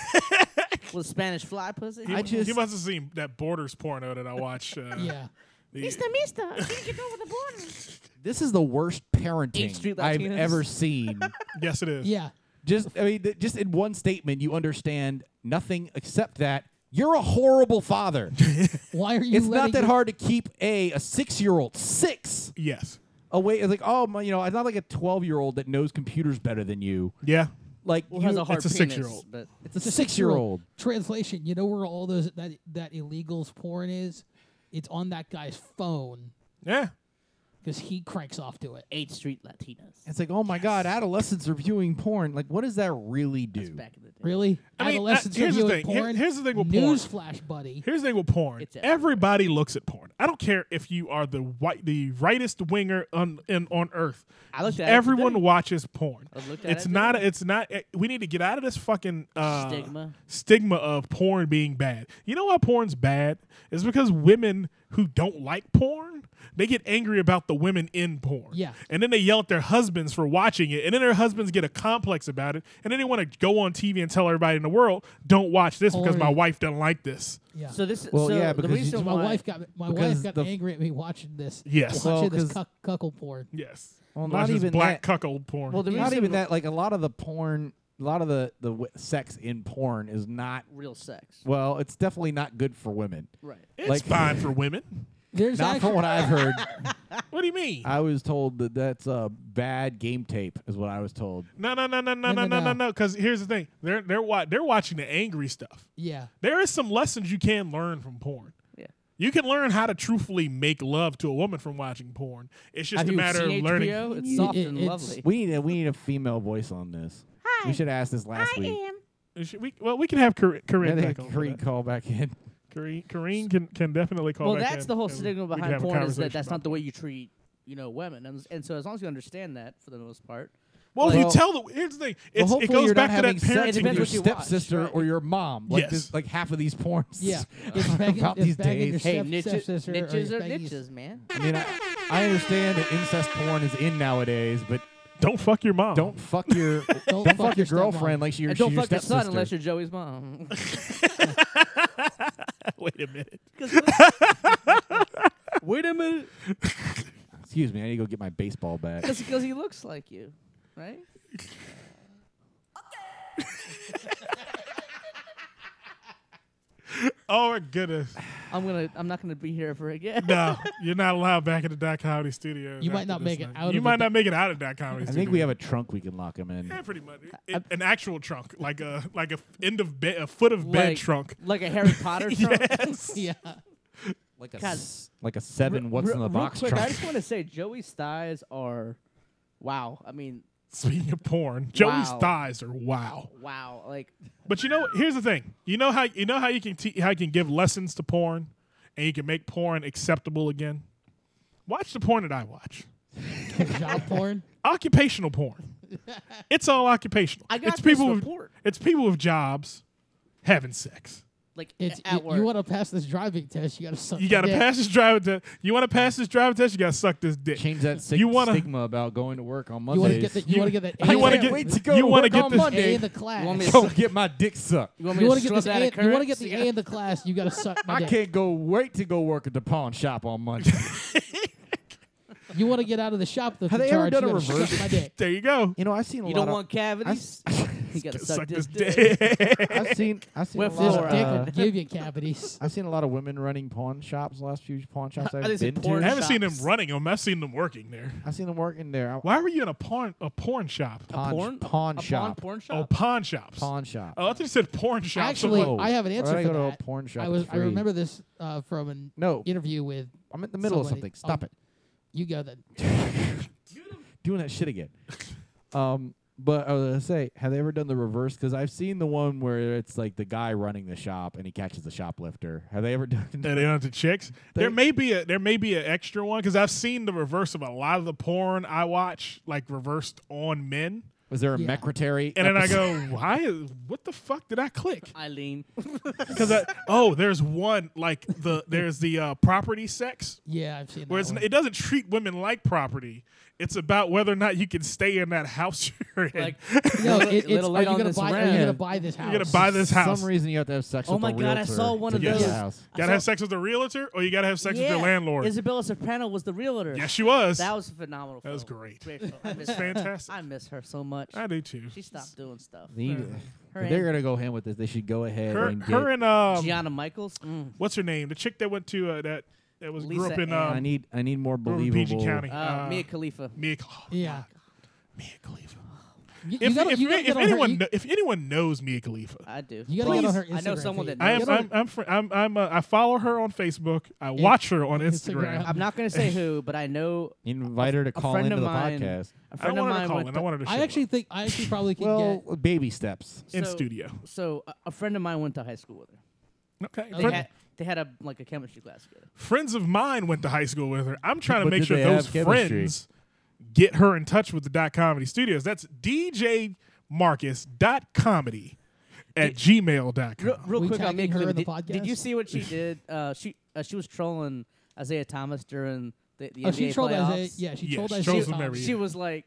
S6: With Spanish fly pussy.
S1: he,
S5: I just-
S1: he must have seen that Borders porno that I watch. Uh,
S2: Yeah.
S1: the-
S6: Mister, I think you over the border.
S5: this is the worst parenting
S6: Street
S5: I've
S6: Latinos.
S5: ever seen.
S1: Yes, it is.
S2: Yeah.
S5: Just I mean, th- just in one statement, you understand nothing except that you're a horrible father.
S2: Why are you?
S5: it's
S2: letting
S5: not that
S2: your-
S5: hard to keep a a six year old six
S1: Yes.
S5: away. It's like oh my, you know, it's not like a twelve year old that knows computers better than you.
S1: Yeah.
S5: Like
S6: Well,
S5: you-
S6: has a hard
S1: it's a
S6: penis,
S1: six-year-old.
S6: But
S5: it's a
S2: It's a
S5: six year old.
S2: Translation. You know where all those that that illegals porn is? It's on that guy's phone
S1: Yeah.
S2: because he cranks off to it.
S6: Eighth Street Latinas.
S5: It's like oh my god, adolescents are viewing porn. Like what does that really do?
S6: Back in the day.
S2: Really?
S1: I mean, uh,
S2: Adolescents
S1: here's the
S2: reviewing
S1: thing. Here-
S2: porn.
S1: here's the thing with porn.
S2: Newsflash, buddy.
S1: Here's the thing with porn.
S6: It's everywhere.
S1: Everybody looks at porn. I don't care if you are the white, the rightest winger on in, on earth.
S6: I looked at it
S1: Everyone
S6: today.
S1: watches porn.
S6: I looked at
S1: It's
S6: it
S1: not.
S6: today.
S1: It's not. eh, We need to get out of this fucking uh,
S6: Stigma.
S1: stigma of porn being bad. You know why porn's bad? It's because women who don't like porn they get angry about the women in porn.
S2: Yeah.
S1: and then they yell at their husbands for watching it, and then their husbands get a complex about it, and then they want to go on TV and tell everybody in the world, "Don't watch this because
S2: Porn.
S1: my wife doesn't like this."
S2: Yeah.
S6: So this.
S5: Well,
S6: so
S5: yeah,
S6: the
S5: because you-
S6: reason
S2: So my
S6: why
S2: wife got my
S5: because
S2: wife got
S5: the-
S2: angry at me watching this.
S1: Yes.
S5: Well,
S2: Watching this
S5: 'cause-
S2: cuck, cuckle porn.
S1: Yes.
S5: Well,
S1: Watch
S5: not
S1: this
S5: even
S1: black
S5: that.
S1: cuckold porn.
S6: Well, the
S5: Not
S6: reason
S5: even that. Like a lot of the porn, a lot of the the w- sex in porn is not.
S6: real sex.
S5: Well, it's definitely not good for women.
S6: Right.
S1: it's
S5: like-
S1: fine for women.
S2: There's
S5: Not
S2: actually
S5: from what I've heard.
S1: What do you mean?
S5: I was told that that's uh, bad game tape, is what I was told.
S1: No, no, no, no, no, no, no, no, no. Because here's the thing: they're they're wa- they're watching the angry stuff.
S2: Yeah.
S1: There is some lessons you can learn from porn.
S6: Yeah.
S1: You can learn how to truthfully make love to a woman from watching porn. It's just
S4: Have
S1: a
S4: you
S1: matter
S4: seen
S1: of learning.
S4: HBO? It's soft
S2: it-
S4: and
S2: it's-
S4: lovely.
S5: We need a we need a female voice on this. We should ask this last week.
S1: Should We, well, we can have Corinne,
S5: Yeah,
S1: Corinne
S5: they
S1: back
S5: can
S1: on.
S5: Kareem
S1: for
S5: call back in.
S1: that. Corinne, Corinne can, can definitely call
S6: Well,
S1: back
S6: that's
S1: in
S6: the whole
S1: and
S6: stigma
S1: we can
S6: behind
S1: have a
S6: porn is that
S1: conversation
S6: that's
S1: about
S6: not the way you treat, you know, women. And, and so as long as you understand that, for the most part,
S1: Well, if you
S5: Well-
S1: tell the here's the thing.
S5: Well,
S1: It's, it
S5: hopefully
S1: goes
S5: you're not
S1: back to that
S5: having sex with
S1: parenting.
S6: Depends
S5: your
S6: what you watch,
S5: stepsister
S6: right?
S5: or your mom. Like
S1: Yes.
S5: this, like half of these porns.
S2: Yeah. It's begging,
S5: About
S2: it's
S5: these
S2: begging
S5: days.
S2: Your
S6: hey,
S2: step-
S6: niches,
S2: stepsister or your
S6: niches are
S2: begging your-
S6: niches, man.
S5: I mean, I, I understand that incest porn is in nowadays, but
S1: Don't fuck your mom.
S5: don't fuck your don't,
S2: fuck
S5: fuck
S2: your
S5: your
S2: stepmom.
S5: girlfriend like she,
S6: And
S5: she's
S6: don't
S5: your
S6: fuck your son
S5: stepsister.
S6: unless you're Joey's mom.
S1: wait a minute.
S6: Wait a minute,
S5: Excuse me, I need to go get my baseball back.
S6: because he looks like you, right?
S1: Oh my goodness.
S6: I'm gonna. I'm not gonna be here ever again.
S1: No, you're not allowed back in the dot comedy studio.
S2: You might not make it out
S1: You
S2: of
S1: might
S2: the-
S1: not make it out of dot comedy.
S5: I think we have a trunk we can lock him in.
S1: Yeah, pretty much. It- an actual trunk, like a like a f- end of bed, a foot of bed
S6: Like-
S1: trunk.
S6: Like a Harry Potter trunk.
S1: Yes.
S2: Yeah.
S7: Like a
S6: God.
S7: s-
S5: Like a seven what's
S6: Real-
S5: in the
S6: real
S5: box
S6: quick, I
S5: trunk.
S6: just want to say Joey's thighs are, wow. I mean,
S1: Speaking of porn, Joey's
S6: Wow.
S1: thighs are wow.
S6: wow. Like,
S1: But you know, here's the thing. You know how you know how you can te- how you can give lessons to porn, and you can make porn acceptable again. Watch the porn that I watch.
S2: Job porn.
S1: Occupational porn. it's all occupational.
S6: I got
S1: it's
S6: this
S1: people
S6: report.
S1: With, it's people with jobs having sex.
S6: like
S2: It's
S6: at
S2: you,
S6: work.
S2: you want to pass this driving test, you got to suck.
S1: You
S2: my
S1: got to
S2: dick.
S1: pass this driver test. You want to pass this driver test? You got to suck this dick.
S5: Change that sig-
S1: You wanna-
S5: stigma about going to work on
S2: You want to
S5: Mondays.
S2: get that. You, want to get that.
S1: You
S2: A
S1: want to
S2: in-
S1: get
S5: wait to go
S1: you
S5: to
S1: wanna
S5: work
S1: get
S5: on
S1: this
S5: Monday.
S2: A in the class.
S6: You want me to
S5: Go get my dick sucked.
S6: You want me
S2: You
S6: to
S2: want to get
S6: strut
S2: this
S6: out
S2: A,
S6: of
S2: you want to get the
S6: currency?
S2: A in the class. You got to suck my
S5: I
S2: dick.
S5: can't go wait to go work at the pawn shop on Monday.
S2: You want to get out of the shop that's
S5: Have
S2: in
S5: they ever
S2: charge.
S5: done
S2: you
S5: a
S2: gotta
S5: reverse?
S2: Suck my dick.
S1: There you go.
S5: you know, I've seen a
S6: You
S5: lot
S6: don't
S5: of
S6: want cavities? You gotta suck,
S1: Suck
S6: this
S1: this
S6: dick.
S1: dick.
S5: I've seen I've seen a
S6: With
S2: This
S5: lot
S6: Or,
S2: dick
S5: of,
S2: will
S5: uh,
S2: give you cavities.
S5: I've seen a lot of women running pawn shops. The last few pawn shops
S6: I
S5: I've
S6: think it's
S5: been
S6: porn
S1: I
S5: to,
S1: haven't seen them
S6: shops.
S1: running them. I've seen them working there.
S5: I've seen them working there. I-
S1: Why were you in a porn a porn shop?
S5: Pawn,
S6: Porn?
S5: pawn
S6: a
S5: shop.
S6: Porn, porn
S1: Oh,
S6: shop?
S1: pawn shops.
S5: Pawn shop.
S1: Oh, I thought you said porn shop.
S2: Actually,
S5: Whoa.
S2: I have an
S5: Why
S2: answer
S5: do I
S2: for
S5: go to a
S2: that.
S5: porn shop?
S2: I
S5: It's
S2: was. I
S5: free.
S2: remember this uh, from an
S5: No.
S2: interview with.
S5: I'm in the middle of
S2: somebody.
S5: something. Stop
S1: Oh.
S2: Um,
S5: it.
S2: You go then.
S5: Doing that shit again. um, but I was gonna say, have they ever done the reverse? Because I've seen the one where it's like the guy running the shop and he catches the shoplifter. Have they ever done?
S1: that they don't have to chicks.
S5: They-
S1: there may be a there may be an extra one because I've seen the reverse of a lot of the porn I watch, like reversed on men.
S5: Was there a
S2: Yeah.
S5: mecretary?
S1: And then I
S5: episode?
S1: go, why? is- What the fuck did I click?
S6: Eileen.
S1: Because I oh, there's one like the there's the uh, property sex
S2: Yeah, I've seen. That
S1: where it's,
S2: one.
S1: it doesn't treat women like property. It's about whether or not you can stay in that house you're in.
S6: Like,
S2: No,
S6: Little-
S2: it, it's
S6: little
S2: are
S6: light
S2: you
S6: on
S2: gonna
S6: this
S2: buy? Are you
S6: round.
S2: gonna buy this house?
S1: you're gonna buy this
S5: For
S1: house.
S5: some reason you have to have sex
S6: Oh
S5: with
S6: my
S5: a
S6: God, I
S5: realtor
S6: saw one
S5: to
S6: of
S5: get the
S1: those.
S5: house.
S1: Gotta have sex with the realtor, or you gotta have sex with
S6: Yeah,
S1: your landlord.
S6: Isabella Soprano was the realtor.
S1: yes, she was.
S6: That was a phenomenal.
S1: That was
S6: film.
S1: great.
S6: Great film. I miss her.
S1: fantastic.
S6: I miss her so much.
S1: I do too.
S6: She stopped doing stuff.
S5: They-
S6: Her
S5: if they're
S6: and-
S5: gonna go ham with this. They should go ahead
S1: Her,
S5: and get.
S1: her and um,
S6: Gianna Michaels. Mm.
S1: what's her name? The chick that went to uh, that that was grew
S6: Lisa
S1: up in
S6: Ann.
S1: um,
S5: I need I need more
S1: grew up in PG
S5: believable.
S1: County.
S6: Uh,
S1: Uh,
S6: Mia Khalifa.
S1: Mia Khal-
S2: Yeah.
S1: Mia Khalifa.
S2: You, you
S1: If,
S2: gotta,
S1: if,
S2: you gotta
S1: if
S2: get on her- E
S1: anyone
S2: you-
S1: kno- if anyone knows Mia Khalifa,
S6: I do.
S2: You gotta get on her
S6: Please. I know
S2: Instagram
S6: someone
S2: feed.
S6: that
S1: I
S6: knows.
S1: am
S2: Get on-
S1: I'm I'm, fr- I'm, I'm uh, I follow her on Facebook. I watch her on Instagram.
S2: Instagram.
S6: I'm not gonna say who, but I know
S5: Invite her to
S6: a
S5: call
S6: friend
S5: into
S6: of
S5: the
S6: mine.
S5: podcast.
S6: A
S1: I don't
S6: friend of
S1: want her to
S6: mine.
S1: call
S6: went
S1: in.
S6: to-
S1: I wanted to.
S2: I
S1: show
S2: actually
S1: up
S2: think I actually probably can
S5: Well,
S2: get.
S5: baby steps.
S1: in
S6: so-
S1: studio.
S6: So a- a friend of mine went to high school with her.
S1: Okay.
S6: They
S1: Friend-
S6: had they had a like a chemistry class together.
S1: friends of mine went to high school with her. I'm trying to
S5: But
S1: make
S5: did
S1: sure
S5: they
S1: those
S5: have chemistry?
S1: friends get her in touch with the dot comedy studios. That's DJ Marcus dot comedy at
S6: Real,
S1: gmail.com.
S6: real
S2: We
S6: quick, I'll make
S2: tagging her in the
S6: did, did
S2: podcast?
S6: you see what she did? Uh, she uh, she was trolling Isaiah Thomas during the, the
S2: Oh,
S6: NBA
S2: she trolled
S6: playoffs.
S2: Isaiah. Yeah, uh, she
S1: Yeah,
S2: trolled
S1: she
S2: Isaiah.
S1: trolls him
S2: Thomas.
S1: every
S6: She was like,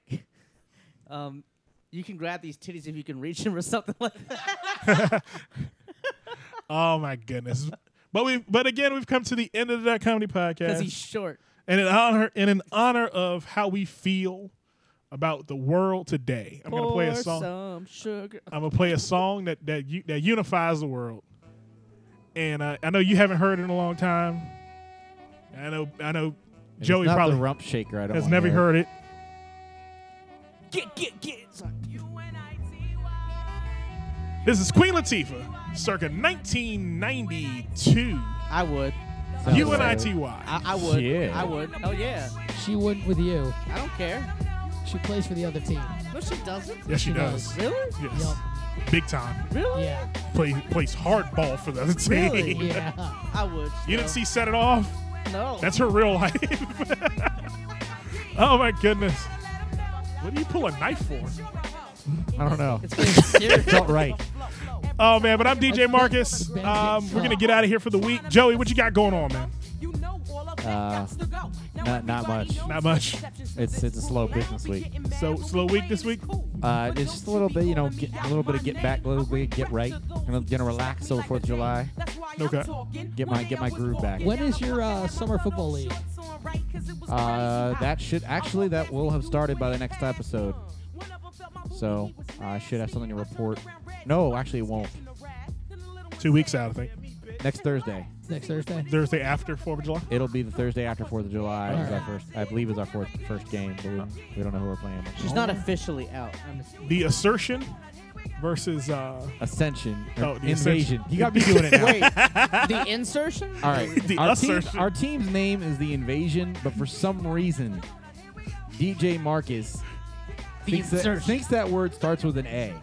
S6: um, "You can grab these titties if you can reach them or something like that."
S1: Oh my goodness. But we but again we've come to the end of the dot comedy
S6: Because he's
S1: podcast.
S6: short.
S1: And in honor in an honor of how we feel about the world today. I'm gonna play a
S6: Pour
S1: song.
S6: Some sugar.
S1: I'm gonna play a song that that you, that unifies the world. And uh, I know you haven't heard it in a long time. I know I know
S5: It's
S1: Joey
S5: not
S1: probably
S5: the rump shaker. I don't
S1: Has
S5: wanna
S1: never
S5: hear.
S1: heard it.
S6: Get, get, get. It's like, you and I,
S1: This is Queen Latifah, circa 1992.
S6: I would.
S5: Sounds
S1: U N I
S5: like-
S1: T Y.
S6: I, I would.
S5: Yeah.
S6: I would. Oh, yeah.
S2: She wouldn't with you.
S6: I don't care.
S2: She plays for the other team.
S6: No, she doesn't.
S1: Yes, she does.
S6: Really?
S1: Yes,
S2: Yup.
S1: big time.
S6: Really?
S2: Yeah.
S1: Play, plays hardball for the other team.
S6: Really?
S2: Yeah.
S6: I would.
S1: You didn't see Set It Off?
S6: No.
S1: That's her real life. oh my goodness. What do you pull a knife for?
S5: I don't know.
S6: it's getting serious.
S5: Felt right.
S1: Oh man, but I'm DJ Marcus. Um, we're gonna get out of here for the week. Joey, what you got going on, man?
S5: Uh, not not much.
S1: Not much.
S5: It's it's a slow business week.
S1: So slow week this week.
S5: Uh, it's just a little bit, you know, get, a little bit of get back, a little bit of get right. Gonna gonna relax over Fourth of July.
S1: Okay.
S5: Get my get my groove back.
S2: When is your uh, summer football league?
S5: Uh, that should actually that will have started by the next episode. So uh, I should have something to report. No, actually it won't.
S1: Two weeks out, I think.
S5: Next Thursday.
S2: Next Thursday?
S1: Thursday after Fourth of July.
S5: It'll be the Thursday after Fourth of July. Is our
S2: Alright.
S5: first, I believe, is our fourth first game. But we, we don't know who we're playing.
S6: She's not officially out. I'm just,
S1: The Assertion versus uh,
S5: Ascension. or
S1: Oh, the
S5: invasion.
S1: Ascension.
S5: You got me doing it now.
S6: wait, the insertion?
S5: All right.
S1: The
S5: our, team-
S1: Ascension.
S5: our team's name is the Invasion, but for some reason, DJ Marcus thinks that,
S6: Insertion.
S5: thinks that word starts with an A.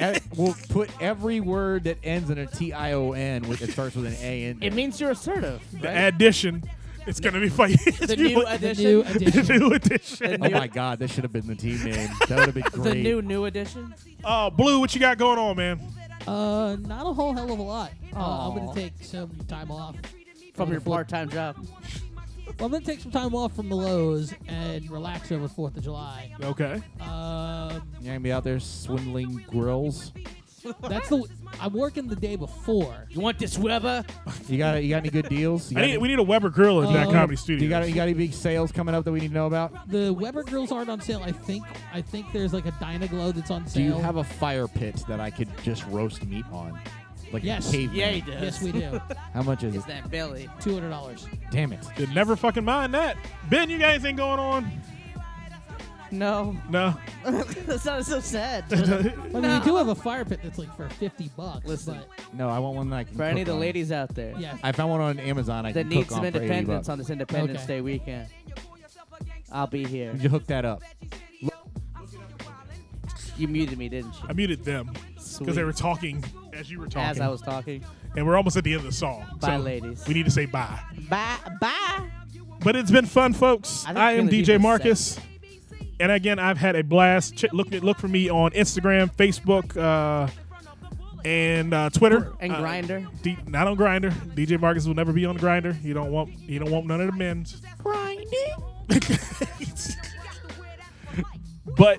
S5: E- we'll put every word that ends in a T I O N with it starts with an A in
S6: It
S5: there.
S6: means you're assertive.
S1: the
S6: Right?
S1: addition. It's gonna be fight.
S6: the new
S2: The
S6: edition.
S2: new
S1: the
S2: edition.
S1: new edition.
S5: Oh my God, that should have been the team name. That would have been
S6: the
S5: great.
S6: new new edition.
S1: Uh, Blue, what you got going on, man?
S2: Uh, not a whole hell of a lot. Uh, I'm
S6: Aw.
S2: gonna take some time off.
S6: From
S2: over
S6: your
S2: the fourth-
S6: part-time job.
S2: Well, I'm gonna take some time off from the lows and relax over Fourth of July.
S1: Okay.
S2: Um,
S5: You're gonna be out there swindling grills.
S2: that's the. I'm working the day before.
S6: You want this Weber?
S5: You got you got any good deals? You
S1: I
S5: got
S1: need,
S5: any-
S1: we need a Weber grill at that
S2: Uh,
S1: comedy
S5: do
S1: studio.
S5: you got you got any big sales coming up that we need to know about?
S2: The Weber grills aren't on sale. I think. I think there's like a Dynaglow that's on
S5: Do
S2: sale.
S5: you have a fire pit that I could just roast meat on? Like
S2: Yes.
S5: a caveman?
S6: Yeah, he does.
S2: Yes, we do.
S5: How much is it?
S6: Is that Billy?
S2: Two hundred dollars.
S5: Damn it.
S1: Did never fucking mind that. Ben, you got anything going on?
S6: No.
S1: No.
S6: That's not so sad.
S2: I mean, we do have a fire pit that's like for fifty bucks.
S6: Listen.
S5: No, I want one that I can
S6: For
S5: cook
S6: any of the
S5: on.
S6: ladies out there
S2: but yeah,
S5: I found one on Amazon. I
S6: that
S5: can
S6: need
S5: cook on
S6: some
S5: for 80
S6: independence on
S5: bucks.
S6: this Independence
S2: Okay.
S6: Day weekend, I'll be here.
S5: You hook that up.
S6: You muted me, didn't you?
S1: I muted them because they
S6: Sweet.
S1: were talking as you were talking.
S6: As I was talking.
S1: and we're almost at the end of the song.
S6: Bye,
S1: so
S6: ladies.
S1: We need to say bye.
S6: Bye. Bye.
S1: But it's been fun, folks.
S6: I think
S1: I
S6: we're
S1: am
S6: gonna do
S1: DJ
S6: this
S1: Marcus. And again, I've had a blast. Ch- look, look for me on Instagram, Facebook, uh, and uh, Twitter,
S6: And
S1: Uh,
S6: Grinder.
S1: D- not on Grinder. DJ Marcus will never be on Grinder. You don't want you don't want none of the men's. but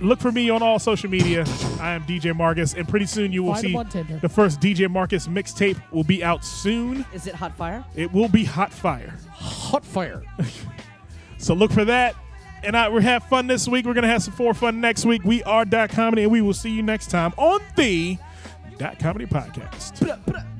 S1: look for me on all social media. I am DJ Marcus, and pretty soon you will
S2: Find him on
S1: see
S2: Tinder.
S1: the first DJ Marcus mixtape will be out soon.
S6: Is it hot fire?
S1: It will be hot fire.
S5: Hot fire.
S1: So look for that. And I, we have fun this week. We're gonna have some more fun next week. We are dot comedy, and we will see you next time on the dot comedy podcast.
S6: Blah, blah.